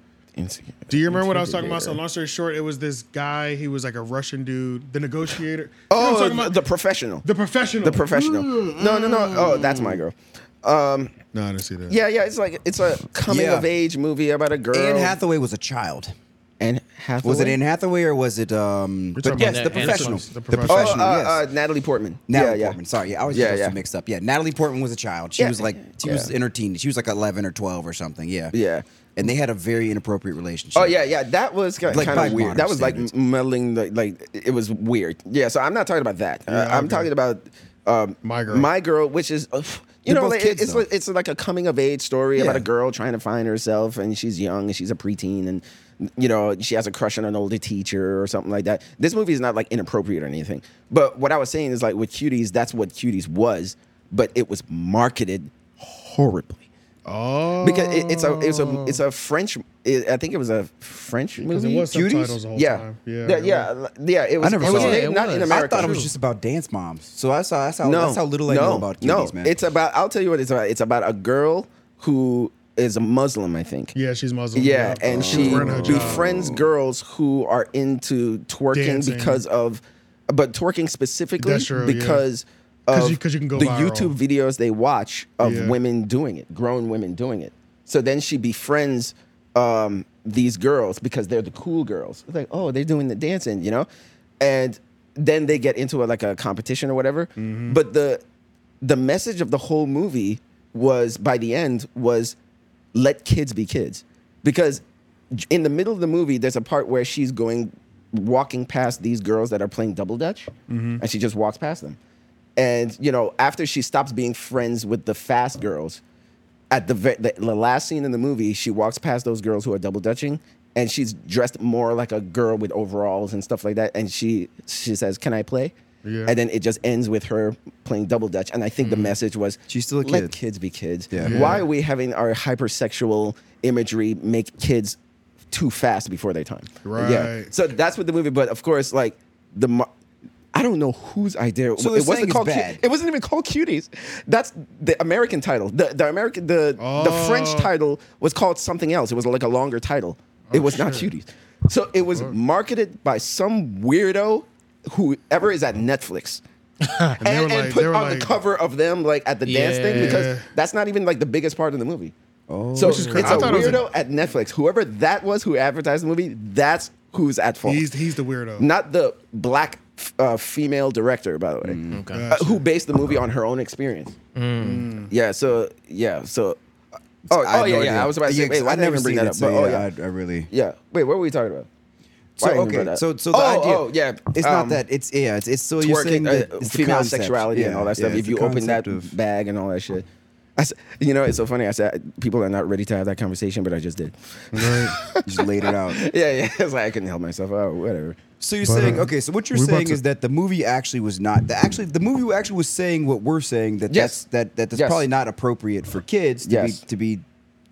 S3: Do you remember what I was talking about? So
S2: Interrogator.
S3: long story short, it was this guy. He was like a Russian dude, the negotiator. You know what I'm
S2: Oh,
S3: talking about?
S2: the professional.
S3: The professional.
S2: The professional.
S1: Mm-hmm.
S2: No, no, no. Oh, that's my girl. Um,
S3: no, I didn't see that.
S2: Yeah, yeah. It's like it's a coming
S1: Yeah.
S2: of age movie about a girl.
S1: Anne Hathaway was a child.
S2: Anne Hathaway.
S1: Was it Anne Hathaway or was it um?
S2: talking
S1: But
S2: about
S1: yes, the
S2: Anne- Anne
S1: professional.
S2: Hathaway's-
S1: The
S2: The
S1: professional.
S2: Professional. Oh, uh,
S1: yes.
S2: uh, Natalie Portman.
S1: Natalie
S2: Yeah, yeah.
S1: Portman. Sorry, yeah, I was
S2: Yeah,
S1: just
S2: yeah.
S1: mixed up. Yeah, Natalie Portman was a child. She
S2: Yeah.
S1: was like she was
S2: Yeah.
S1: in her teens. She was like eleven or twelve or something. Yeah.
S2: Yeah.
S1: And they had a very inappropriate relationship.
S2: Oh yeah, yeah. That was kind
S1: Like, by
S2: of
S1: modern
S2: weird. That was like meddling. Like, like it was weird. Yeah. So I'm not talking about that. Uh, I'm talking about um,
S3: my girl.
S2: my girl, which is. uh, you
S1: They're
S2: know,
S1: both
S2: like,
S1: kids,
S2: it's
S1: though.
S2: like, it's like a coming of age story about
S1: Yeah.
S2: a girl trying to find herself, and she's young and she's a preteen, and you know she has a crush on an older teacher or something like that. This movie is not like inappropriate or anything, but what I was saying is like with Cuties, that's what Cuties was, but it was marketed horribly
S3: Oh,
S2: because it, it's a it's a it's a French. It, I think it was a French
S3: Because it
S2: movie.
S3: was subtitles the whole
S2: yeah.
S3: time. Yeah,
S2: yeah,
S3: it
S2: yeah, yeah, It was.
S1: I never
S2: it
S1: saw
S2: was
S1: it.
S2: made
S1: It
S2: not in
S1: was.
S2: America.
S1: I thought it was just about dance moms. So I saw that's how
S2: no,
S1: that's how little I
S2: no,
S1: know about
S2: no.
S1: cuties, man.
S2: It's about. I'll tell you what it's about. It's about a girl who is a Muslim, I think.
S3: yeah, she's Muslim.
S2: Yeah, and
S3: She was
S2: she
S3: wearing her hijab.
S2: befriends girls who are into twerking
S3: Dancing.
S2: because of, but twerking specifically
S3: That's true, yeah.
S2: because
S3: 'Cause
S2: of
S3: you- 'cause you can go
S2: the
S3: viral.
S2: YouTube videos they watch of
S3: Yeah.
S2: women doing it, grown women doing it. So then she befriends um, these girls because they're the cool girls. It's like, oh, they're doing the dancing, you know, and then they get into a, like a competition or whatever.
S3: Mm-hmm.
S2: But the the message of the whole movie was by the end was let kids be kids because j- in the middle of the movie there's a part where she's going walking past these girls that are playing double dutch and she just walks past them and you know after she stops being friends with the fast girls at the, ve- the, the last scene in the movie she walks past those girls who are double dutching and she's dressed more like a girl with overalls and stuff like that and she she says can i play
S3: Yeah. Mm-hmm.
S2: and then it just ends with her playing double dutch and i think the message was
S1: She's still a
S2: let
S1: kid.
S2: kids be kids
S1: Yeah.
S3: Yeah.
S2: why are we having our hypersexual imagery make kids too fast before their time?
S3: Right.
S2: So that's what the movie. But of course, like the. mar- I don't know whose idea.
S1: So they're
S2: it
S1: saying
S2: wasn't
S1: it's
S2: called. Cu-
S1: bad.
S2: it wasn't even called Cuties. That's the American title. The the American the the French
S3: Oh.
S2: title was called something else. It was like a longer title. it was not Cuties. So it was marketed by some weirdo, whoever is at Netflix, and,
S3: they were
S2: and
S3: like-
S2: put
S3: they
S2: on
S3: were
S2: the
S3: like-
S2: cover of them like at the dance thing
S3: Yeah.
S2: because that's not even like the biggest part of the movie. Oh, so
S3: Which
S2: it's
S3: is
S2: a
S3: crazy. I thought it was a-
S2: weirdo at Netflix. Whoever that was who advertised the movie, that's who's at fault.
S3: He's he's the weirdo.
S2: not the black f- uh, female director, by the way, uh, who based the movie on her own experience. Yeah. So yeah. So. uh, Oh,
S1: Mm. I had
S2: oh
S1: no
S2: yeah,
S1: idea.
S2: yeah. I was about to say,
S1: Yeah,
S2: wait, why
S1: I'd
S2: did I
S1: never
S2: even bring that
S1: seen it,
S2: up?
S1: so
S2: But, oh
S1: yeah,
S2: yeah,
S1: I'd- I really-
S2: Yeah. Wait, what were we talking about?
S1: So
S2: Why did I even bring
S1: okay,
S2: that
S1: so
S2: up?
S1: so the
S2: oh,
S1: idea.
S2: Oh, yeah.
S1: it's not
S2: um,
S1: that it's yeah, it's, it's so you're saying
S2: twerking,
S1: that
S2: uh,
S1: it's the
S2: female
S1: concept.
S2: sexuality and
S1: Yeah,
S2: all that stuff.
S1: yeah,
S2: if
S1: it's
S2: you
S1: the
S2: open that
S1: concept of-
S2: bag and all that shit, I s you know, it's so funny. I said people are not ready to have that conversation, but I just did.
S1: just laid it out.
S2: yeah, yeah. It's like I couldn't help myself. Oh, whatever.
S1: So you're
S2: But,
S1: saying
S2: uh,
S1: okay? So what you're
S2: we about
S1: saying
S2: to-
S1: is that the movie actually was not the actually the movie actually was saying what we're saying that
S2: Yes.
S1: that's that that that's
S2: Yes.
S1: probably not appropriate for kids to
S2: Yes.
S1: be to be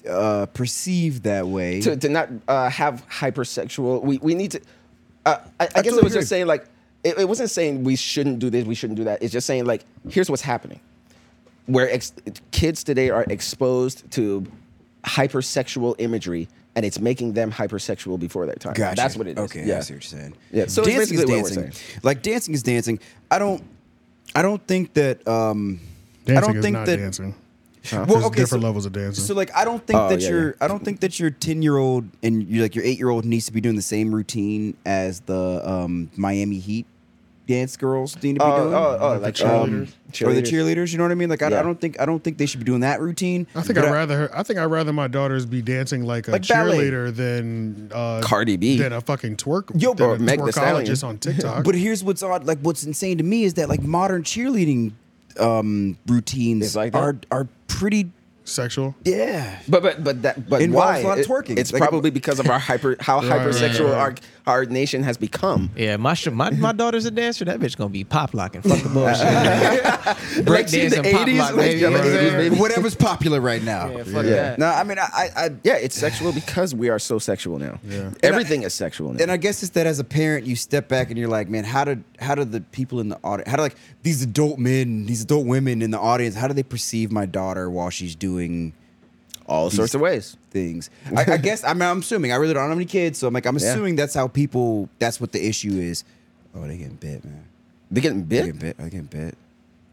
S1: uh, perceived that way.
S2: to, to not uh, have hypersexual. We we need to. Uh, I, I guess
S1: totally
S2: it was
S1: agree.
S2: just saying like it, it wasn't saying we shouldn't do this, we shouldn't do that. It's just saying like here's what's happening, where ex- kids today are exposed to hypersexual imagery, and it's making them hypersexual before their time.
S1: Gotcha.
S2: That's what it is.
S1: Okay,
S2: yeah.
S1: I see what you're saying.
S2: Yeah, so it's
S1: dancing is
S2: basically what we're
S1: dancing. Like dancing is dancing. I don't. I don't think that. Um, I
S3: Dancing
S1: don't
S3: is
S1: think
S3: not
S1: that.
S3: dancing.
S1: Well,
S3: There's
S1: okay,
S3: different
S1: so-
S3: levels of dancing.
S1: So like, I don't think
S2: Oh,
S1: that
S2: yeah,
S1: your
S2: yeah.
S1: I don't think that your ten year old and your like your eight year old needs to be doing the same routine as the um, Miami Heat dance girls need to be
S2: Oh,
S1: doing.
S2: oh, oh, like, um, cheerleaders.
S1: or the cheerleaders. You know what I mean? Like, I, I
S2: Yeah.
S1: don't think I don't think they should be doing that routine.
S3: I think
S1: but
S3: I'd rather her. I think I'd rather my daughters be dancing like a
S1: Like ballet.
S3: cheerleader than uh,
S2: Cardi B.
S3: than a fucking twerk.
S1: Yo,
S3: than
S1: or
S3: a
S2: Meg Thee
S3: twerkologist
S2: Stallion.
S3: on TikTok.
S1: But here's what's odd, like what's insane to me is that like modern cheerleading um, routines
S2: It's like that?
S1: are are pretty
S3: sexual.
S1: Yeah,
S2: but but but that but why?
S1: Involves a lot of
S2: It-
S1: twerking.
S2: it's
S1: Like,
S2: probably because of our hyper how
S6: Right, right,
S2: hypersexual
S6: right.
S2: Our, our nation has become.
S6: Yeah, my sh- my my daughter's a dancer. That bitch gonna be pop locking. Fuck the bullshit.
S2: Like,
S6: Break
S2: see,
S6: dance
S2: the
S6: and pop
S2: 80s,
S6: lock,
S2: like,
S6: baby.
S2: yeah, like, 80s, baby.
S1: Whatever's popular right now.
S6: Yeah, fuck
S2: Yeah.
S6: that.
S1: No, I mean, I, I, I
S2: Yeah, it's sexual because we are so sexual now. Everything is sexual now.
S1: and I guess it's that as a parent, you step back and you're like, man, how did how do the people in the audience, how do like these adult men, these adult women in the audience, how do they perceive my daughter while she's doing
S2: all
S1: these
S2: sorts of ways.
S1: things? I, I guess I mean, I'm assuming I really don't have any kids, so I'm like, I'm
S2: Yeah.
S1: assuming that's how people. That's what the issue is. Oh, they getting bit, man.
S2: They getting
S1: They
S2: bit?
S1: getting bit. They getting bit.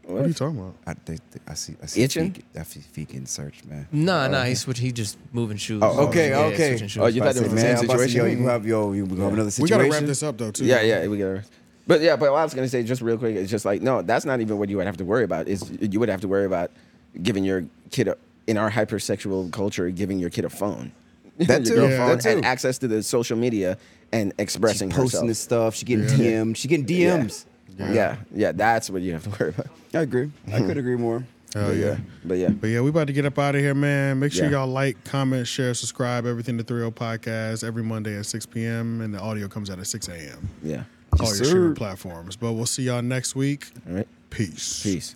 S3: What are you talking about?
S1: I, they, they- I see. I see.
S2: Itching?
S1: Feet, I see feet getting searched, man.
S6: Nah, nah. He switch. He just moving shoes.
S1: Oh, okay,
S6: Yeah,
S1: okay.
S6: switching shoes.
S2: Oh, you thought it was the
S1: Man,
S2: same
S1: I'm about to say,
S2: situation?
S1: Yo, you have yo, you have another
S3: We
S1: situation.
S3: gotta wrap this up though too.
S2: Yeah, yeah, we get it. But yeah, but what I was gonna say just real quick is just like no, that's not even what you would have to worry about. Is you would have to worry about giving your kid a, in our hypersexual culture giving your kid a phone,
S1: That
S2: Your
S1: too,
S2: girl
S1: yeah.
S2: phone
S1: that too.
S2: and access to the social media and
S1: She
S2: expressing
S1: posting
S2: herself.
S1: this stuff. She getting
S3: Yeah.
S1: DMs. She getting
S2: Yeah.
S1: DMs.
S2: Yeah. yeah, that's what you have to worry about. Hmm.
S1: I agree. I could agree more.
S3: Hell yeah.
S2: But yeah,
S3: But yeah, we about to get up out of here, man. Make sure
S2: Yeah.
S3: y'all like, comment, share, subscribe, everything to 30 Podcast every Monday at 6 p.m. And the audio comes out at 6 a.m.
S2: yeah.
S3: All your
S1: sir.
S3: streaming platforms. But we'll see y'all next week.
S2: All right,
S3: Peace.
S2: peace.